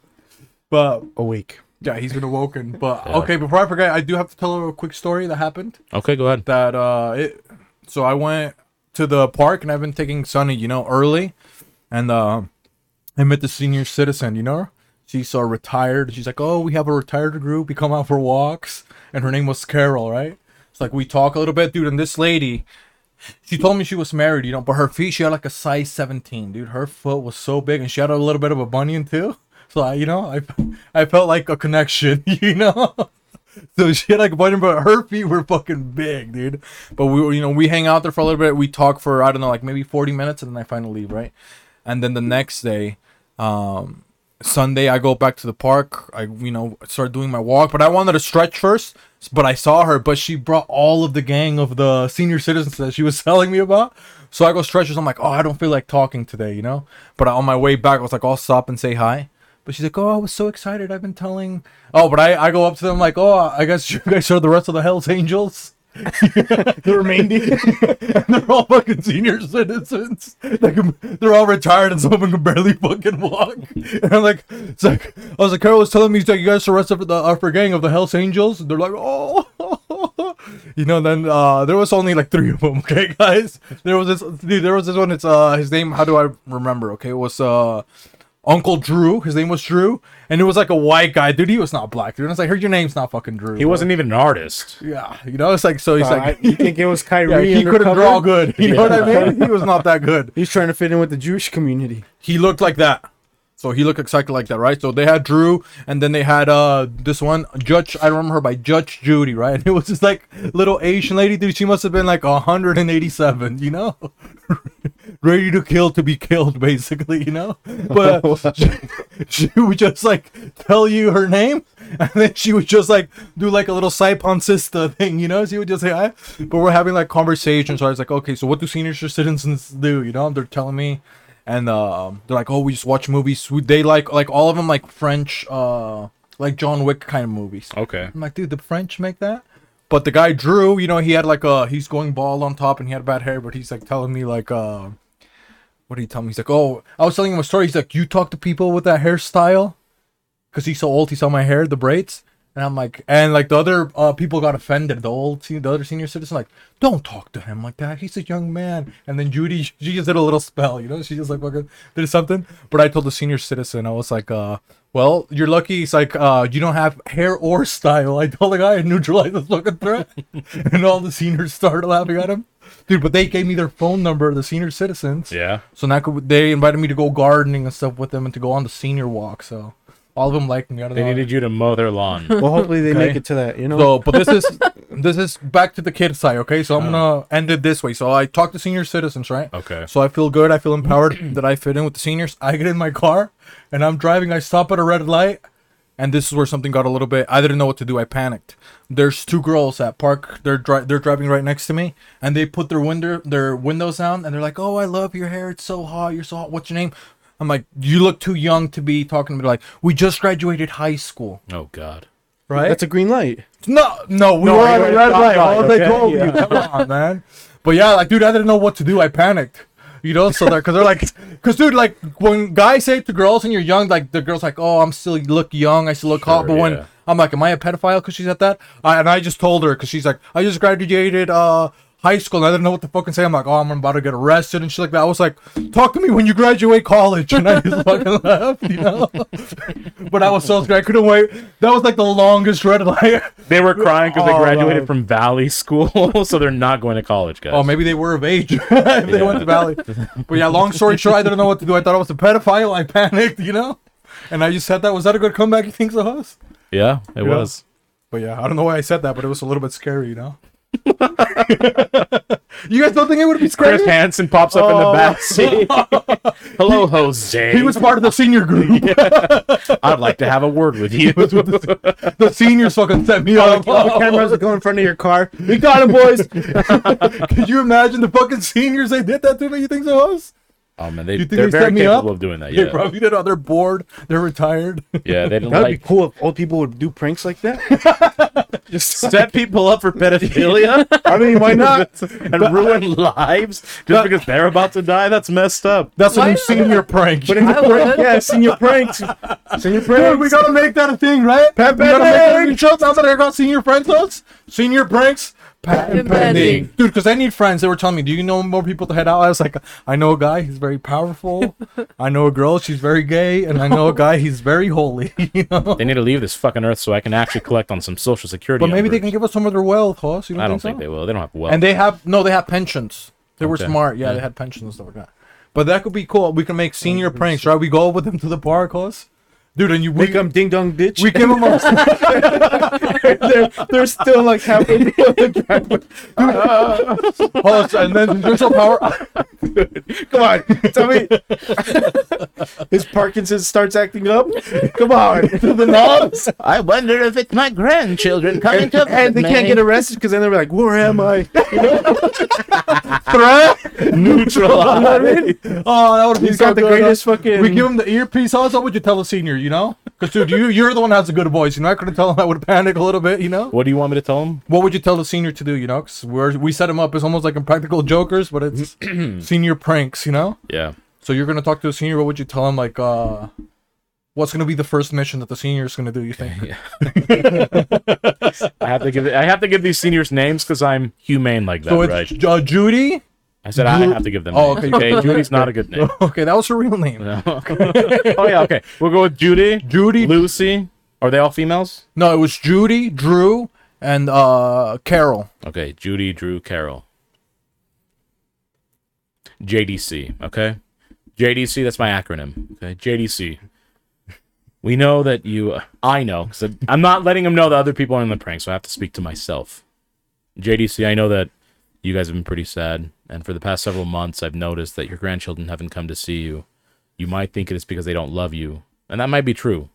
[SPEAKER 2] But
[SPEAKER 3] awake.
[SPEAKER 2] Yeah, he's been awoken. But okay, before I forget, I do have to tell a quick story that happened.
[SPEAKER 1] Okay, go ahead.
[SPEAKER 2] That uh, it, so I went to the park and I've been taking Sunny, you know, early, and um, I met the senior citizen, you know. She's uh, retired. She's like, oh, we have a retired group. We come out for walks, and her name was Carol, right? It's like we talk a little bit, dude. And this lady, she told me she was married, you know, but her feet, she had like a size 17, dude. Her foot was so big and she had a little bit of a bunion too. So I, you know, I, I felt like a connection, you know? So she had like a bunion, but her feet were fucking big, dude. But we were, you know, we hang out there for a little bit. We talk for, I don't know, like maybe 40 minutes and then I finally leave, right? And then the next day, um, Sunday, I go back to the park. I, you know, start doing my walk, but I wanted to stretch first. But I saw her, but she brought all of the gang of the senior citizens that she was telling me about. So I go stretches. I'm like, oh, I don't feel like talking today, you know. But on my way back, I was like, I'll stop and say hi. But she's like, oh, I was so excited. I've been telling. Oh, but I, I go up to them like, oh, I guess you guys are the rest of the Hell's Angels.
[SPEAKER 3] The remaining.
[SPEAKER 2] They're all fucking senior citizens. Like they're all retired, and some of them can barely fucking walk. And I'm like, it's like I was like, uh, Carol was telling me he's like, you guys are the rest of the upper gang of the Hell's Angels. And they're like, oh. You know, then uh, there was only like three of them. Okay, guys. There was this dude. There was this one. It's uh, his name. How do I remember? Okay, it was uh, Uncle Drew. His name was Drew, and it was like a white guy, dude. He was not black, dude. And it's like, I heard your name's not fucking Drew.
[SPEAKER 1] He wasn't even an artist.
[SPEAKER 2] Yeah, you know, it's like so. He's
[SPEAKER 3] Uh,
[SPEAKER 2] like,
[SPEAKER 3] you think it was Kyrie?
[SPEAKER 2] yeah, he couldn't
[SPEAKER 3] undercover?
[SPEAKER 2] draw good. You know what I mean? He was not that good.
[SPEAKER 3] He's trying to fit in with the Jewish community.
[SPEAKER 2] he looked like that. So he looked exactly like that, right? So they had Drew, and then they had uh this one Judge. I remember her by Judge Judy, right? And it was this like little Asian lady, dude. She must have been like 187, you know, ready to kill to be killed, basically, you know. But uh, she, she would just like tell you her name, and then she would just like do like a little Saipan sister thing, you know. She would just say hi, but we're having like conversations. So I was like, okay, so what do senior citizens do? You know, they're telling me and um, they're like, "Oh, we just watch movies." We- They like like all of them like French, uh, like John Wick kind of movies.
[SPEAKER 1] Okay.
[SPEAKER 2] I'm like, dude, the French make that. But the guy Drew, you know, he had like a he's going bald on top and he had bad hair, but he's like telling me like, uh, what did he tell me? He's like, oh, I was telling him a story. He's like, you talk to people with that hairstyle, because he's so old. He saw my hair, the braids, and I'm like, and like the other uh, people got offended. The old, se- the other senior citizen, like, don't talk to him like that. He's a young man. And then Judy, she just did a little spell, you know. She just like fucking did something. But I told the senior citizen, I was like, uh, well, you're lucky. It's like, uh, you don't have hair or style. I told the guy I neutralized the fucking threat, and all the seniors started laughing at him, dude. But they gave me their phone number, the senior citizens.
[SPEAKER 1] Yeah.
[SPEAKER 2] So now I could- they invited me to go gardening and stuff with them and to go on the senior walk. So all of them liked me. I don't
[SPEAKER 1] They
[SPEAKER 2] know.
[SPEAKER 1] needed you to mow their lawn.
[SPEAKER 3] Well, hopefully they
[SPEAKER 2] Okay.
[SPEAKER 3] make it to that. You know,
[SPEAKER 2] so, but this is this is back to the kid side, okay? So I'm gonna end it this way. So I talk to senior citizens, right?
[SPEAKER 1] Oh. Okay.
[SPEAKER 2] So I feel good. I feel empowered that I fit in with the seniors. I get in my car and I'm driving. I stop at a red light, and this is where something got a little bit. I didn't know what to do. I panicked. There's two girls at park. They're dri- they're driving right next to me, and they put their window their windows down, and they're like, "Oh, I love your hair. It's so hot. You're so hot. What's your name?" I'm like, "You look too young to be talking to me." Like, we just graduated high school,
[SPEAKER 1] Oh God.
[SPEAKER 2] right?
[SPEAKER 3] that's a green light.
[SPEAKER 2] No, no, we
[SPEAKER 6] No,
[SPEAKER 2] were
[SPEAKER 6] you
[SPEAKER 2] on
[SPEAKER 6] were
[SPEAKER 2] a
[SPEAKER 6] at
[SPEAKER 2] red
[SPEAKER 6] stop
[SPEAKER 2] light.
[SPEAKER 6] light,
[SPEAKER 2] All they
[SPEAKER 6] okay?
[SPEAKER 2] told
[SPEAKER 6] Yeah.
[SPEAKER 2] you, come on, man. But yeah, like, dude, I didn't know what to do. I panicked, you know. So that because they're like, because dude, like when guys say to girls and you're young, like the girls like, oh, I'm still look young, I still look hot.
[SPEAKER 1] Sure,
[SPEAKER 2] But when
[SPEAKER 1] yeah.
[SPEAKER 2] I'm like, am I a pedophile? Because she's at that, I, and I just told her because she's like, I just graduated uh high school and I didn't know what to fucking say. I'm like, oh, I'm about to get arrested and shit like that. I was like, talk to me when you graduate college, and I just fucking left, you know. but I was so scared, I couldn't wait. That was like the longest red light.
[SPEAKER 1] They were crying because they
[SPEAKER 2] Oh,
[SPEAKER 1] graduated
[SPEAKER 2] man.
[SPEAKER 1] from Valley School, so they're not going to college, guys.
[SPEAKER 2] Oh, maybe they were of age. they went to Valley. But yeah, long story short, I didn't know what to do. I thought I was a pedophile. I panicked, you know? And I just said that. Was that a good comeback, you think, Zahas?
[SPEAKER 1] Yeah, it was.
[SPEAKER 2] But yeah, I don't know why I said that, but it was a little bit scary, you know? you guys don't think it would be scary?
[SPEAKER 1] Chris Hansen pops up in the back seat. Hello, Jose.
[SPEAKER 2] Oh. He was part of the senior group.
[SPEAKER 1] I'd like to have a word with you. Oh,
[SPEAKER 2] The seniors fucking set me up.
[SPEAKER 3] All the cameras that go in front of your car.
[SPEAKER 6] We got him, boys.
[SPEAKER 2] Could you imagine the fucking seniors? They did that to me, you think, Zahas?
[SPEAKER 1] oh man, they,
[SPEAKER 2] You think
[SPEAKER 1] they're
[SPEAKER 2] they
[SPEAKER 1] very
[SPEAKER 2] set me
[SPEAKER 1] capable
[SPEAKER 2] up?
[SPEAKER 1] of doing that.
[SPEAKER 2] They
[SPEAKER 1] Yeah,
[SPEAKER 2] probably did. Oh, they're bored. They're retired.
[SPEAKER 1] yeah, they didn't
[SPEAKER 3] That would be
[SPEAKER 1] like
[SPEAKER 3] cool if old people would do pranks like that. Just
[SPEAKER 1] set people up for pedophilia.
[SPEAKER 3] I mean, why not?
[SPEAKER 1] and ruin lives just because they're about to die. That's messed up.
[SPEAKER 2] That's a
[SPEAKER 4] Why
[SPEAKER 2] new
[SPEAKER 4] not?
[SPEAKER 2] senior prank.
[SPEAKER 3] But in the
[SPEAKER 4] I
[SPEAKER 3] prank,
[SPEAKER 4] would.
[SPEAKER 3] yeah, senior pranks. Senior pranks.
[SPEAKER 2] Dude, we gotta make that a thing, right? Pat we gotta make that a show now that I got senior friends notes. Senior pranks. Patent
[SPEAKER 4] Patent pending.
[SPEAKER 2] pending. Dude, because I need friends. They were telling me, do you know more people to head out? I was like, I know a guy, he's very powerful. I know a girl, she's very gay. And I know a guy, he's very holy. you know?
[SPEAKER 1] They need to leave this fucking earth so I can actually collect on some social security.
[SPEAKER 2] But maybe they can
[SPEAKER 1] numbers.
[SPEAKER 2] give us some of their wealth, Hoss. You don't
[SPEAKER 1] I don't think
[SPEAKER 2] think, so?
[SPEAKER 1] they will. They don't have wealth.
[SPEAKER 2] And they have, no, they have pensions. They were
[SPEAKER 1] Okay.
[SPEAKER 2] smart. Yeah, they had pensions and stuff like that. But that could be cool. We can make senior pranks, right? We go with them to the park, Hoss. Dude, and you we,
[SPEAKER 3] Make them ding dong ditch.
[SPEAKER 2] we give them a
[SPEAKER 3] they're, they're still like halfway down the driveway.
[SPEAKER 2] Hoss, and then there's no power.
[SPEAKER 3] Come on, tell me. His Parkinson's starts acting up. Come on, to the knobs,
[SPEAKER 1] I wonder if it's my grandchildren coming
[SPEAKER 3] and, and they can't get arrested because then they're like, "Where am I?"
[SPEAKER 1] neutralized.
[SPEAKER 2] Oh, that would be
[SPEAKER 3] He's
[SPEAKER 2] so
[SPEAKER 3] got the
[SPEAKER 2] good.
[SPEAKER 3] greatest fucking.
[SPEAKER 2] We give him the earpiece. Also, would you tell a senior? You know, because dude, you you're the one that has a good voice. You know, I couldn't tell him. I would panic a little bit. You know,
[SPEAKER 1] what do you want me to tell them?
[SPEAKER 2] what would you tell the senior to do? You know, because we we set him up. It's almost like impractical jokers, but it's senior pranks. You know,
[SPEAKER 1] Yeah.
[SPEAKER 2] so you're gonna talk to a senior. What would you tell him? Like, uh, What's gonna be the first mission that the senior is gonna do? You think?
[SPEAKER 1] I have to give I have to give these seniors names because I'm humane like that,
[SPEAKER 2] so it's
[SPEAKER 1] right?
[SPEAKER 2] Ju- uh, Judy.
[SPEAKER 1] I said I have to give them.
[SPEAKER 2] Oh,
[SPEAKER 1] names.
[SPEAKER 2] okay.
[SPEAKER 1] okay. Judy's not a good name.
[SPEAKER 2] Okay, that was her real name.
[SPEAKER 1] No. oh yeah, okay. We'll go with Judy,
[SPEAKER 2] Judy.
[SPEAKER 1] Lucy. Are they all females?
[SPEAKER 2] No, it was Judy, Drew, and uh Carol.
[SPEAKER 1] Okay, Judy, Drew, Carol. JDC, okay? JDC, that's my acronym. Okay, JDC. We know that you uh, I know cuz I'm not letting them know that other people are in the prank, so I have to speak to myself. JDC, I know that you guys have been pretty sad, and for the past several months I've noticed that your grandchildren haven't come to see you. You might think it is because they don't love you, and that might be true.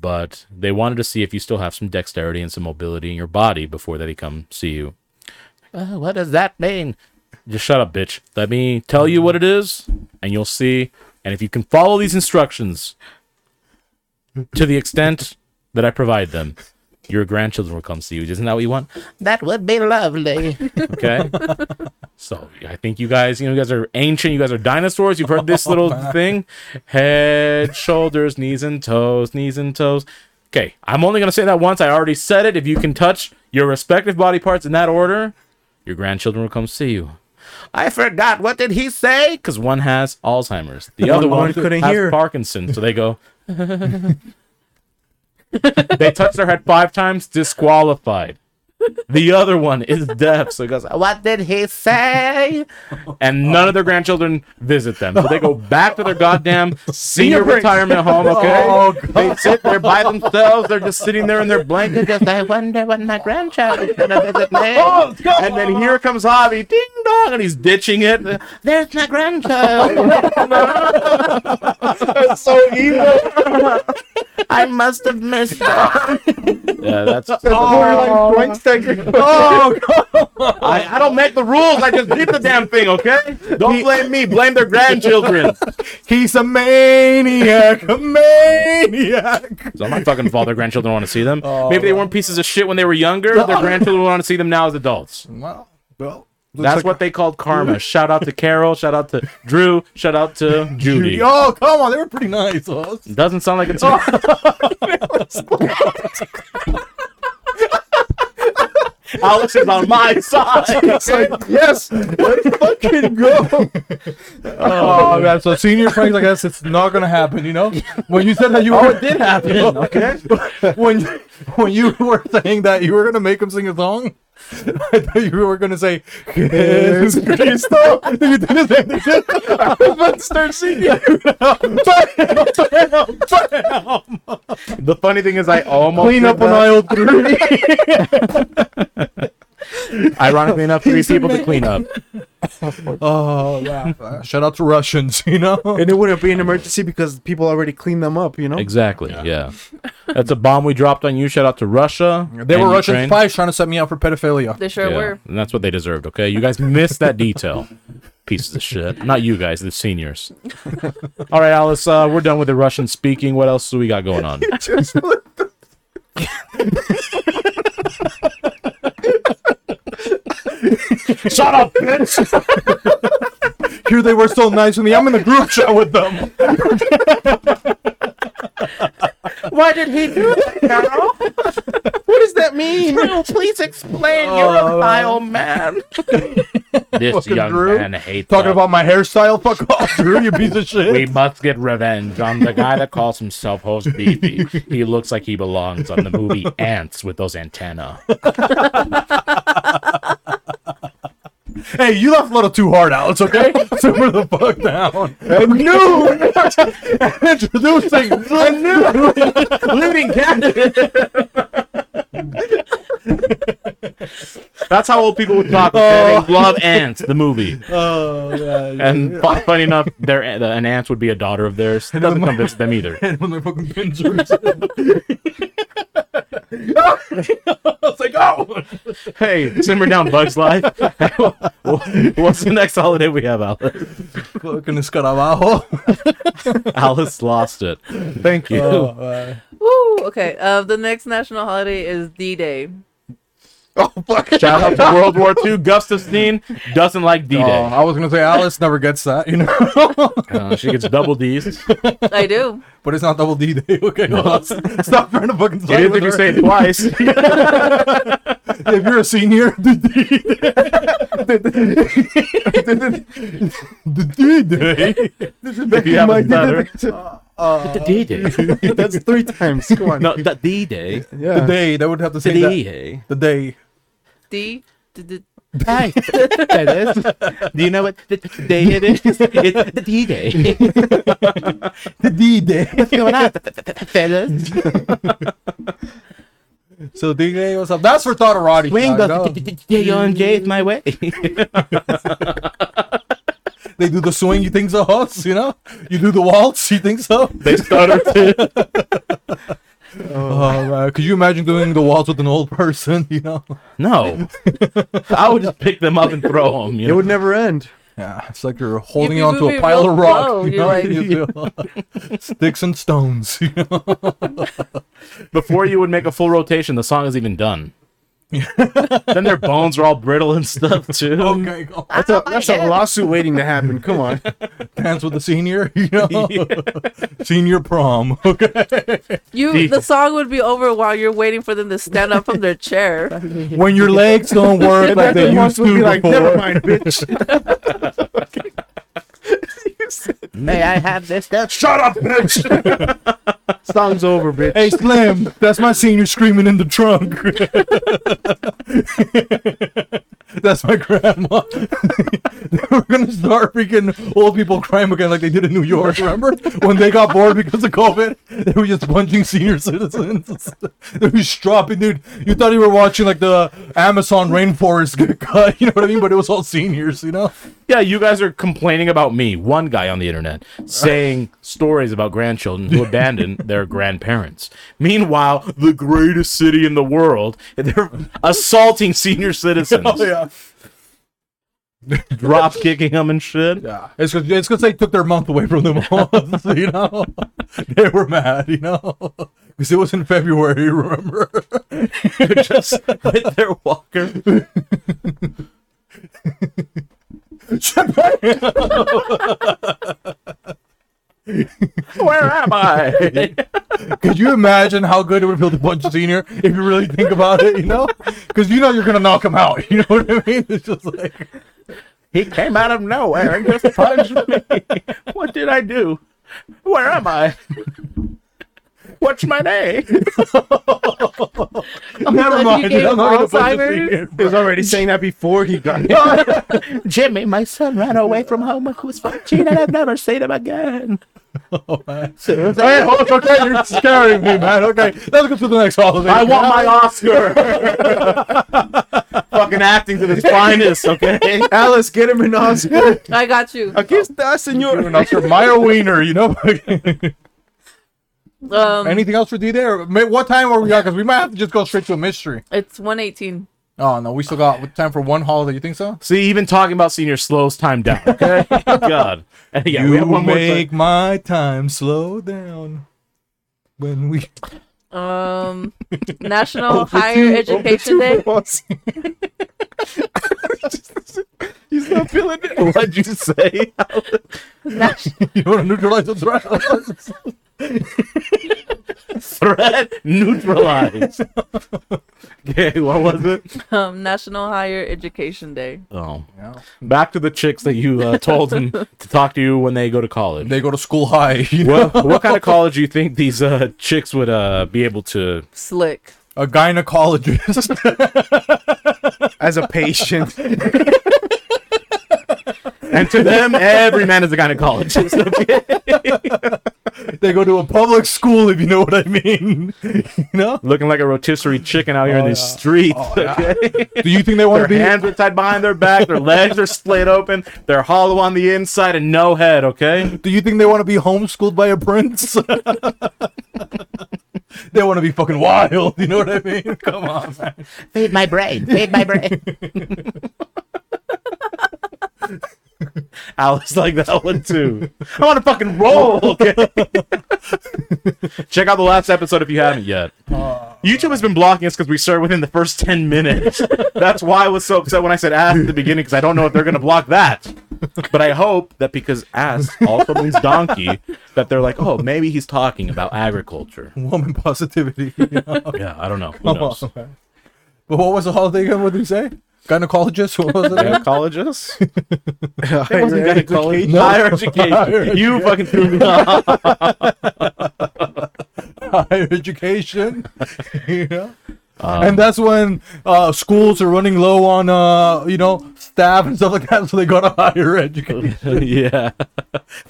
[SPEAKER 1] but they wanted to see if you still have some dexterity and some mobility in your body before they come see you. Uh, what does that mean? Just shut up, bitch. Let me tell you what it is, and you'll see. And if you can follow these instructions to the extent that I provide them, your grandchildren will come see you. Isn't that what you want?
[SPEAKER 5] That would be lovely.
[SPEAKER 1] Okay. so I think you guys, you know, you guys are ancient. You guys are dinosaurs. You've heard this little thing: head, shoulders, knees, and toes, knees and toes. Okay, I'm only gonna say that once. I already said it. If you can touch your respective body parts in that order, your grandchildren will come see you. I forgot. What did he say? Because one has Alzheimer's, the other
[SPEAKER 3] one
[SPEAKER 1] one,
[SPEAKER 3] couldn't
[SPEAKER 1] has
[SPEAKER 3] hear.
[SPEAKER 1] Parkinson's. So they go. they touch their head five times, disqualified. The other one is deaf, so he goes, "What did he say?" And none of their grandchildren visit them, so they go back to their goddamn senior retirement home. Okay,
[SPEAKER 2] Oh,
[SPEAKER 1] they sit there by themselves. They're just sitting there in their blanket, just
[SPEAKER 5] I wonder when my grandchild is gonna visit me.
[SPEAKER 1] and then here comes Hobby, ding dong, and he's ditching it.
[SPEAKER 5] There's my grandchild.
[SPEAKER 1] That's so evil.
[SPEAKER 5] I must have missed her.
[SPEAKER 1] Yeah, that's.
[SPEAKER 3] Oh, Schweinsteiger.
[SPEAKER 1] Oh, I, I don't make the rules. I just did the damn thing. Okay, don't blame me. Blame their grandchildren.
[SPEAKER 2] He's a maniac, a maniac.
[SPEAKER 1] So I'm not fucking fault their grandchildren want to see them. Maybe they weren't pieces of shit when they were younger. Their grandchildren want to see them now as adults.
[SPEAKER 2] Well, well, looks
[SPEAKER 1] That's
[SPEAKER 2] like-
[SPEAKER 1] what they called karma. Shout out to Carol. Shout out to Drew. Shout out to Judy.
[SPEAKER 2] Oh, come on, they were pretty nice. huh?
[SPEAKER 1] Doesn't sound like it's. I Alex is on my side.
[SPEAKER 3] It's like, yes, let's fucking go.
[SPEAKER 2] Oh man, so senior pranks, I guess it's not gonna happen. You know, when you said that you were, Oh, it did happen. Okay, when when you were saying that you were gonna make him sing a song, I thought you were gonna say Jesus Cristo. You did the same thing.
[SPEAKER 1] Start singing. The funny thing is, I almost
[SPEAKER 2] Clean
[SPEAKER 1] did
[SPEAKER 2] up on
[SPEAKER 1] that.
[SPEAKER 2] aisle three.
[SPEAKER 1] Ironically enough, three people to clean up.
[SPEAKER 2] Oh wow! Shout out to Russians. You know.
[SPEAKER 3] And it wouldn't be an emergency because people already cleaned them up, you know?
[SPEAKER 1] Exactly. Yeah. That's a bomb we dropped on you. Shout out to Russia.
[SPEAKER 2] They were
[SPEAKER 1] and
[SPEAKER 2] Russian
[SPEAKER 1] Ukraine.
[SPEAKER 2] spies trying to set me up for pedophilia.
[SPEAKER 4] They sure
[SPEAKER 1] Yeah,
[SPEAKER 4] were.
[SPEAKER 1] And that's what they deserved, okay? You guys missed that detail. Pieces of shit. Not you guys, the seniors. All right, Alice, uh, we're done with the Russian speaking. What else do we got going on? Shut up, bitch!
[SPEAKER 2] Here they were so nice with me. I'm in the group chat with them.
[SPEAKER 5] Why did he do that, Carol?
[SPEAKER 3] What does that mean?
[SPEAKER 5] Drew, please explain. You're a vile man.
[SPEAKER 1] This young
[SPEAKER 2] Drew.
[SPEAKER 1] man hates
[SPEAKER 2] Talking
[SPEAKER 1] us.
[SPEAKER 2] about my hairstyle. Fuck off, Drew. You piece of shit.
[SPEAKER 1] We must get revenge on the guy that calls himself Host Beefy. He looks like he belongs on the movie Ants with those antennae.
[SPEAKER 2] Hey, you laughed a little too hard, Alex, okay? Simmer the fuck down.
[SPEAKER 3] I knew.
[SPEAKER 2] Introducing the new looting candidate.
[SPEAKER 1] That's how old people would talk. okay? They love Ants, the movie.
[SPEAKER 2] Oh, yeah.
[SPEAKER 1] Oh. And fu- funny enough, their the, an aunt would be a daughter of theirs. It doesn't convince them either.
[SPEAKER 2] And when they're fucking pincers. it's like, oh!
[SPEAKER 1] Hey, simmer down, Bugs Life. What's the next holiday we have, Alice?
[SPEAKER 2] Fucking escarabajo.
[SPEAKER 1] Alice lost it. Thank you.
[SPEAKER 2] Oh, uh,
[SPEAKER 4] Woo! Okay. Uh, the next national holiday is D Day.
[SPEAKER 3] Oh fuck!
[SPEAKER 1] Shout out to World War II. Gustafstein doesn't like D
[SPEAKER 2] Oh,
[SPEAKER 1] Day. Uh,
[SPEAKER 2] I was gonna say Alice never gets that, you know.
[SPEAKER 1] she gets double D's.
[SPEAKER 4] I do.
[SPEAKER 2] but it's not double D Day. Okay, well, let's- stop trying to fucking.
[SPEAKER 1] You didn't think you say it twice.
[SPEAKER 2] if you're a senior,
[SPEAKER 1] if you haven't done it.
[SPEAKER 6] The D-Day.
[SPEAKER 3] That's three times. Come on.
[SPEAKER 1] No, that D Day.
[SPEAKER 3] yeah.
[SPEAKER 2] the day they would have to say
[SPEAKER 1] D
[SPEAKER 2] that.
[SPEAKER 1] Day.
[SPEAKER 2] The day.
[SPEAKER 4] D. D- D-
[SPEAKER 6] Hey, that is. Do you know what the day it is? It's the D-Day.
[SPEAKER 2] The D Day.
[SPEAKER 6] What's going on, fellas?
[SPEAKER 2] So D Day was up. That's for Todorati.
[SPEAKER 6] Swing
[SPEAKER 2] dog.
[SPEAKER 1] oh.
[SPEAKER 2] No,
[SPEAKER 6] the day on J is my way.
[SPEAKER 2] They do the swing. You think so, Hoss? You know. You do the waltz. You think so?
[SPEAKER 1] They started to.
[SPEAKER 2] Oh man, could you imagine doing the waltz with an old person? You know.
[SPEAKER 1] No. I would just pick them up and throw them. You
[SPEAKER 3] It
[SPEAKER 1] know?
[SPEAKER 3] would never end.
[SPEAKER 2] Yeah, it's like you're holding
[SPEAKER 4] be
[SPEAKER 2] on to a
[SPEAKER 4] moving
[SPEAKER 2] pile
[SPEAKER 4] real
[SPEAKER 2] of rock.
[SPEAKER 4] slow,
[SPEAKER 2] you know?
[SPEAKER 4] you're like-
[SPEAKER 2] You feel- uh, sticks and stones. You know?
[SPEAKER 1] Before you would make a full rotation, the song is even done. then their bones are all brittle and stuff too.
[SPEAKER 2] Okay, go.
[SPEAKER 3] That's a that's a lawsuit waiting to happen. Come on.
[SPEAKER 2] dance with the senior. You know, senior prom. Okay.
[SPEAKER 4] You.
[SPEAKER 1] D.
[SPEAKER 4] The song would be over while you're waiting for them to stand up from their chair.
[SPEAKER 2] when your legs don't work like they
[SPEAKER 3] Everyone
[SPEAKER 2] used
[SPEAKER 3] would be
[SPEAKER 2] to
[SPEAKER 3] like,
[SPEAKER 2] before.
[SPEAKER 3] never mind, bitch.
[SPEAKER 6] May I have this? That's
[SPEAKER 3] Shut up, bitch. Song's over, bitch.
[SPEAKER 2] Hey Slim, that's my senior screaming in the trunk. that's my grandma. We're gonna start freaking old people crime again, like they did in New York. Remember when they got bored because of COVID? They were just punching senior citizens. they were just dropping, dude. You thought you were watching like the Amazon rainforest get cut. You know what I mean? But it was all seniors. You know?
[SPEAKER 1] Yeah, you guys are complaining about me, one guy on the internet, saying stories about grandchildren who abandoned their grandparents. Meanwhile, the greatest city in the world, they're assaulting senior citizens,
[SPEAKER 3] Oh,
[SPEAKER 2] yeah.
[SPEAKER 1] drop kicking them and shit.
[SPEAKER 2] Yeah, it's because it's 'cause they took their month away from them all. you know, they were mad. You know, because it was in February. Remember?
[SPEAKER 1] They're just with their walker. Where am I?
[SPEAKER 2] Could you imagine how good it would feel to punch a senior if you really think about it? You know, because you know you're gonna knock him out. You know what I mean? It's just like
[SPEAKER 1] He came out of nowhere and just punched me. What did I do? Where am I? What's my name?
[SPEAKER 2] never
[SPEAKER 4] you
[SPEAKER 2] mind.
[SPEAKER 4] gave
[SPEAKER 2] I'm not gonna
[SPEAKER 4] him
[SPEAKER 2] punch a
[SPEAKER 4] Alzheimer's?
[SPEAKER 2] senior.
[SPEAKER 3] He was already saying that before he got it.
[SPEAKER 6] Jimmy, my son ran away from home. He was 14 and I've never seen him again. So,
[SPEAKER 2] Hey, hold on, okay, you're scaring me, man. Okay, let's go to the next holiday.
[SPEAKER 1] I want my Oscar. Fucking acting to the finest, okay?
[SPEAKER 3] Alice, get him an Oscar.
[SPEAKER 4] I got you.
[SPEAKER 3] Against us,
[SPEAKER 2] You're an
[SPEAKER 3] senor.
[SPEAKER 2] Oscar Mayer Wiener, you know.
[SPEAKER 4] Um,
[SPEAKER 2] Anything else for D Day? Or ma- What time are we on? Because we might have to just go straight to a mystery.
[SPEAKER 4] it's one eighteen.
[SPEAKER 2] Oh no, we still got time for one holiday. You think so?
[SPEAKER 1] See, even talking about senior slows time down, okay? God. And yeah, we have one more thing.
[SPEAKER 2] my time slow down. When we
[SPEAKER 5] Oh,
[SPEAKER 4] Um, National Higher Education Day.
[SPEAKER 3] He's not feeling it.
[SPEAKER 1] What'd you say?
[SPEAKER 4] Nas-
[SPEAKER 2] you want to neutralize the threat,
[SPEAKER 1] Threat neutralized. Okay, what was it?
[SPEAKER 4] um, National Higher Education Day.
[SPEAKER 1] Oh. Back to the chicks that you uh, told them to talk to you when they go to college.
[SPEAKER 2] they go to school high. You know,
[SPEAKER 1] What, what kind of college do you think these uh, chicks would uh, be able to?
[SPEAKER 4] Slick.
[SPEAKER 2] a gynecologist.
[SPEAKER 3] As a patient.
[SPEAKER 1] And to them, every man is a gynecologist.
[SPEAKER 2] they go to a public school, if you know what I mean. you know?
[SPEAKER 1] Looking like a rotisserie chicken out here in
[SPEAKER 2] Oh,
[SPEAKER 1] these
[SPEAKER 2] yeah.
[SPEAKER 1] streets.
[SPEAKER 2] Do you think they want
[SPEAKER 1] Their
[SPEAKER 2] to be?
[SPEAKER 1] hands are tied behind their back. Their legs are split open. They're hollow on the inside and no head. Okay.
[SPEAKER 2] do you think they want to be homeschooled by a prince? they want to be fucking wild. You know what I mean? Come on, man.
[SPEAKER 6] feed my brain. Feed my brain.
[SPEAKER 1] Alice like that one too. I want to fucking roll. Okay. Check out the last episode if you haven't yet.
[SPEAKER 7] YouTube has been blocking us because we started within the first 10 minutes. That's why I was so upset when I said ass at the beginning because I don't know if they're going to block that. But I hope that because ass also means donkey, that they're like, oh, maybe he's talking about agriculture.
[SPEAKER 2] Woman positivity. you know?
[SPEAKER 1] Yeah, I don't know. Who
[SPEAKER 2] Come
[SPEAKER 1] knows?
[SPEAKER 2] on, man. But what was the holiday again? What did you say? Gynecologist? What was it?
[SPEAKER 7] Gynecologist?
[SPEAKER 3] Higher education.
[SPEAKER 7] Higher education. You fucking threw me off.
[SPEAKER 2] Higher education. you know? and that's when uh, schools are running low on, uh, you know, staff and stuff like that. So they go to higher education.
[SPEAKER 1] yeah.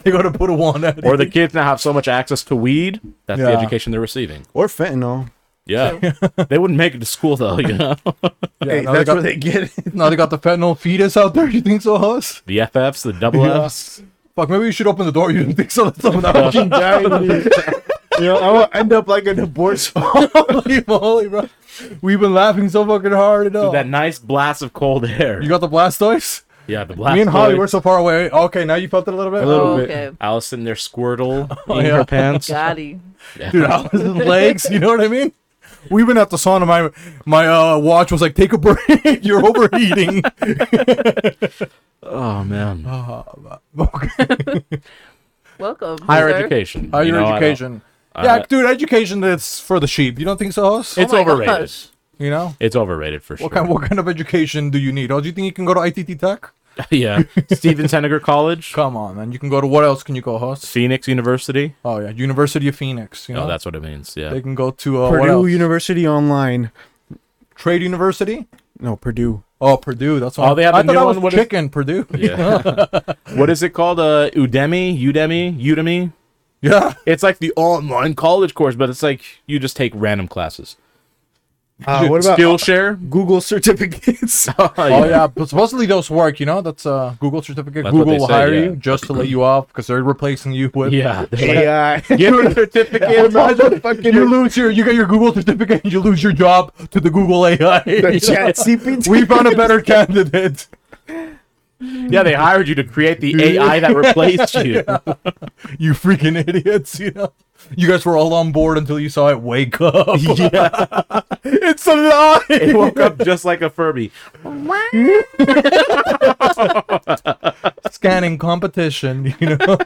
[SPEAKER 2] They go to put a one at
[SPEAKER 1] Or
[SPEAKER 2] it.
[SPEAKER 1] the kids now have so much access to weed. That's the
[SPEAKER 2] Yeah.
[SPEAKER 1] education they're receiving.
[SPEAKER 3] Or fentanyl.
[SPEAKER 1] Yeah. they wouldn't make it to school though, you know.
[SPEAKER 2] Yeah,
[SPEAKER 3] Hey,
[SPEAKER 2] now, they
[SPEAKER 3] that's where
[SPEAKER 2] got,
[SPEAKER 3] they get it.
[SPEAKER 2] now they got the fentanyl fetus out there. You think so, Huss?
[SPEAKER 1] The FFs, the double
[SPEAKER 2] Yeah.
[SPEAKER 1] Fs.
[SPEAKER 2] Fuck, maybe you should open the door. You didn't think so? That's something that fucking
[SPEAKER 3] you know, I will end up like an abortion.
[SPEAKER 2] Holy moly, bro. We've been laughing so fucking hard at all.
[SPEAKER 1] That nice blast of cold air.
[SPEAKER 2] You got the Blastoise?
[SPEAKER 1] yeah, the blast.
[SPEAKER 2] Me and Holly,
[SPEAKER 1] boy.
[SPEAKER 2] we're so far away. Okay, now you felt it a little bit? Oh,
[SPEAKER 4] oh,
[SPEAKER 3] bit.
[SPEAKER 4] okay.
[SPEAKER 1] Alice in their squirtle in
[SPEAKER 2] yeah.
[SPEAKER 1] her pants.
[SPEAKER 4] Got it.
[SPEAKER 2] Dude, I was in legs. You know what I mean? We've been at the sauna. My my uh, watch was like, take a break. You're overheating.
[SPEAKER 1] Oh man.
[SPEAKER 2] Okay.
[SPEAKER 4] Welcome.
[SPEAKER 1] Higher
[SPEAKER 4] sir.
[SPEAKER 1] education.
[SPEAKER 2] Higher
[SPEAKER 1] you know, I don't-
[SPEAKER 2] education.
[SPEAKER 1] I
[SPEAKER 2] Yeah,
[SPEAKER 1] don't-
[SPEAKER 2] dude, education is for the sheep. You don't think so, Hoss?
[SPEAKER 1] it's
[SPEAKER 4] Oh my
[SPEAKER 1] overrated.
[SPEAKER 4] gosh.
[SPEAKER 2] You know?
[SPEAKER 1] It's overrated for sure.
[SPEAKER 2] What kind, what kind of education do you need? Oh, do you think you can go to ITT Tech?
[SPEAKER 1] yeah. Steven Seneger College,
[SPEAKER 2] Come on, man. You can go to what else can you go, Hoss?
[SPEAKER 1] Phoenix University.
[SPEAKER 2] Oh, yeah. University of Phoenix. You know?
[SPEAKER 1] Oh, that's what it means. Yeah.
[SPEAKER 2] They can go to uh, what
[SPEAKER 3] Purdue
[SPEAKER 2] else?
[SPEAKER 3] University Online.
[SPEAKER 2] Trade University?
[SPEAKER 3] No, Purdue.
[SPEAKER 2] Oh, Purdue. That's all.
[SPEAKER 1] Oh, they have
[SPEAKER 2] I
[SPEAKER 1] a
[SPEAKER 2] thought
[SPEAKER 1] new
[SPEAKER 2] that
[SPEAKER 1] one.
[SPEAKER 2] was
[SPEAKER 1] What is-
[SPEAKER 2] chicken. Purdue.
[SPEAKER 1] yeah. what is it called? Uh, Udemy, Udemy, Udemy.
[SPEAKER 2] Yeah.
[SPEAKER 1] It's like the online college course, but it's like you just take random classes.
[SPEAKER 3] Uh, what about
[SPEAKER 1] Skillshare.
[SPEAKER 3] Google certificates?
[SPEAKER 1] Oh,
[SPEAKER 2] Oh yeah, but supposedly those work. You know, that's a Google certificate.
[SPEAKER 1] That's what
[SPEAKER 2] Google
[SPEAKER 1] they
[SPEAKER 2] will
[SPEAKER 1] said,
[SPEAKER 2] hire
[SPEAKER 1] yeah.
[SPEAKER 2] you just to lay you off because they're replacing you with.
[SPEAKER 1] Yeah.
[SPEAKER 3] AI.
[SPEAKER 1] Get a certificate.
[SPEAKER 2] You lose your, you get your Google certificate, and you lose your job to the Google AI.
[SPEAKER 3] Chat CPT.
[SPEAKER 2] we found a better candidate.
[SPEAKER 1] Yeah, they hired you to create the AI that replaced you.
[SPEAKER 2] You freaking idiots! You know, you guys were all on board until you saw it wake up. Yeah, it's a lie.
[SPEAKER 1] It woke up just like a Furby.
[SPEAKER 2] Scanning competition. You know,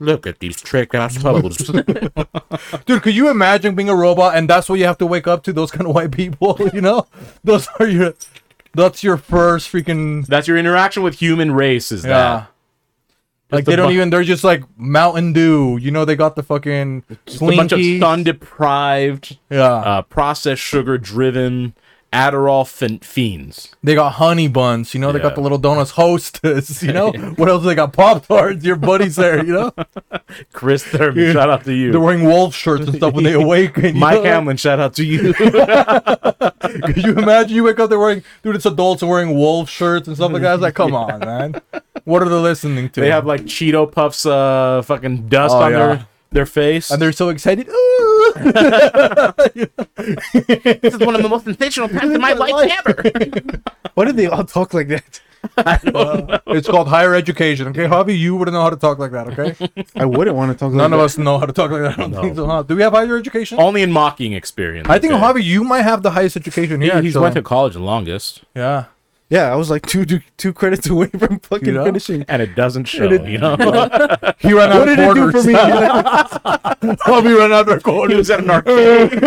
[SPEAKER 1] Look at these trick assholes.
[SPEAKER 2] dude, could you imagine being a robot and that's what you have to wake up to? Those kind of white people. You know, those are your. That's your first freaking
[SPEAKER 1] That's your interaction with human race. Is
[SPEAKER 2] Yeah.
[SPEAKER 1] that
[SPEAKER 2] Like
[SPEAKER 1] the
[SPEAKER 2] they don't
[SPEAKER 1] bu-
[SPEAKER 2] even. They're just like Mountain Dew. You know they got the fucking
[SPEAKER 1] Just a bunch of
[SPEAKER 2] Twinkies.
[SPEAKER 1] sun deprived,
[SPEAKER 2] Yeah,
[SPEAKER 1] uh, processed sugar driven Adderall fin- fiends?
[SPEAKER 2] they got honey buns. You know they
[SPEAKER 1] Yeah.
[SPEAKER 2] got the little donuts hostess. You know what else? They got Pop Tarts. Your buddies there. You know
[SPEAKER 1] Chris Thurman, shout out to
[SPEAKER 2] they're
[SPEAKER 1] you.
[SPEAKER 2] wearing wolf shirts and stuff when they awaken. you
[SPEAKER 1] Mike
[SPEAKER 2] know?
[SPEAKER 1] Hamlin, shout out to you.
[SPEAKER 2] Could you imagine you wake up they're wearing dude? It's adults wearing wolf shirts and stuff like that. It's like come on, man. What are they listening to?
[SPEAKER 1] they have like Cheeto Puffs, uh, fucking dust
[SPEAKER 2] Oh,
[SPEAKER 1] on
[SPEAKER 2] yeah.
[SPEAKER 1] their their face.
[SPEAKER 2] and they're so excited. Ooh!
[SPEAKER 7] This is one of the most sensational times in my life ever.
[SPEAKER 3] Why did they all talk like that?
[SPEAKER 2] it's called higher education. Okay, Javi, you wouldn't know how to talk like that. Okay,
[SPEAKER 3] I wouldn't want to talk like
[SPEAKER 2] none
[SPEAKER 3] that.
[SPEAKER 2] of us know how to talk like that. I don't think so. Huh? Do we have higher education?
[SPEAKER 1] Only in mocking experience.
[SPEAKER 2] I think
[SPEAKER 1] okay?
[SPEAKER 2] Javi, you might have the highest education here.
[SPEAKER 1] Yeah, he's
[SPEAKER 2] actually.
[SPEAKER 1] went to college the longest,
[SPEAKER 2] yeah.
[SPEAKER 3] Yeah, I was like two two, two credits away from fucking
[SPEAKER 2] You know?
[SPEAKER 3] finishing.
[SPEAKER 1] and it doesn't show. you know,
[SPEAKER 2] He ran out
[SPEAKER 3] What
[SPEAKER 2] of
[SPEAKER 3] did it do
[SPEAKER 2] quarters.
[SPEAKER 3] for me?
[SPEAKER 2] Javi ran out of quarters.
[SPEAKER 1] he was at an arcade.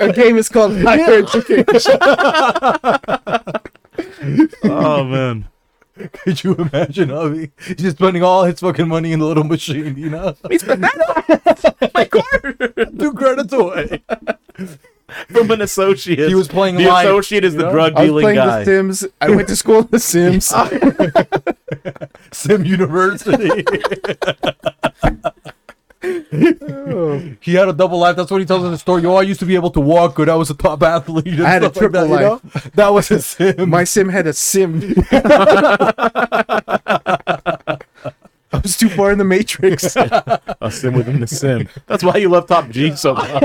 [SPEAKER 3] A game is called Higher Education.
[SPEAKER 1] oh man.
[SPEAKER 2] Could you imagine Javi? He's just spending all his fucking money in the little machine. You know,
[SPEAKER 1] my quarter
[SPEAKER 2] two credits away.
[SPEAKER 1] from an associate.
[SPEAKER 2] He was playing
[SPEAKER 1] the
[SPEAKER 2] life,
[SPEAKER 1] associate is
[SPEAKER 2] you
[SPEAKER 1] the
[SPEAKER 2] know?
[SPEAKER 1] drug
[SPEAKER 3] I was
[SPEAKER 1] dealing
[SPEAKER 3] playing
[SPEAKER 1] guy.
[SPEAKER 3] The Sims. I went to school in The Sims.
[SPEAKER 2] Sim University.
[SPEAKER 3] Oh.
[SPEAKER 2] he had a double life. That's what he tells in the story. Yo, I used to be able to walk good. I was a top athlete. and
[SPEAKER 3] I had a
[SPEAKER 2] stuff like
[SPEAKER 3] triple
[SPEAKER 2] that, you know? That was his sim.
[SPEAKER 3] My Sim had a Sim. was too far in the Matrix.
[SPEAKER 7] A sim within the sim. That's why you love Top G so much.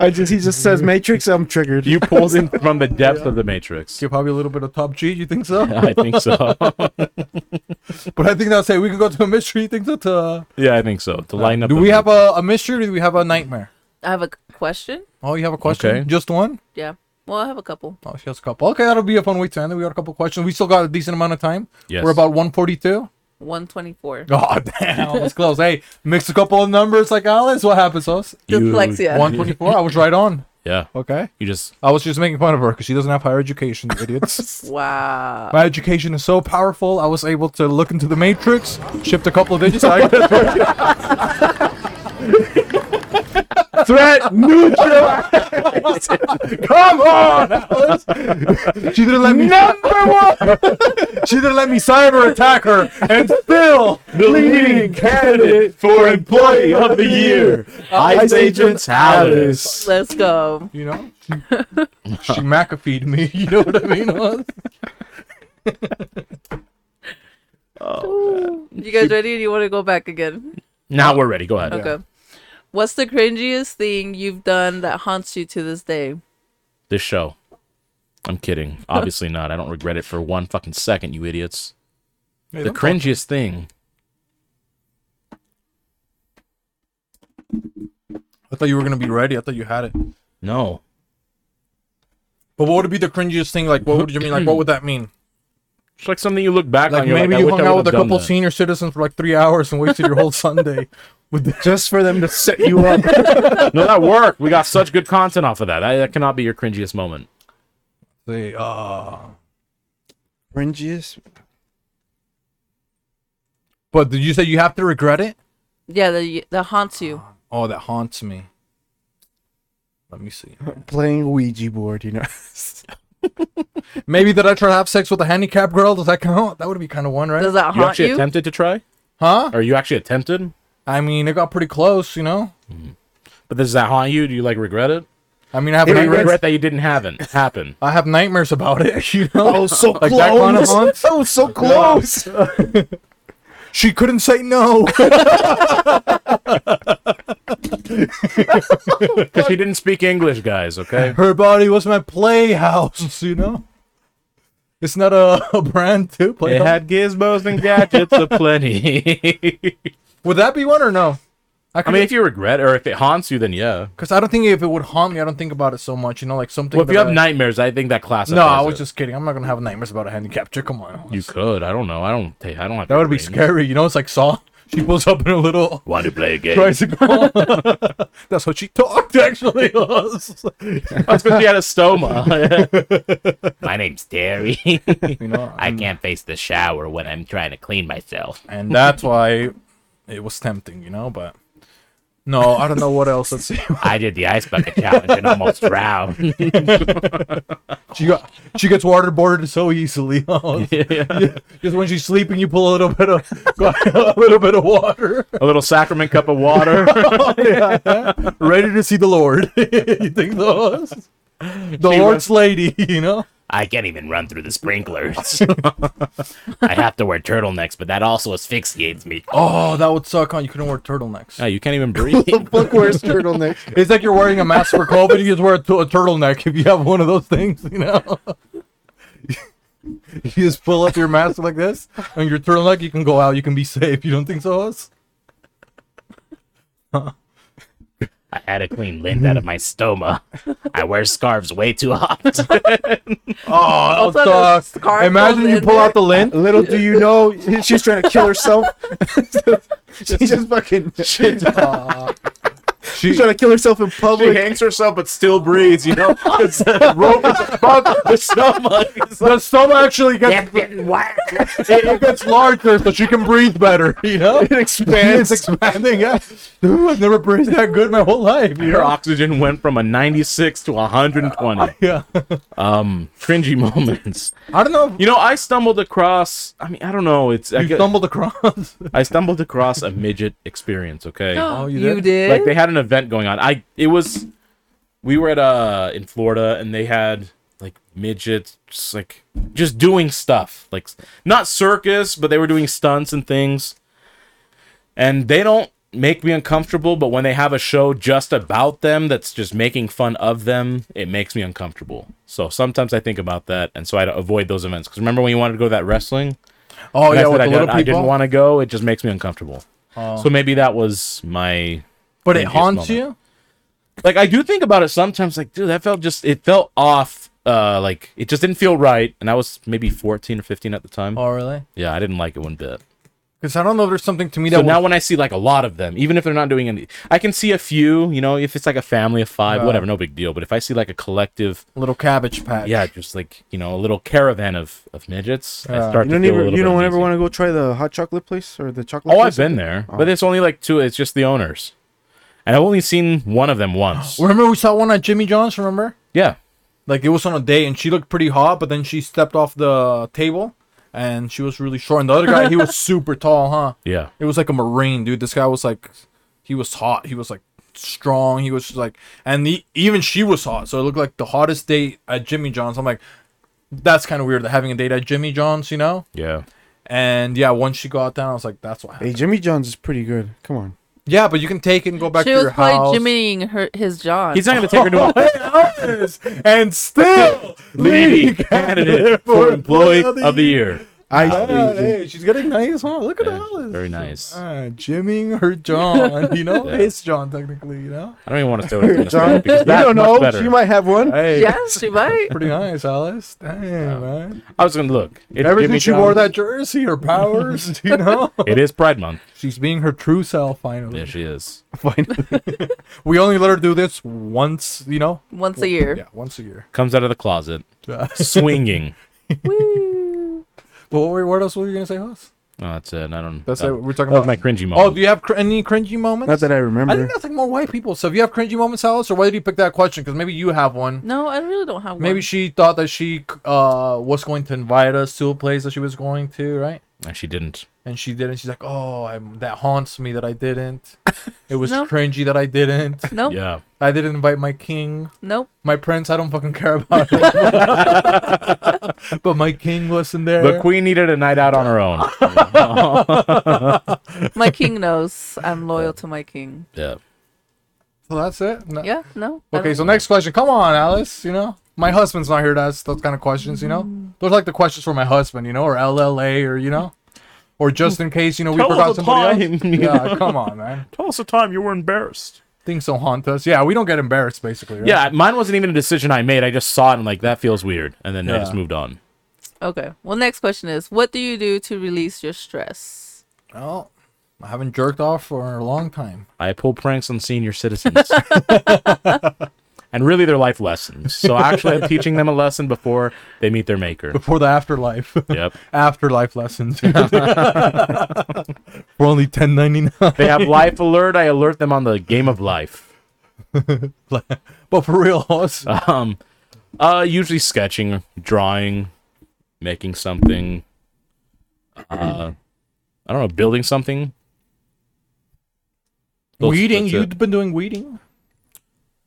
[SPEAKER 3] I just he just says Matrix. I'm triggered.
[SPEAKER 7] You pulls in from the depths of the Matrix.
[SPEAKER 2] You're probably a little bit of top G. You think so?
[SPEAKER 7] I think so.
[SPEAKER 2] But I think that's say we can go to a mystery. You think that's uh,
[SPEAKER 7] Yeah, I think so. To line up.
[SPEAKER 2] Do
[SPEAKER 7] the-
[SPEAKER 2] we have a, a mystery or do we have a nightmare?
[SPEAKER 4] I have a question.
[SPEAKER 2] Oh, you have a question?
[SPEAKER 7] Okay.
[SPEAKER 2] Just one?
[SPEAKER 4] Yeah. Well, I have a couple.
[SPEAKER 2] Oh, she has a couple. Okay, that'll be a fun way to end it. We got a couple questions. We still got a decent amount of time.
[SPEAKER 1] Yes.
[SPEAKER 2] We're about 142.
[SPEAKER 4] 124.
[SPEAKER 2] Oh, damn. It's close. Hey, mix a couple of numbers like Alice. What happens, Sos?
[SPEAKER 4] Dyslexia.
[SPEAKER 2] 124. I was right on.
[SPEAKER 1] Yeah.
[SPEAKER 2] Okay.
[SPEAKER 1] You just
[SPEAKER 2] I was just making fun of her because she doesn't have higher education, you idiots.
[SPEAKER 4] Wow.
[SPEAKER 2] My education is so powerful, I was able to look into the matrix, shift a couple of digits. I-
[SPEAKER 3] Threat neutral.
[SPEAKER 2] Come on, Alice! She didn't let me. Number one! she didn't let me cyber attack her, and still.
[SPEAKER 7] the leading candidate for employee of the year? Ice Agents Alice.
[SPEAKER 4] Let's go.
[SPEAKER 2] You know? She, she McAfeed me, you know what I mean? Alice?
[SPEAKER 4] You guys ready? Do you want to go back again?
[SPEAKER 1] now we're ready. Go ahead.
[SPEAKER 4] Okay. What's the cringiest thing you've done that haunts you to this day?
[SPEAKER 1] This show. I'm kidding. Obviously not. I don't regret it for one fucking second, you idiots.
[SPEAKER 2] Hey,
[SPEAKER 1] the
[SPEAKER 2] don't-
[SPEAKER 1] cringiest thing.
[SPEAKER 2] I thought you were gonna be ready. I thought you had it.
[SPEAKER 1] No.
[SPEAKER 2] But what would be the cringiest thing? Like, what would you mean? Like, what would that mean?
[SPEAKER 1] It's like something you look back
[SPEAKER 2] Like,
[SPEAKER 1] on. Oh, you're
[SPEAKER 2] maybe
[SPEAKER 1] I
[SPEAKER 2] you
[SPEAKER 1] wish I
[SPEAKER 2] hung out with a
[SPEAKER 1] would've done
[SPEAKER 2] couple
[SPEAKER 1] that.
[SPEAKER 2] senior citizens for like three hours and wasted your whole Sunday.
[SPEAKER 3] Just for them to set you up.
[SPEAKER 1] No, that worked. We got such good content off of that. I, that cannot be your cringiest moment.
[SPEAKER 2] They, uh...
[SPEAKER 3] Cringiest.
[SPEAKER 2] But did you say you have to regret it?
[SPEAKER 4] Yeah, that that haunts you.
[SPEAKER 2] Oh, that haunts me. Let me see.
[SPEAKER 3] Playing Ouija board. You know.
[SPEAKER 2] Maybe that I try to have sex with a handicapped girl. Does that count? That would be kind of one, right?
[SPEAKER 4] Does that
[SPEAKER 1] You
[SPEAKER 4] haunt
[SPEAKER 1] actually
[SPEAKER 4] you?
[SPEAKER 1] attempted to try?
[SPEAKER 2] huh?
[SPEAKER 1] Are you actually attempted?
[SPEAKER 2] I mean, it got pretty close, you know.
[SPEAKER 1] But does that haunt you? Do you like regret it?
[SPEAKER 2] I mean, I have
[SPEAKER 1] Do you
[SPEAKER 2] nightmares.
[SPEAKER 1] regret that you didn't have it happen?
[SPEAKER 2] I have nightmares about it. You know.
[SPEAKER 3] Oh, so
[SPEAKER 2] Like that kind of
[SPEAKER 3] close.
[SPEAKER 2] haunts?
[SPEAKER 3] Oh, so close.
[SPEAKER 2] She couldn't say no.
[SPEAKER 1] Because she didn't speak English, guys, okay?
[SPEAKER 2] Her body was my playhouse. You know. It's not a, a brand too.
[SPEAKER 7] It
[SPEAKER 2] Playhouse.
[SPEAKER 7] had gizmos and gadgets aplenty.
[SPEAKER 2] Would that be one or no?
[SPEAKER 1] I mean, if you regret or if it haunts you, then yeah.
[SPEAKER 2] because I don't think if it would haunt me, I don't think about it so much. You know, like something.
[SPEAKER 1] Well, if
[SPEAKER 2] that
[SPEAKER 1] you have
[SPEAKER 2] I-
[SPEAKER 1] nightmares, I think that classifies
[SPEAKER 2] No, I was
[SPEAKER 1] it.
[SPEAKER 2] just kidding. I'm not gonna have nightmares about a handicapped chick. Come on.
[SPEAKER 1] You could. I don't know. I don't. Hey, I don't have.
[SPEAKER 2] That would be
[SPEAKER 1] brains.
[SPEAKER 2] scary. You know, it's like Saw. She pulls up in a little
[SPEAKER 1] Want to play a game?
[SPEAKER 2] tricycle. That's what she talked actually.
[SPEAKER 7] That's because he had a stoma.
[SPEAKER 8] My name's Terry.
[SPEAKER 2] you know,
[SPEAKER 8] I can't face the shower when I'm trying to clean myself.
[SPEAKER 2] and that's why it was tempting, you know. But no, I don't know what else. Let's see.
[SPEAKER 8] I did the ice bucket challenge and almost drowned.
[SPEAKER 2] She got she gets waterboarded so easily. Oh, Just when she's sleeping, you pull a little bit of a little bit of water,
[SPEAKER 7] a little sacrament cup of water.
[SPEAKER 2] ready to see the Lord. you think so? The
[SPEAKER 7] She
[SPEAKER 2] Lord's lady, you know.
[SPEAKER 8] I can't even run through the sprinklers. I have to wear turtlenecks, but that also asphyxiates me.
[SPEAKER 2] Oh, that would suck. On you couldn't wear turtlenecks.
[SPEAKER 7] Ah,
[SPEAKER 1] Yeah, you can't even breathe.
[SPEAKER 3] Fuck wears turtleneck.
[SPEAKER 2] It's like you're wearing a mask for COVID. You just wear a tu- a turtleneck if you have one of those things, you know. you just pull up your mask like this, and your turtleneck. You can go out. You can be safe. You don't think so, us?
[SPEAKER 8] I had to clean lint out of my stoma. I wear scarves way too often.
[SPEAKER 2] Oh,
[SPEAKER 4] Also, the scarf
[SPEAKER 2] Imagine
[SPEAKER 4] goes
[SPEAKER 2] you
[SPEAKER 4] in
[SPEAKER 2] pull
[SPEAKER 4] there.
[SPEAKER 2] out the lint.
[SPEAKER 3] Little do you know, she's trying to kill herself. she's just fucking. She's
[SPEAKER 2] She,
[SPEAKER 3] trying to kill herself in
[SPEAKER 7] she
[SPEAKER 3] public.
[SPEAKER 7] hangs herself but still breathes, you know? It's the rope is above the stomach.
[SPEAKER 2] the stoma actually gets it, it gets larger, so she can breathe better. You know, it expands. It's expanding. Yeah, Dude, I've never breathed that good my whole life. You
[SPEAKER 7] Your
[SPEAKER 2] know?
[SPEAKER 7] oxygen went from a 96 to 120.
[SPEAKER 2] Yeah.
[SPEAKER 7] Um, cringy moments.
[SPEAKER 2] I don't know. If
[SPEAKER 7] You know, I stumbled across. I mean, I don't know. It's I,
[SPEAKER 2] you
[SPEAKER 7] get-
[SPEAKER 2] stumbled across.
[SPEAKER 7] I stumbled across a midget experience. Okay,
[SPEAKER 4] oh,
[SPEAKER 2] you
[SPEAKER 4] you,
[SPEAKER 2] did?
[SPEAKER 4] did?
[SPEAKER 7] like they had an event going on. I it was we were at uh in Florida and they had
[SPEAKER 1] like midgets, just like just doing stuff, like not circus, but they were doing stunts and things. And they don't make me uncomfortable, but when they have a show just about them that's just making fun of them, it makes me uncomfortable. So sometimes I think about that, and so I avoid those events. Because remember when you wanted to go to that wrestling?
[SPEAKER 3] Oh
[SPEAKER 1] That's
[SPEAKER 3] yeah, with
[SPEAKER 1] what
[SPEAKER 3] the
[SPEAKER 1] I,
[SPEAKER 3] little
[SPEAKER 1] did. I
[SPEAKER 3] people. Oh.
[SPEAKER 1] didn't want to go. It just makes me uncomfortable. So maybe that was my
[SPEAKER 2] But it
[SPEAKER 1] previous
[SPEAKER 2] haunts
[SPEAKER 1] moment. like I do think about it sometimes. Like, dude, that felt just it felt off. Uh, like it just didn't feel right. And I was maybe 14 or 15 at the time.
[SPEAKER 2] you? Oh, really?
[SPEAKER 1] Yeah, I didn't like it one bit.
[SPEAKER 2] Because I don't know if there's something to me that
[SPEAKER 1] So
[SPEAKER 2] will-
[SPEAKER 1] now when I see like a lot of them, even if they're not doing any, I can see a few. You know, if it's like a family of five,
[SPEAKER 2] Yeah.
[SPEAKER 1] whatever, no big deal. But if I see like a collective,
[SPEAKER 2] little cabbage patch.
[SPEAKER 1] yeah, just like you know, a little caravan of of midgets,
[SPEAKER 2] Yeah.
[SPEAKER 1] I start
[SPEAKER 3] You
[SPEAKER 1] to
[SPEAKER 3] don't
[SPEAKER 1] feel a
[SPEAKER 3] ever,
[SPEAKER 1] little
[SPEAKER 3] you
[SPEAKER 1] bit
[SPEAKER 3] don't ever
[SPEAKER 1] uneasy.
[SPEAKER 3] want to go try the hot chocolate place or the chocolate.
[SPEAKER 1] Oh,
[SPEAKER 3] place?
[SPEAKER 1] I've been there, but it's only like two. It's just the owners, and I've only seen one of them once.
[SPEAKER 2] Remember we saw one at Jimmy John's. Remember?
[SPEAKER 1] yeah,
[SPEAKER 2] Like it was on a date, and she looked pretty hot, but then she stepped off the table, and she was really short. And the other guy, he was super tall, huh?
[SPEAKER 1] yeah.
[SPEAKER 2] It was like a marine, dude. This guy was like, he was hot. He was like strong. He was just like, and the, even she was hot. So it looked like the hottest date at Jimmy John's. I'm like, that's kind of weird. Having a date at Jimmy John's, you know?
[SPEAKER 1] Yeah.
[SPEAKER 2] And yeah, once she got down, I was like, that's what
[SPEAKER 3] Hey,
[SPEAKER 2] happened.
[SPEAKER 3] Jimmy John's is pretty good. Come on.
[SPEAKER 2] Yeah, but you can take it and go back
[SPEAKER 4] she
[SPEAKER 2] to your
[SPEAKER 4] was probably
[SPEAKER 2] house.
[SPEAKER 4] jimmying her his John.
[SPEAKER 1] He's not going to take her to a
[SPEAKER 2] and still
[SPEAKER 1] leading candidate for employee of the year.
[SPEAKER 3] I
[SPEAKER 2] Yeah, hey, she's getting nice, huh? Look at
[SPEAKER 1] Yeah,
[SPEAKER 2] Alice.
[SPEAKER 1] very nice.
[SPEAKER 2] Ah, Jimming her John, you know,
[SPEAKER 1] Yeah.
[SPEAKER 2] his John technically, you know.
[SPEAKER 1] I don't even want to say what it's going to
[SPEAKER 3] John,
[SPEAKER 1] say because
[SPEAKER 3] you
[SPEAKER 1] that's
[SPEAKER 3] don't
[SPEAKER 1] much
[SPEAKER 3] know.
[SPEAKER 1] better.
[SPEAKER 3] She might have one.
[SPEAKER 2] Hey,
[SPEAKER 4] yeah, she might.
[SPEAKER 2] pretty nice, Alice. Damn, man.
[SPEAKER 1] I was going to look. It,
[SPEAKER 2] Ever
[SPEAKER 1] Jimmy
[SPEAKER 2] since she wore
[SPEAKER 1] John's-
[SPEAKER 2] that jersey, her powers, you know,
[SPEAKER 1] It is Pride Month.
[SPEAKER 2] she's being her true self finally.
[SPEAKER 1] Yeah, she is.
[SPEAKER 2] We only let her do this once, you know.
[SPEAKER 4] Once a year.
[SPEAKER 2] Yeah, once a year.
[SPEAKER 1] Comes out of the closet,
[SPEAKER 2] Yeah.
[SPEAKER 1] swinging.
[SPEAKER 2] But what, what else were you gonna say, Hoss?
[SPEAKER 1] Oh, that's it. I don't.
[SPEAKER 2] That's
[SPEAKER 1] that,
[SPEAKER 2] it. We're talking
[SPEAKER 1] that was
[SPEAKER 2] about.
[SPEAKER 1] my cringy
[SPEAKER 2] oh,
[SPEAKER 1] moment.
[SPEAKER 2] do you have cr- any cringy moments?
[SPEAKER 3] Not that I
[SPEAKER 2] I
[SPEAKER 3] remember.
[SPEAKER 2] think that's like more white people. So if you have cringy moments, Alice, or why did you pick that question? Because maybe you have one.
[SPEAKER 4] No, I really don't have one.
[SPEAKER 2] Maybe she thought that she uh, was going to invite us to a place that she was going to, right?
[SPEAKER 1] And she didn't.
[SPEAKER 2] And she didn't. She's like, "Oh, I'm, that haunts me that I didn't. It was
[SPEAKER 4] No.
[SPEAKER 2] cringy that I didn't.
[SPEAKER 4] Nope.
[SPEAKER 1] Yeah.
[SPEAKER 2] I didn't invite my king,
[SPEAKER 4] Nope.
[SPEAKER 2] my prince. I don't fucking care about it. but my king wasn't there.
[SPEAKER 1] The queen needed a night out on her own.
[SPEAKER 4] My king knows. I'm loyal to my king.
[SPEAKER 1] Yeah.
[SPEAKER 2] so that's it. No-
[SPEAKER 4] Yeah. No. I
[SPEAKER 2] Okay,
[SPEAKER 4] don't-
[SPEAKER 2] so next question. Come on, Alice. You know, my husband's not here to ask those kind of questions. You know, those are like the questions for my husband. You know, or LLA, or you know, or just in case you know we forgot somebody else. Yeah, come on, man.
[SPEAKER 7] Tell us the time you were embarrassed.
[SPEAKER 2] Things don't haunt us. Yeah, we don't get embarrassed basically. Right?
[SPEAKER 1] Yeah. Mine wasn't even a decision I made. I just saw it and like that feels weird, and then I
[SPEAKER 2] Yeah.
[SPEAKER 1] just moved on.
[SPEAKER 4] Okay. Well, next question is: What do you do to release your stress?
[SPEAKER 2] Well, I haven't jerked off for a long time.
[SPEAKER 1] I pull pranks on senior citizens. and really their life lessons. So actually I'm teaching them a lesson before they meet their maker.
[SPEAKER 2] Before the afterlife.
[SPEAKER 1] Yep.
[SPEAKER 2] afterlife lessons. For only ten ninety nine.
[SPEAKER 1] They have life alert, I alert them on the game of life.
[SPEAKER 2] But for real, Hoss,
[SPEAKER 1] Um uh usually sketching, drawing, making something. Uh I don't know, building something. Those-
[SPEAKER 2] weeding.
[SPEAKER 1] that's
[SPEAKER 2] You've
[SPEAKER 1] it.
[SPEAKER 2] been doing weeding.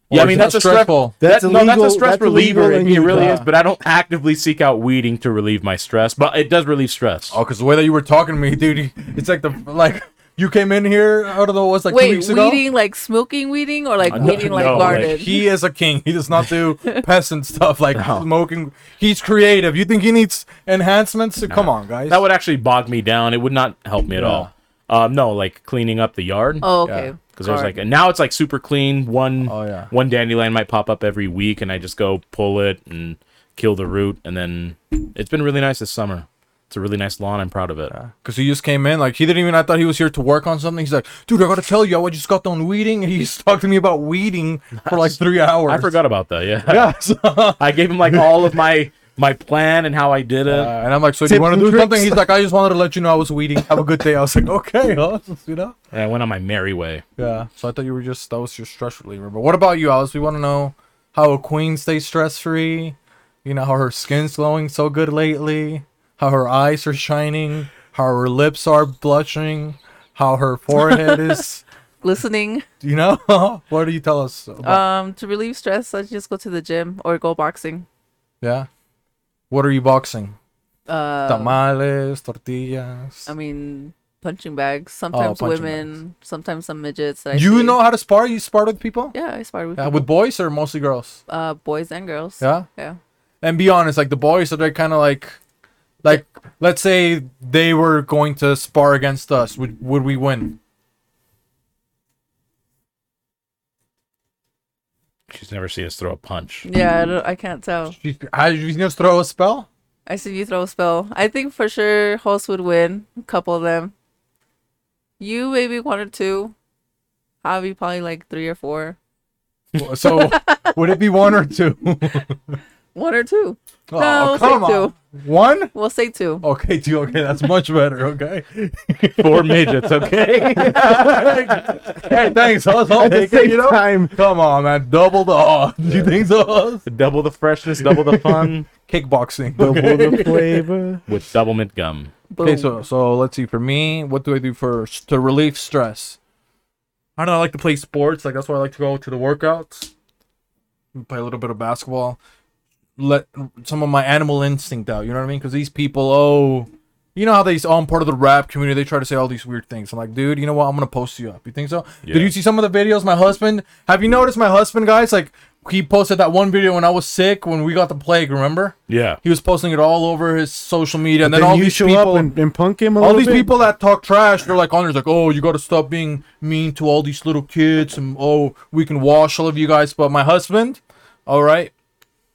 [SPEAKER 1] Yeah, I
[SPEAKER 2] Or
[SPEAKER 1] mean
[SPEAKER 2] is
[SPEAKER 1] that's
[SPEAKER 2] that
[SPEAKER 1] a stress-
[SPEAKER 2] stressful.
[SPEAKER 1] That's
[SPEAKER 3] That's
[SPEAKER 1] no, that's a
[SPEAKER 3] illegal-
[SPEAKER 1] stress
[SPEAKER 3] that's illegal
[SPEAKER 1] reliever. It,
[SPEAKER 3] and
[SPEAKER 1] it really
[SPEAKER 3] you-
[SPEAKER 1] is, but I don't actively seek out weeding to relieve my stress, but it does relieve stress.
[SPEAKER 2] Oh, because the way that you were talking to me, dude, it's like the like you came in here. I don't know what's like two
[SPEAKER 4] Wait,
[SPEAKER 2] weeks ago.
[SPEAKER 4] weeding like smoking weeding or like
[SPEAKER 1] Uh, no,
[SPEAKER 4] weeding like
[SPEAKER 1] no, like,
[SPEAKER 4] garden?
[SPEAKER 2] He is a king. He does not do peasant stuff like smoking. He's creative. You think he needs enhancements? Come on, guys.
[SPEAKER 1] That would actually bog me down. It would not help me at all. Um, no, like cleaning up the yard.
[SPEAKER 4] oh, okay.
[SPEAKER 2] Yeah,
[SPEAKER 1] Because there's like
[SPEAKER 4] Garden.
[SPEAKER 1] and now it's like super clean. One
[SPEAKER 2] Oh, yeah.
[SPEAKER 1] one dandelion might pop up every week, and I just go pull it and kill the root, and then it's been really nice this summer. It's a really nice lawn. I'm proud of it.
[SPEAKER 2] Because he just came in, like he didn't even. I thought he was here to work on something. He's like, dude, I gotta tell you, I just got done weeding, and he's talking to me about weeding for like three hours.
[SPEAKER 1] I forgot about that. Yeah,
[SPEAKER 2] Yeah, so- uh,
[SPEAKER 1] I gave him like all of my my plan and how I did it.
[SPEAKER 2] Uh, and I'm like, so do you
[SPEAKER 3] Tips
[SPEAKER 2] want to
[SPEAKER 3] and
[SPEAKER 2] do
[SPEAKER 3] tricks.
[SPEAKER 2] something? He's like, I just wanted to let you know I was weeding. Have a good day. I was like, okay, awesome," you know.
[SPEAKER 1] and I went on my merry way.
[SPEAKER 2] Yeah. So I thought you were just that was your stress reliever. But what about you, Alice? We want to know how a queen stays stress free. You know how her skin's glowing so good lately. How her eyes are shining. How her lips are blushing. How her forehead is.
[SPEAKER 4] Listening.
[SPEAKER 2] You
[SPEAKER 4] Uh,
[SPEAKER 2] know what do you tell us? About?
[SPEAKER 4] Um, to relieve stress, I just go to the gym or go boxing.
[SPEAKER 2] Yeah. What are you boxing?
[SPEAKER 4] Uh,
[SPEAKER 2] Tamales, tortillas.
[SPEAKER 4] I mean, punching bags. Sometimes
[SPEAKER 2] Oh, punching
[SPEAKER 4] women. Sometimes some midgets. That I
[SPEAKER 2] you
[SPEAKER 4] see.
[SPEAKER 2] know how to spar? You sparred with people?
[SPEAKER 4] Yeah, I sparred with,
[SPEAKER 2] Yeah,
[SPEAKER 4] people.
[SPEAKER 2] with boys or mostly girls?
[SPEAKER 4] uh, boys and girls.
[SPEAKER 2] Yeah.
[SPEAKER 4] Yeah.
[SPEAKER 2] And be honest, like the boys are they kind of like, like let's say they were going to spar against us, would would we win?
[SPEAKER 1] She's never seen us throw a punch.
[SPEAKER 4] Yeah, I, don't, I can't tell.
[SPEAKER 2] She, how did you just throw a spell?
[SPEAKER 4] I see you throw a spell. I think for sure Host would win. A couple of them. You maybe one or two. Javi probably like three or four.
[SPEAKER 2] So would it be one or two?
[SPEAKER 4] One or two.
[SPEAKER 2] Aw,
[SPEAKER 4] we'll say two.
[SPEAKER 2] One?
[SPEAKER 4] We'll say two.
[SPEAKER 2] Okay, two. Okay, that's much better. Okay.
[SPEAKER 7] Four midgets, okay?
[SPEAKER 2] Hey, thanks. I'll, I'll take it. You know?
[SPEAKER 3] time.
[SPEAKER 2] Come on, man. Double the odds. You think so?
[SPEAKER 7] double the freshness, double the fun
[SPEAKER 2] Kickboxing.
[SPEAKER 3] Double the flavor.
[SPEAKER 8] with double mint gum.
[SPEAKER 4] Boom.
[SPEAKER 2] Okay, so so let's see. For me, what do I do first to relieve stress? I don't know. I like to play sports. Like that's why I like to go to the workouts. Play a little bit of basketball. Let some of my animal instinct out. You know what I mean? Because these people, oh, you know how they. Oh, I'm part of the rap community. They try to say all these weird things. I'm like, dude, you know what? I'm gonna post you up. You think so? Did you see some of the videos? My husband. Have you noticed my husband, guys? Like he posted that one video when I was sick when we got the plague. Remember?
[SPEAKER 1] Yeah.
[SPEAKER 2] He was posting it all over his social media, and
[SPEAKER 3] Then,
[SPEAKER 2] then, all
[SPEAKER 3] you
[SPEAKER 2] these
[SPEAKER 3] show
[SPEAKER 2] people
[SPEAKER 3] up and, and punk him a
[SPEAKER 2] all
[SPEAKER 3] little
[SPEAKER 2] these
[SPEAKER 3] bit.
[SPEAKER 2] people that talk trash, they're like on there's like, oh, you got to stop being mean to all these little kids, and oh, we can wash all of you guys. But my husband, all right,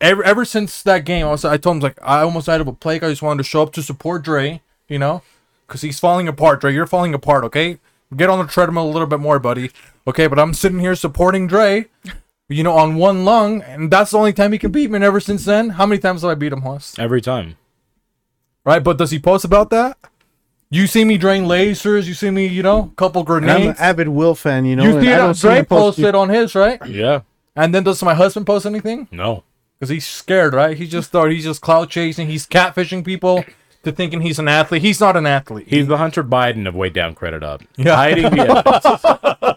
[SPEAKER 2] ever ever since that game, I was I told him like I almost died of a plague. I just wanted to show up to support Dre, you know, because he's falling apart. Dre, you're falling apart. Okay, get on the treadmill a little bit more, buddy. Okay, but I'm sitting here supporting Dre. You know, on one lung, and that's the only time he can beat me. And ever since then, how many times have I beat him, Hoss?
[SPEAKER 1] Every time.
[SPEAKER 2] right? But does he post about that? You see me drain lasers. You see me, you know, couple
[SPEAKER 3] And I'm an
[SPEAKER 2] grenades.
[SPEAKER 3] avid Will fan, you know.
[SPEAKER 2] You
[SPEAKER 3] and
[SPEAKER 2] see
[SPEAKER 3] I don't
[SPEAKER 2] that
[SPEAKER 3] see him
[SPEAKER 2] Dre
[SPEAKER 3] post-
[SPEAKER 2] posted on his right,
[SPEAKER 1] Yeah.
[SPEAKER 2] and then does my husband post anything?
[SPEAKER 1] No.
[SPEAKER 2] Because he's scared, right? He just thought he's just clout chasing. He's catfishing people to thinking he's an athlete. He's not an athlete.
[SPEAKER 1] He's the Hunter Biden of way down credit up.
[SPEAKER 2] Yeah.
[SPEAKER 1] Hiding the evidence.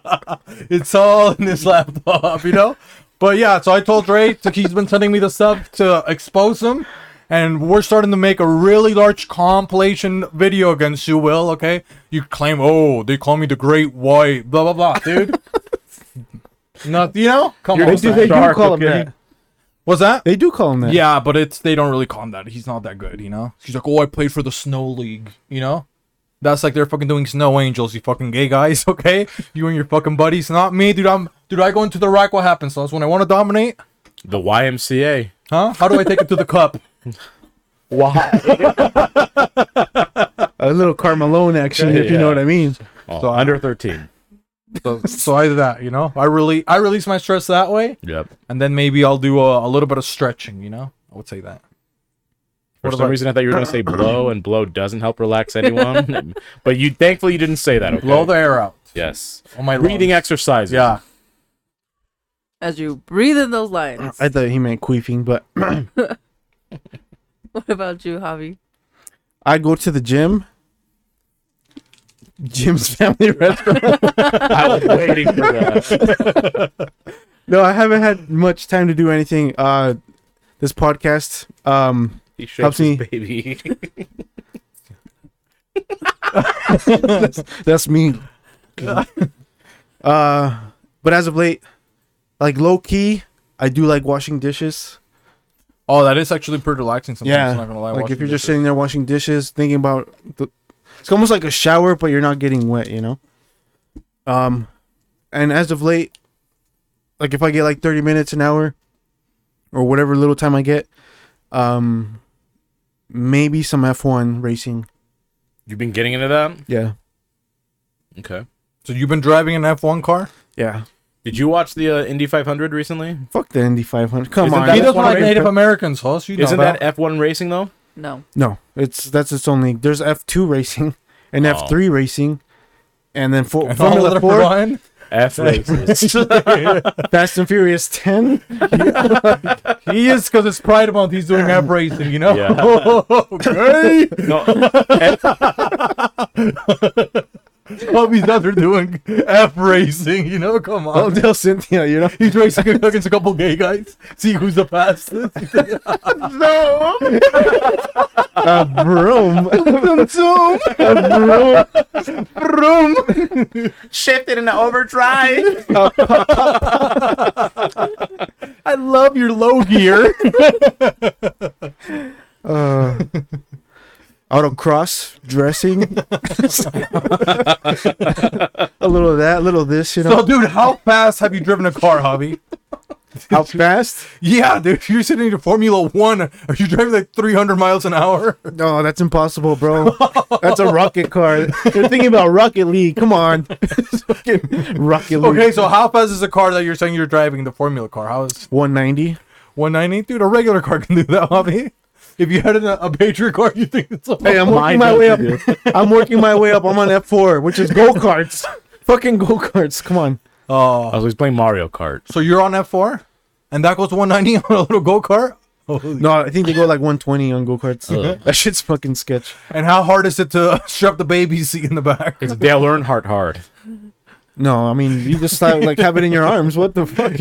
[SPEAKER 2] It's all in his laptop, you know. But yeah, so I told Dre to, he's been sending me the stuff to expose him, and we're starting to make a really large compilation video against you, Will. Okay, you claim, oh, they call me the Great White, blah blah blah, dude. Not you know, come
[SPEAKER 3] They
[SPEAKER 2] on,
[SPEAKER 3] do,
[SPEAKER 2] son.
[SPEAKER 3] they do
[SPEAKER 7] Dark,
[SPEAKER 3] call him
[SPEAKER 7] okay.
[SPEAKER 3] that.
[SPEAKER 2] what's that?
[SPEAKER 3] They do call him that.
[SPEAKER 2] Yeah, but it's they don't really call him that. He's not that good, you know. She's like, oh, I played for the snow league, you know. That's like they're fucking doing snow angels, you fucking gay guys. Okay, you and your fucking buddies, not me, dude. I'm dude. I go into the rack. What happens? So that's when I want to dominate,
[SPEAKER 1] the YMCA.
[SPEAKER 2] huh? How do I take it to the cup?
[SPEAKER 3] A little Carmelone action, if you know what I mean.
[SPEAKER 1] Oh, under 13.
[SPEAKER 2] So, so I do that, you know. I really I release my stress that way,
[SPEAKER 1] Yep.
[SPEAKER 2] and then maybe I'll do a, a little bit of stretching, you know. I would say that.
[SPEAKER 1] For
[SPEAKER 2] What
[SPEAKER 1] some
[SPEAKER 2] about-
[SPEAKER 1] reason, I thought you were going to say blow, and blow doesn't help relax anyone. but you, thankfully, you didn't say that. Okay?
[SPEAKER 2] Blow the air out
[SPEAKER 1] Yes.
[SPEAKER 2] on my
[SPEAKER 1] Breathing
[SPEAKER 2] lungs.
[SPEAKER 1] exercises.
[SPEAKER 2] Yeah,
[SPEAKER 4] As you breathe in those lines.
[SPEAKER 3] I thought he meant queefing, but
[SPEAKER 4] What about you, Javi?
[SPEAKER 3] I go to the gym. Jim's family restaurant.
[SPEAKER 7] I was waiting for that.
[SPEAKER 3] No, I haven't had much time to do anything. Uh, this podcast. Um,
[SPEAKER 1] He
[SPEAKER 3] Helps
[SPEAKER 1] shakes his
[SPEAKER 3] me.
[SPEAKER 1] baby.
[SPEAKER 3] that's me. uh, but as of late, like low key, I do like washing dishes.
[SPEAKER 2] Oh, that is actually pretty relaxing. Sometimes.
[SPEAKER 3] Yeah,
[SPEAKER 2] I'm not gonna lie.
[SPEAKER 3] like
[SPEAKER 2] washing
[SPEAKER 3] if you're just
[SPEAKER 2] dishes.
[SPEAKER 3] sitting there washing dishes, thinking about the, it's almost like a shower, but you're not getting wet, you know. Um, and as of late, like if I get like 30 minutes an hour, or whatever little time I get, um, maybe some F1 racing.
[SPEAKER 1] You've been getting into that?
[SPEAKER 3] Yeah,
[SPEAKER 1] Okay.
[SPEAKER 2] so you've been driving an F1 car.
[SPEAKER 3] yeah.
[SPEAKER 1] Did you watch the uh, Indy 500 recently?
[SPEAKER 3] Fuck the Indy 500. Come
[SPEAKER 1] Isn't
[SPEAKER 3] on,
[SPEAKER 1] that
[SPEAKER 2] He
[SPEAKER 1] That's
[SPEAKER 2] doesn't
[SPEAKER 1] one
[SPEAKER 2] like
[SPEAKER 1] way to
[SPEAKER 2] Native
[SPEAKER 3] put-
[SPEAKER 2] Americans, Hoss. You know
[SPEAKER 1] Isn't
[SPEAKER 2] that.
[SPEAKER 1] that F1 racing, though?
[SPEAKER 4] No.
[SPEAKER 3] no, it's that's its only. There's F2 racing and
[SPEAKER 1] Oh.
[SPEAKER 3] F3 racing, and then for,
[SPEAKER 2] And all
[SPEAKER 3] Formula
[SPEAKER 2] that
[SPEAKER 3] Four,
[SPEAKER 2] Brian?
[SPEAKER 1] F races.
[SPEAKER 3] Fast and Furious 10.
[SPEAKER 2] He is because it's Pride Month. He's doing ab racing, you know.
[SPEAKER 1] Yeah.
[SPEAKER 2] okay.
[SPEAKER 1] no, F-
[SPEAKER 2] Puppies out there doing F racing, you know? Come
[SPEAKER 3] Don't
[SPEAKER 2] on.
[SPEAKER 3] tell Cynthia, you know.
[SPEAKER 2] He's racing against a couple gay guys. See who's the fastest.
[SPEAKER 3] A broom. A broom. Broom.
[SPEAKER 8] Shifted into overdrive.
[SPEAKER 6] I love your low gear.
[SPEAKER 3] Uh, auto cross dressing. a little of that, a little of this, you know.
[SPEAKER 2] so, dude, how fast have you driven a car, Javi?
[SPEAKER 3] How fast?
[SPEAKER 2] Yeah, dude, if you're sitting in your Formula One, are you driving like 300 miles an hour?
[SPEAKER 3] No, that's impossible, bro. That's a rocket car. You're thinking about Rocket League. Come on. Fucking rocket League.
[SPEAKER 2] Okay, so how fast is the car that you're saying you're driving, the Formula car? How is
[SPEAKER 3] 190.
[SPEAKER 2] 190? Dude, a regular car can do that, Javi. If you had an, a Patriot car, you think it's a
[SPEAKER 3] Hey, I'm working Oh, my way up. I'm working my way up. I'm on F4, which is go karts. Fucking go karts. Come on.
[SPEAKER 2] Oh,
[SPEAKER 1] I was playing Mario Kart.
[SPEAKER 2] so you're on F4, and that goes to 190 on a little go kart.
[SPEAKER 3] No, I think they go like 120 on go karts. That shit's fucking sketch.
[SPEAKER 2] And how hard is it to strap the baby seat in the back?
[SPEAKER 1] It's Dale Earnhardt hard.
[SPEAKER 3] No, I mean you just have, like have it in your arms. What the fuck?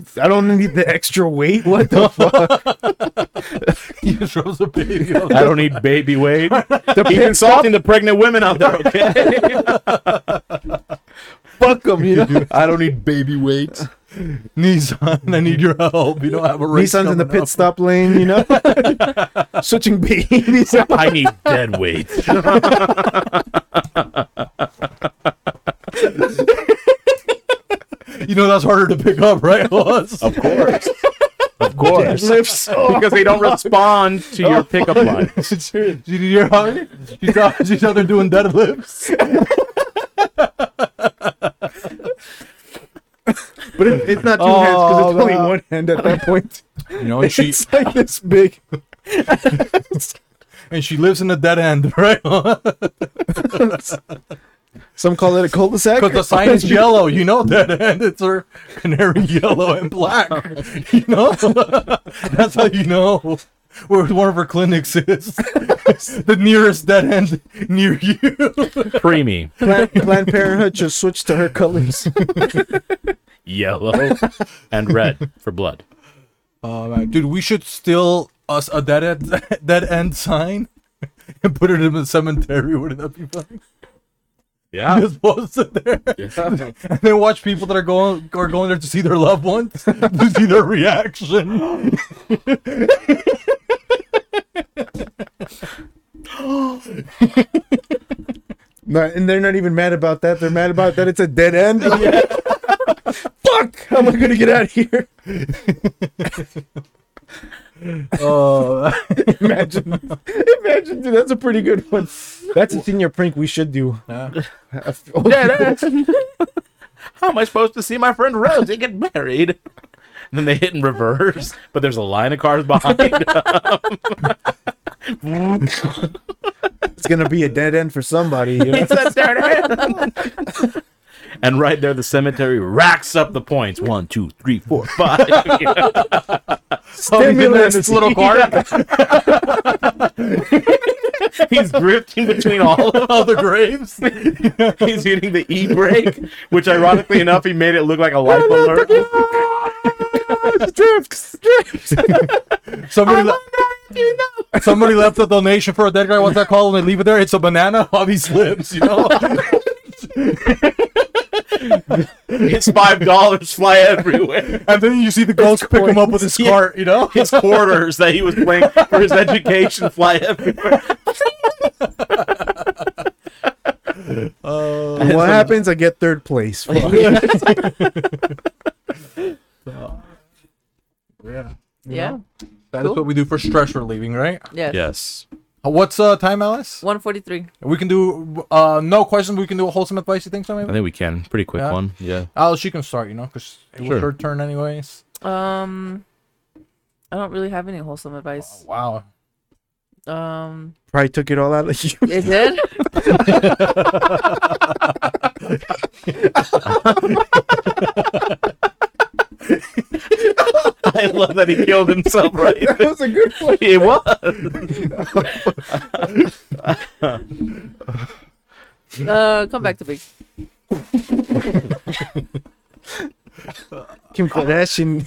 [SPEAKER 3] I don't need the extra weight. What the fuck?
[SPEAKER 2] he just throws the baby. Up.
[SPEAKER 1] I don't need baby weight.
[SPEAKER 3] The
[SPEAKER 1] He's
[SPEAKER 3] pit stop?
[SPEAKER 1] insulting the pregnant women out there, okay?
[SPEAKER 3] Fuck 'em, You know?
[SPEAKER 6] I don't need baby weights.
[SPEAKER 2] Nissan, I need your help. You don't have a race.
[SPEAKER 3] Nissan's in the
[SPEAKER 2] coming
[SPEAKER 3] pit stop lane. You know, switching babies.
[SPEAKER 1] I need dead weight.
[SPEAKER 2] up. You know that's harder to pick up, right? Oz?
[SPEAKER 1] Of course. Of course. Because they don't respond to your pickup line.
[SPEAKER 2] Did you hear how she's out, she's out there doing deadlifts?
[SPEAKER 3] But it, it's not two hands because it's only one hand at that point.
[SPEAKER 2] You know, and she
[SPEAKER 3] It's like this big.
[SPEAKER 2] and she lives in a dead end, right? Because
[SPEAKER 3] Some call it a cul-de-sac.
[SPEAKER 2] the sign is yellow. You know, dead end. It's her canary yellow and black. You know, that's how you know where one of her clinics is. the nearest dead end near you.
[SPEAKER 1] Creamy,
[SPEAKER 3] Planned, Planned Parenthood just switched to her colors.
[SPEAKER 1] yellow, and red for blood.
[SPEAKER 2] Oh man, dude, we should steal us a dead end, dead end sign and put it in the cemetery. Wouldn't that be fun?
[SPEAKER 1] Yeah.
[SPEAKER 2] Just post it there, and then watch people that are going are going there to see their loved ones to see their reaction.
[SPEAKER 3] No, and they're not even mad about that. They're mad about that. It's a dead end. Fuck! How am I gonna get out of here?
[SPEAKER 2] Oh,
[SPEAKER 3] Imagine, imagine, dude. That's a pretty good one. That's a senior prank we should do.
[SPEAKER 2] Yeah.
[SPEAKER 1] How am I supposed to see my friend Rosie get married? And then they hit in reverse, but there's a line of cars behind.
[SPEAKER 3] It's gonna be a dead end for somebody. You know?
[SPEAKER 1] and right there, the cemetery racks up the points. One, two, three, four, five.
[SPEAKER 2] Something in
[SPEAKER 3] Stimulus.
[SPEAKER 2] Oh, this little car.
[SPEAKER 1] He's drifting between all of
[SPEAKER 2] All the graves.
[SPEAKER 1] He's hitting the e brake, which ironically enough, he made it look like a life alert.
[SPEAKER 3] drifts, drifts.
[SPEAKER 2] Somebody, le- somebody left a donation for a dead guy. What's that called? And they leave it there. It's a banana. Hobby slips. You know.
[SPEAKER 1] His five dollars fly everywhere.
[SPEAKER 2] And then you see the ghost pick him up with his
[SPEAKER 1] Yeah.
[SPEAKER 2] cart, you know?
[SPEAKER 1] His quarters that he was playing for his education fly everywhere.
[SPEAKER 3] And what happens? I get third place. Fuck.
[SPEAKER 2] Yeah.
[SPEAKER 4] Yeah.
[SPEAKER 2] That's
[SPEAKER 4] Cool.
[SPEAKER 2] what we do for stress relieving, right?
[SPEAKER 4] Yes.
[SPEAKER 1] Yes.
[SPEAKER 2] Uh, What's uh time, Alice?
[SPEAKER 4] 143.
[SPEAKER 2] We can do uh no questions. We can do a wholesome advice. You think so?
[SPEAKER 1] I
[SPEAKER 2] Maybe
[SPEAKER 1] think we can. Pretty quick
[SPEAKER 2] Yeah.
[SPEAKER 1] one. Yeah.
[SPEAKER 2] Alice, you can start. You know, because it was
[SPEAKER 1] Sure.
[SPEAKER 2] her turn anyways.
[SPEAKER 4] Um, I don't really have any wholesome advice.
[SPEAKER 2] Wow.
[SPEAKER 4] Um,
[SPEAKER 3] Probably took it all out of you.
[SPEAKER 4] it did.
[SPEAKER 1] I love that he killed himself right there.
[SPEAKER 3] That was a good point.
[SPEAKER 1] It was.
[SPEAKER 4] Uh, come back to me.
[SPEAKER 3] Kim Kardashian.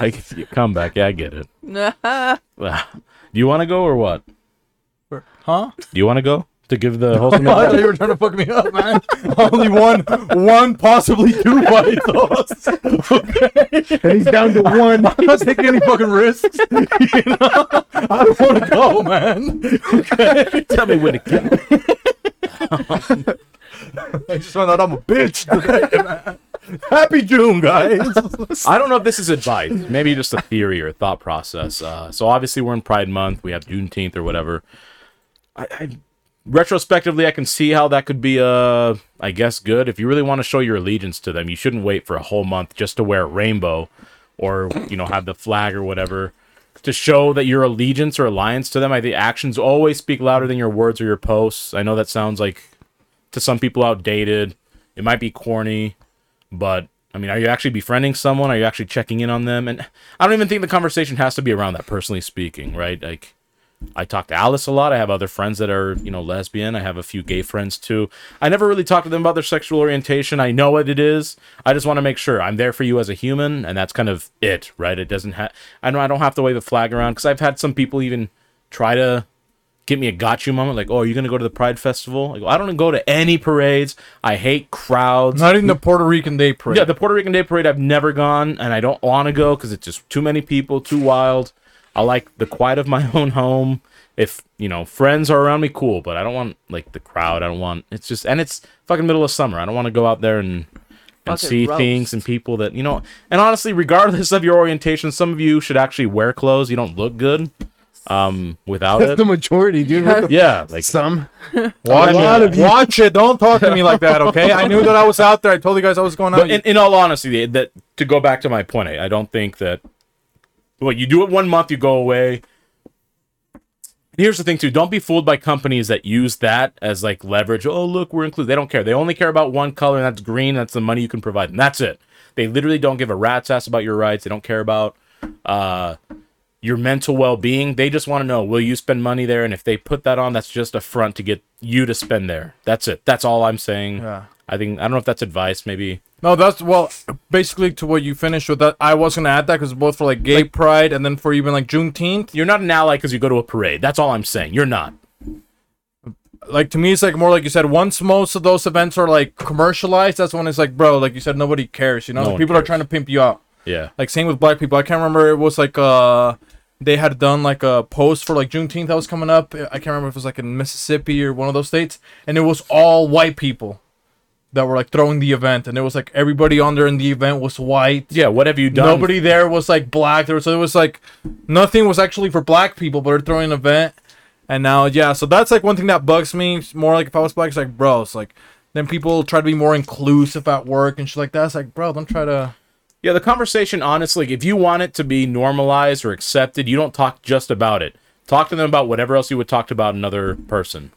[SPEAKER 1] I get your comeback. Yeah, I get it.
[SPEAKER 4] Nah.
[SPEAKER 1] Wow. Do you want to go or what?
[SPEAKER 2] Huh?
[SPEAKER 1] Do you want to go to give the wholesome?
[SPEAKER 2] I thought you were trying to fuck me up, man. Only one, one, possibly two white thoughts.
[SPEAKER 9] and he's down to one.
[SPEAKER 2] I'm not taking any fucking risks. You know? I don't want to go, man.
[SPEAKER 1] Tell me when to go.
[SPEAKER 2] I just found out I'm a bitch. Today, man. Happy June, guys.
[SPEAKER 1] I don't know if this is advice. Maybe just a theory or a thought process. Uh, so obviously we're in Pride Month. We have Juneteenth or whatever. I, I retrospectively I can see how that could be uh I guess good. If you really want to show your allegiance to them, you shouldn't wait for a whole month just to wear a rainbow or you know have the flag or whatever to show that your allegiance or alliance to them. I think actions always speak louder than your words or your posts. I know that sounds like to some people outdated. It might be corny but I mean, are you actually befriending someone? Are you actually checking in on them? And I don't even think the conversation has to be around that, personally speaking, right? Like, I talk to Alice a lot. I have other friends that are, you know, lesbian. I have a few gay friends too. I never really talk to them about their sexual orientation. I know what it is. I just want to make sure I'm there for you as a human, and that's kind of it, right? It doesn't have. I know I don't have to wave a flag around because I've had some people even try to give me a got you moment, like, "Oh, are you gonna go to the Pride Festival?" Like, I don't go to any parades. I hate crowds.
[SPEAKER 2] Not even the Puerto Rican Day Parade.
[SPEAKER 1] Yeah, the Puerto Rican Day Parade I've never gone, and I don't want to go because it's just too many people, too wild. I like the quiet of my own home. If you know friends are around me, cool, but I don't want like the crowd. I don't want it's just and it's fucking middle of summer. I don't want to go out there and and
[SPEAKER 4] Fucking
[SPEAKER 1] see
[SPEAKER 4] roast.
[SPEAKER 1] things and people that you know. And honestly, regardless of your orientation, some of you should actually wear clothes. You don't look good um without
[SPEAKER 3] That's
[SPEAKER 1] it.
[SPEAKER 3] the majority, dude. What the
[SPEAKER 1] Yeah, like
[SPEAKER 3] f- Some.
[SPEAKER 2] Watch it. Watch it. Don't talk to me like that, okay? I knew that I was out there. I told you guys I was going out.
[SPEAKER 1] But in, in all honesty, the- that to go back to my point, I, I don't think that. Well, you do it one month, you go away. Here's the thing too: don't be fooled by companies that use that as like leverage. Oh, look, we're included. They don't care. They only care about one color, and that's green. That's the money you can provide, and that's it. They literally don't give a rat's ass about your rights. They don't care about uh, your mental well-being. They just want to know will you spend money there, and if they put that on, that's just a front to get you to spend there. That's it. That's all I'm saying.
[SPEAKER 2] Yeah.
[SPEAKER 1] I think I don't know if that's advice. Maybe
[SPEAKER 2] No, that's well, basically to what you finished with. That I was gonna add that because both for like gay pride and then for even like Juneteenth.
[SPEAKER 1] You're not an ally because you go to a parade. That's all I'm saying. You're not.
[SPEAKER 2] Like to me, it's like more like you said. Once most of those events are like commercialized, that's when it's like, bro, like you said, nobody cares. You know,
[SPEAKER 1] No
[SPEAKER 2] Like,
[SPEAKER 1] one
[SPEAKER 2] people are
[SPEAKER 1] cares.
[SPEAKER 2] trying to pimp you out.
[SPEAKER 1] Yeah.
[SPEAKER 2] Like same with black people. I can't remember. It was like uh, they had done like a post for like Juneteenth that was coming up. I can't remember if it was like in Mississippi or one of those states, and it was all white people that were like throwing the event, and it was like everybody on there in the event was white.
[SPEAKER 1] Yeah. What have you done?
[SPEAKER 2] Nobody there was like black. There was so it was like nothing was actually for black people, but they're throwing an event. And now yeah, so that's like one thing that bugs me It's more. Like if I was black, it's like bro, it's like then people try to be more inclusive at work and shit like that. It's like bro, don't try to.
[SPEAKER 1] Yeah. The conversation, honestly, if you want it to be normalized or accepted, you don't talk just about it. Talk to them about whatever else you would talk to about another person.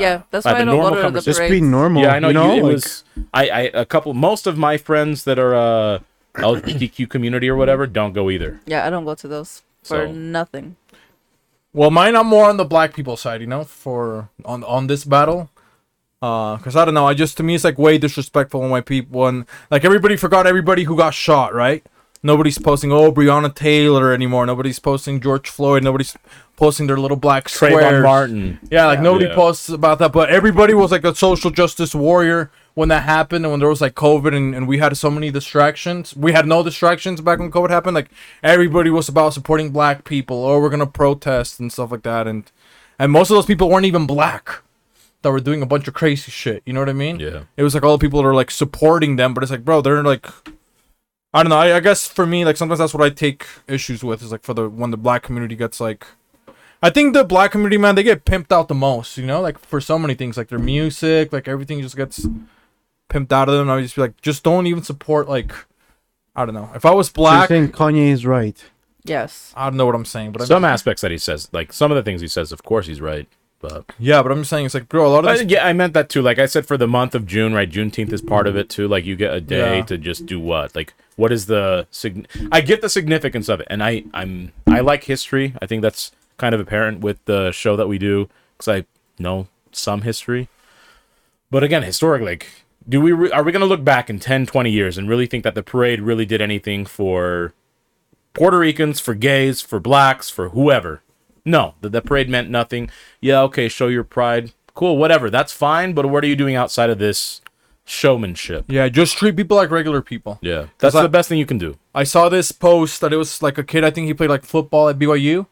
[SPEAKER 4] Yeah, that's
[SPEAKER 1] I
[SPEAKER 4] why
[SPEAKER 1] have
[SPEAKER 4] I
[SPEAKER 1] a
[SPEAKER 4] don't
[SPEAKER 1] normal
[SPEAKER 4] go to the
[SPEAKER 1] conversation.
[SPEAKER 3] Just
[SPEAKER 4] parade.
[SPEAKER 3] be normal.
[SPEAKER 1] Yeah, I know.
[SPEAKER 3] You
[SPEAKER 1] You
[SPEAKER 3] know?
[SPEAKER 1] it
[SPEAKER 3] Like,
[SPEAKER 1] was I, I a couple. Most of my friends that are uh, LGBTQ community or whatever don't go either.
[SPEAKER 4] yeah, I don't go to those for
[SPEAKER 1] So-
[SPEAKER 4] nothing.
[SPEAKER 2] Well, mine I'm more on the black people side, you know, for on on this battle. Uh, cause I don't know. I just to me it's like way disrespectful when my people and like everybody forgot everybody who got shot, right? Nobody's posting oh Breonna Taylor anymore. Nobody's posting George Floyd. Nobody's posting their little black
[SPEAKER 1] Trayvon
[SPEAKER 2] squares.
[SPEAKER 1] Martin.
[SPEAKER 2] Yeah, like nobody
[SPEAKER 1] Yeah.
[SPEAKER 2] posts about that, but everybody was like a social justice warrior when that happened and when there was like COVID and, and we had so many distractions. We had no distractions back when COVID happened. Like everybody was about supporting black people or we're gonna protest and stuff like that and and most of those people weren't even black that were doing a bunch of crazy shit. You know what I mean?
[SPEAKER 1] Yeah.
[SPEAKER 2] It was like all the people that are like supporting them, but it's like, bro, they're like I don't know. I, I guess for me, like sometimes that's what I take issues with is like for the when the black community gets like I think the black community, man, they get pimped out the most, you know, like for so many things, like their music, like everything just gets pimped out of them. I would just be like, just don't even support, like, I don't know. If I was
[SPEAKER 3] so you're
[SPEAKER 2] black,
[SPEAKER 3] saying Kanye is right.
[SPEAKER 4] Yes.
[SPEAKER 2] I don't know what I'm saying, but I'm,
[SPEAKER 1] Some aspects that he says, like some of the things he says, of course he's right. But
[SPEAKER 2] Yeah, but I'm just saying, it's like, bro, a lot of
[SPEAKER 1] Uh,
[SPEAKER 2] these
[SPEAKER 1] yeah, I meant that too. Like I said, for the month of June, right? Juneteenth is part of it too. Like you get a day
[SPEAKER 2] Yeah.
[SPEAKER 1] to just do what? Like what is the sig- I get the significance of it, and I I'm I like history. I think that's kind of apparent with the show that we do because I know some history. But again, historic, like, do we re- are we going to look back in 10, 20 years and really think that the parade really did anything for Puerto Ricans, for gays, for blacks, for whoever? No, the, the parade meant nothing. Yeah, okay, show your pride. Cool, whatever. That's fine, but what are you doing outside of this showmanship?
[SPEAKER 2] Yeah, just treat people like regular people.
[SPEAKER 1] Yeah. That's
[SPEAKER 2] I-
[SPEAKER 1] the best thing you can do.
[SPEAKER 2] I saw this post that it was like a kid. I think he played like football at BYU,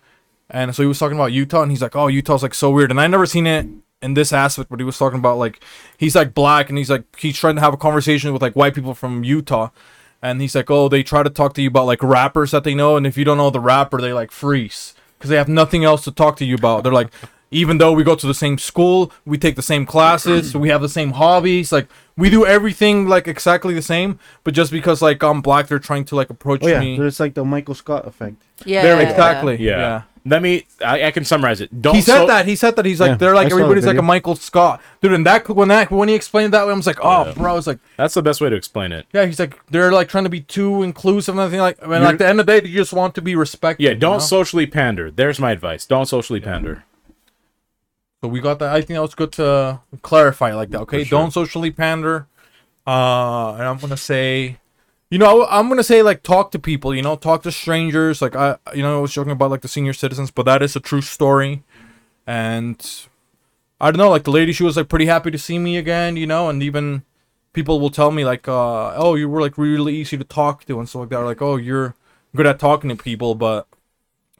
[SPEAKER 2] and so he was talking about Utah, and he's like, "Oh, Utah's like so weird," and I never seen it in this aspect. But he was talking about like he's like black, and he's like he's trying to have a conversation with like white people from Utah, and he's like, "Oh, they try to talk to you about like rappers that they know, and if you don't know the rapper, they like freeze because they have nothing else to talk to you about." They're like. Even though we go to the same school, we take the same classes, we have the same hobbies, like we do everything like exactly the same, but just because like I'm black, they're trying to like approach
[SPEAKER 3] Oh yeah,
[SPEAKER 2] me.
[SPEAKER 3] there's like the Michael Scott effect.
[SPEAKER 4] Yeah.
[SPEAKER 2] There, exactly.
[SPEAKER 1] Yeah.
[SPEAKER 2] Yeah.
[SPEAKER 1] Let me, I, I can summarize it. Don't
[SPEAKER 2] He said
[SPEAKER 1] so-
[SPEAKER 2] that. He said that. He's like,
[SPEAKER 3] Yeah,
[SPEAKER 2] they're
[SPEAKER 3] I
[SPEAKER 2] like,
[SPEAKER 3] saw the
[SPEAKER 2] everybody's like a
[SPEAKER 3] video.
[SPEAKER 2] Michael Scott, dude. And that when that when he explained it that way, I was like, oh, bro. I was like,
[SPEAKER 1] That's the best way to explain it.
[SPEAKER 2] yeah. He's like, they're like trying to be too inclusive and everything. Like, I mean, like at the end of the day, you just want to be respected.
[SPEAKER 1] Yeah,
[SPEAKER 2] you
[SPEAKER 1] don't
[SPEAKER 2] know? So
[SPEAKER 1] socially pander. There's my advice. Don't socially pander.
[SPEAKER 2] we got that. I think that was good to clarify like that. Okay, don't socially pander. Uh, and I'm gonna say. You know, I'm gonna say like talk to people. You know, talk to strangers. Like I, you know, I was joking about like the senior citizens, but that is a true story. and I don't know, like the lady, she was like pretty happy to see me again, you know, and even people will tell me like, uh, oh, you were like really easy to talk to and stuff like that. Like, oh, you're good at talking to people, but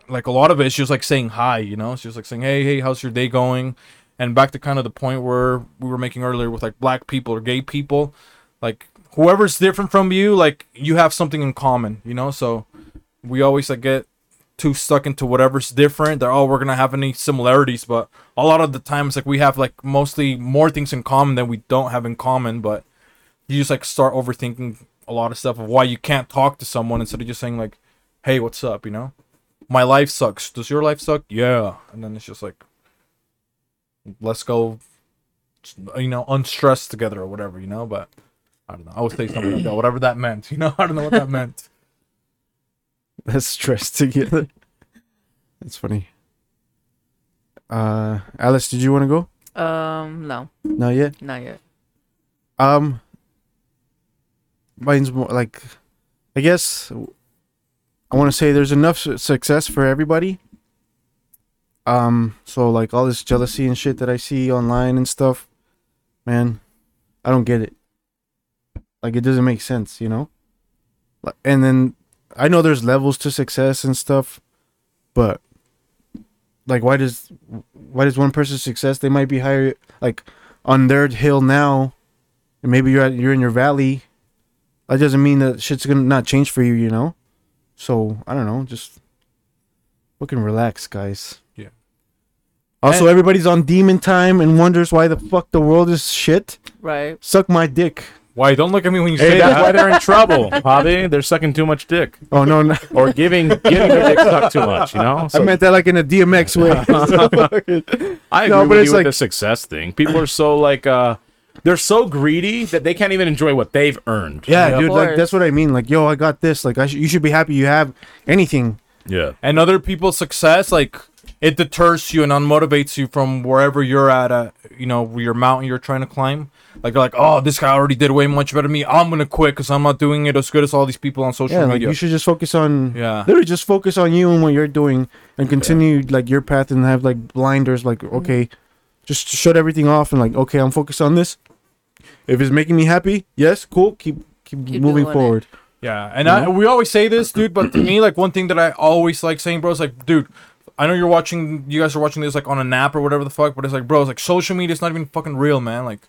[SPEAKER 2] like a lot of it, she was like saying hi, you know, she was like saying, hey, hey, how's your day going? And back to kind of the point where we were making earlier with like black people or gay people, like whoever's different from you, like you have something in common, you know. So we always like get too stuck into whatever's different that oh we're gonna have any similarities but a lot of the times like we have like mostly more things in common than we don't have in common but you just like start overthinking a lot of stuff of why you can't talk to someone instead of just saying like hey what's up you know my life sucks does your life suck yeah and then it's just like let's go you know unstressed together or whatever you know but i don't know i would say something like that whatever that meant you know i don't know what that meant
[SPEAKER 3] That's stressed together. That's funny. Uh, Alice, did you want to go?
[SPEAKER 4] Um, no,
[SPEAKER 3] Not yet.
[SPEAKER 4] not yet.
[SPEAKER 3] Um, mine's more like, I guess, I want to say there's enough su- success for everybody. Um, so like all this jealousy and shit that I see online and stuff, man, I don't get it. Like it doesn't make sense, you know. Like, and then I know there's levels to success and stuff, but like why does why does one person's success they might be higher like on their hill now and maybe you're at, you're in your valley. That doesn't mean that shit's gonna not change for you, you know. So I don't know, just fucking relax, guys.
[SPEAKER 2] Yeah.
[SPEAKER 3] Also,
[SPEAKER 2] And-
[SPEAKER 3] everybody's on demon time and wonders why the fuck the world is shit.
[SPEAKER 4] Right.
[SPEAKER 3] Suck my dick.
[SPEAKER 2] why don't look at me when you say
[SPEAKER 1] Hey,
[SPEAKER 2] that
[SPEAKER 1] that's why they're in trouble, Javi. They're sucking too much dick.
[SPEAKER 3] Oh no, no.
[SPEAKER 1] Or giving giving their dick sucked too much, you know?
[SPEAKER 3] I
[SPEAKER 1] So-
[SPEAKER 3] meant that like in a DMX way.
[SPEAKER 1] I agree
[SPEAKER 3] No, but
[SPEAKER 1] with
[SPEAKER 3] it's
[SPEAKER 1] you
[SPEAKER 3] like-
[SPEAKER 1] with the success thing. People are so like uh they're so greedy that they can't even enjoy what they've earned.
[SPEAKER 3] yeah,
[SPEAKER 4] Of
[SPEAKER 3] dude, like
[SPEAKER 4] course.
[SPEAKER 3] that's what I mean. Like, yo, I got this. Like, I sh- you should be happy you have anything.
[SPEAKER 1] Yeah.
[SPEAKER 2] and other people's success like it deters you and unmotivates you from wherever you're at uh, you know your mountain you're trying to climb like they're like oh this guy already did way much better than me i'm gonna quit because i'm not doing it as good as all these people on social
[SPEAKER 3] Yeah, like
[SPEAKER 2] media
[SPEAKER 3] you should just focus on.
[SPEAKER 2] Yeah.
[SPEAKER 3] Literally, just focus on you and what you're doing, and continue like your path, and have like blinders. Like, okay, just shut everything off, and like, okay, I'm focused on this. If it's making me happy, yes, cool. Keep keep,
[SPEAKER 4] Keep
[SPEAKER 3] moving
[SPEAKER 4] doing it.
[SPEAKER 3] forward.
[SPEAKER 2] yeah and I, we always say this dude but to me like one thing that i always like saying bro is like dude i know you're watching you guys are watching this like on a nap or whatever the fuck but it's like bro it's like social media is not even fucking real man like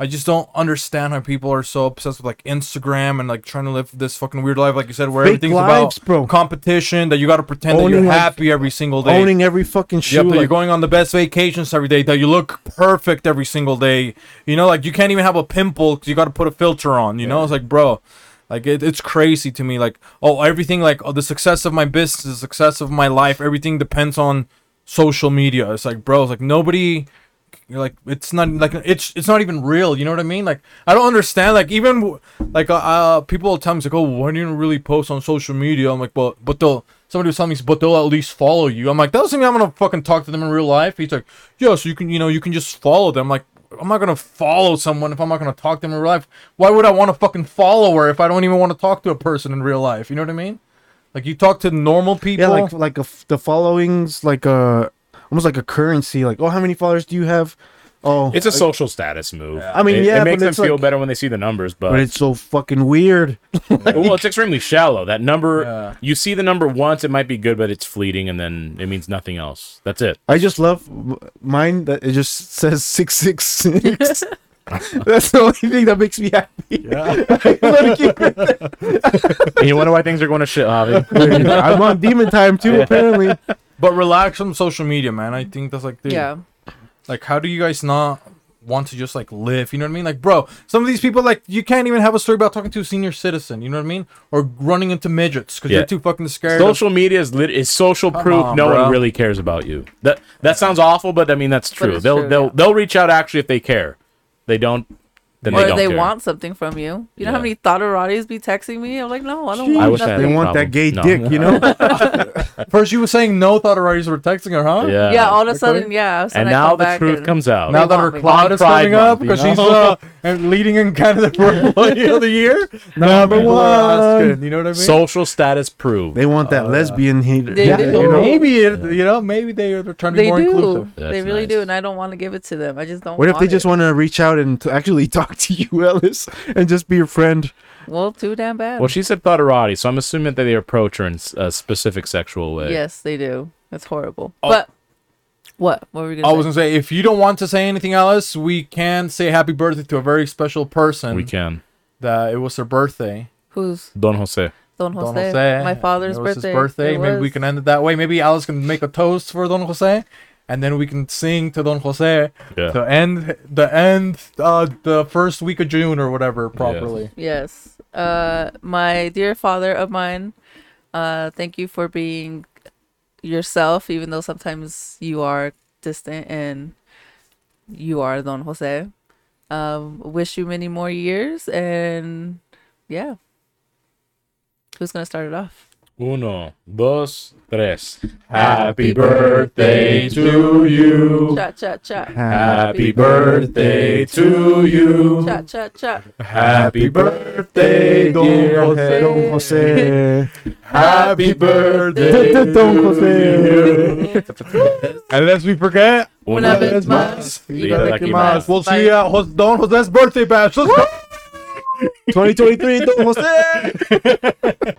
[SPEAKER 2] I just don't understand how people are so obsessed with like Instagram and like trying to live this fucking weird life, like you said, where
[SPEAKER 3] Fake
[SPEAKER 2] everything's
[SPEAKER 3] lives,
[SPEAKER 2] about
[SPEAKER 3] bro.
[SPEAKER 2] competition that you got to pretend that
[SPEAKER 3] Owning,
[SPEAKER 2] you're
[SPEAKER 3] like-
[SPEAKER 2] happy every single day.
[SPEAKER 3] Owning every fucking shoe.
[SPEAKER 2] Yep, that you're
[SPEAKER 3] like-
[SPEAKER 2] going on the best vacations every day. That you look perfect every single day. You know, like you can't even have a pimple 'cause you got to put a filter on. You know, it's like, bro, like it, it's crazy to me. Like, oh, everything, like oh, the success of my business, the success of my life, everything depends on social media. It's like, bro, it's like nobody. You're like, it's not like it's it's not even real. You know what I mean? Like, I don't understand. Like, even w- like uh, uh people will tell me it's like, oh, why do you really post on social media? I'm like, but but they'll somebody was telling me, but they'll at least follow you. I'm like, that doesn't mean I'm gonna fucking talk to them in real life. He's like, yeah, so you can you know you can just follow them. like, I'm not gonna follow someone if I'm not gonna talk to them in real life. Why would I want to fucking follow her if I don't even want to talk to a person in real life? You know what I mean? Like you talk to normal people.
[SPEAKER 3] Yeah, like like a f the followings, like a almost like a currency. Like, oh, how many followers do you have? Oh,
[SPEAKER 1] It's a social status move.
[SPEAKER 3] I mean,
[SPEAKER 1] It-
[SPEAKER 3] yeah,
[SPEAKER 1] it
[SPEAKER 3] but
[SPEAKER 1] makes them
[SPEAKER 3] it's like-
[SPEAKER 1] feel better when they see the numbers, but,
[SPEAKER 3] but it's so fucking weird.
[SPEAKER 1] well, it's extremely shallow. That number,
[SPEAKER 2] Yeah.
[SPEAKER 1] you see the number once, it might be good, but it's fleeting, and then it means nothing else. That's it.
[SPEAKER 3] I just love m- mine that it just says six six six. That's the only thing that makes me happy. I'm gonna keep it there.
[SPEAKER 7] and you wonder why things are going to shit, Javi.
[SPEAKER 3] I'm on demon time too, apparently.
[SPEAKER 2] But relax on social media, man. I think that's like, dude,
[SPEAKER 4] Yeah.
[SPEAKER 2] like, how do you guys not want to just like live? You know what I mean? Like, bro, some of these people, like, you can't even have a story about talking to a senior citizen. You know what I mean? Or running into midgets because
[SPEAKER 1] Yeah.
[SPEAKER 2] you're too fucking scared. of-
[SPEAKER 1] Social media is lit- is social proof.
[SPEAKER 2] on,
[SPEAKER 1] no
[SPEAKER 2] bro.
[SPEAKER 1] one really cares about you. That that sounds awful, but I mean that's true.
[SPEAKER 4] it's
[SPEAKER 1] They'll
[SPEAKER 4] true,
[SPEAKER 1] they'll
[SPEAKER 4] yeah.
[SPEAKER 1] they'll reach out actually if they care. They don't. Then they
[SPEAKER 4] or
[SPEAKER 1] don't
[SPEAKER 4] they
[SPEAKER 1] care.
[SPEAKER 4] want something from you. You
[SPEAKER 1] Yeah.
[SPEAKER 4] know how many thoughterotties be texting me? I'm like, no, I don't
[SPEAKER 1] I
[SPEAKER 4] want
[SPEAKER 1] wish I had
[SPEAKER 3] They
[SPEAKER 4] nothing.
[SPEAKER 1] No
[SPEAKER 3] want
[SPEAKER 1] problem.
[SPEAKER 3] that gay
[SPEAKER 1] No.
[SPEAKER 3] dick, you know?
[SPEAKER 2] First, you were saying no, thought already were texting her, huh?
[SPEAKER 1] Yeah.
[SPEAKER 4] yeah, all of a
[SPEAKER 2] Okay.
[SPEAKER 4] sudden, yeah. all of a
[SPEAKER 1] and
[SPEAKER 4] sudden I
[SPEAKER 1] now
[SPEAKER 4] come
[SPEAKER 1] the
[SPEAKER 4] back
[SPEAKER 1] truth
[SPEAKER 4] and-
[SPEAKER 1] comes out.
[SPEAKER 2] Now that
[SPEAKER 4] They
[SPEAKER 2] her
[SPEAKER 4] want me.
[SPEAKER 2] cloud is
[SPEAKER 7] Pride
[SPEAKER 2] coming
[SPEAKER 7] Month,
[SPEAKER 2] up
[SPEAKER 7] you
[SPEAKER 2] because
[SPEAKER 7] know?
[SPEAKER 2] she's uh, and leading in Canada for employee of the year.
[SPEAKER 3] Number
[SPEAKER 2] People are
[SPEAKER 3] one.
[SPEAKER 2] asking, you know what I mean?
[SPEAKER 1] Social status proof.
[SPEAKER 3] They want that lesbian hater.
[SPEAKER 4] They do.
[SPEAKER 3] you know?
[SPEAKER 2] maybe it, you know, maybe they are trying to be
[SPEAKER 4] They
[SPEAKER 2] more
[SPEAKER 4] do.
[SPEAKER 2] inclusive.
[SPEAKER 4] They
[SPEAKER 1] That's
[SPEAKER 4] really
[SPEAKER 1] nice.
[SPEAKER 4] do, and I don't want to give it to them. I just don't.
[SPEAKER 3] What if they
[SPEAKER 4] want
[SPEAKER 3] just
[SPEAKER 4] it.
[SPEAKER 3] want to reach out and to actually talk to you, Ellis, and just be your friend?
[SPEAKER 4] Well, too damn bad.
[SPEAKER 1] Well, she said thoughterati, so I'm assuming that they approach her in s- a specific sexual way.
[SPEAKER 4] yes, they do. That's horrible. But what? What were we gonna
[SPEAKER 2] Oh. I
[SPEAKER 4] say?
[SPEAKER 2] was gonna say, if you don't want to say anything else, we can say happy birthday to a very special person.
[SPEAKER 1] we can.
[SPEAKER 2] That it was her birthday.
[SPEAKER 4] Who's
[SPEAKER 1] Don Jose.
[SPEAKER 4] Don Jose?
[SPEAKER 2] Don Jose.
[SPEAKER 4] My
[SPEAKER 2] and
[SPEAKER 4] father's
[SPEAKER 2] it was
[SPEAKER 4] birthday.
[SPEAKER 2] His birthday.
[SPEAKER 4] It
[SPEAKER 2] Maybe we
[SPEAKER 4] was.
[SPEAKER 2] can end it that way. Maybe Alice can make a toast for Don Jose, and then we can sing to Don Jose
[SPEAKER 1] Yeah.
[SPEAKER 2] to end the end uh, the first week of June or whatever properly.
[SPEAKER 4] Yes. Uh, my dear father of mine, uh, thank you for being yourself, even though sometimes you are distant and you are Don Jose. Um, wish you many more years and yeah. Who's gonna start it off?
[SPEAKER 1] Uno, dos, tres.
[SPEAKER 4] Happy
[SPEAKER 1] birthday
[SPEAKER 2] to you.
[SPEAKER 4] Cha cha cha.
[SPEAKER 1] Happy
[SPEAKER 4] birthday
[SPEAKER 1] to you.
[SPEAKER 4] Cha cha cha.
[SPEAKER 1] Happy
[SPEAKER 3] birthday, Don Jose. Don Jose.
[SPEAKER 2] Happy birthday.
[SPEAKER 3] Don Jose.
[SPEAKER 2] Unless we forget,
[SPEAKER 4] Una vez
[SPEAKER 2] más.
[SPEAKER 4] más.
[SPEAKER 1] Itadakimasu.
[SPEAKER 2] we'll see uh, Jos- Don Jose's birthday bash. Let's go.
[SPEAKER 3] 2023, Don Jose.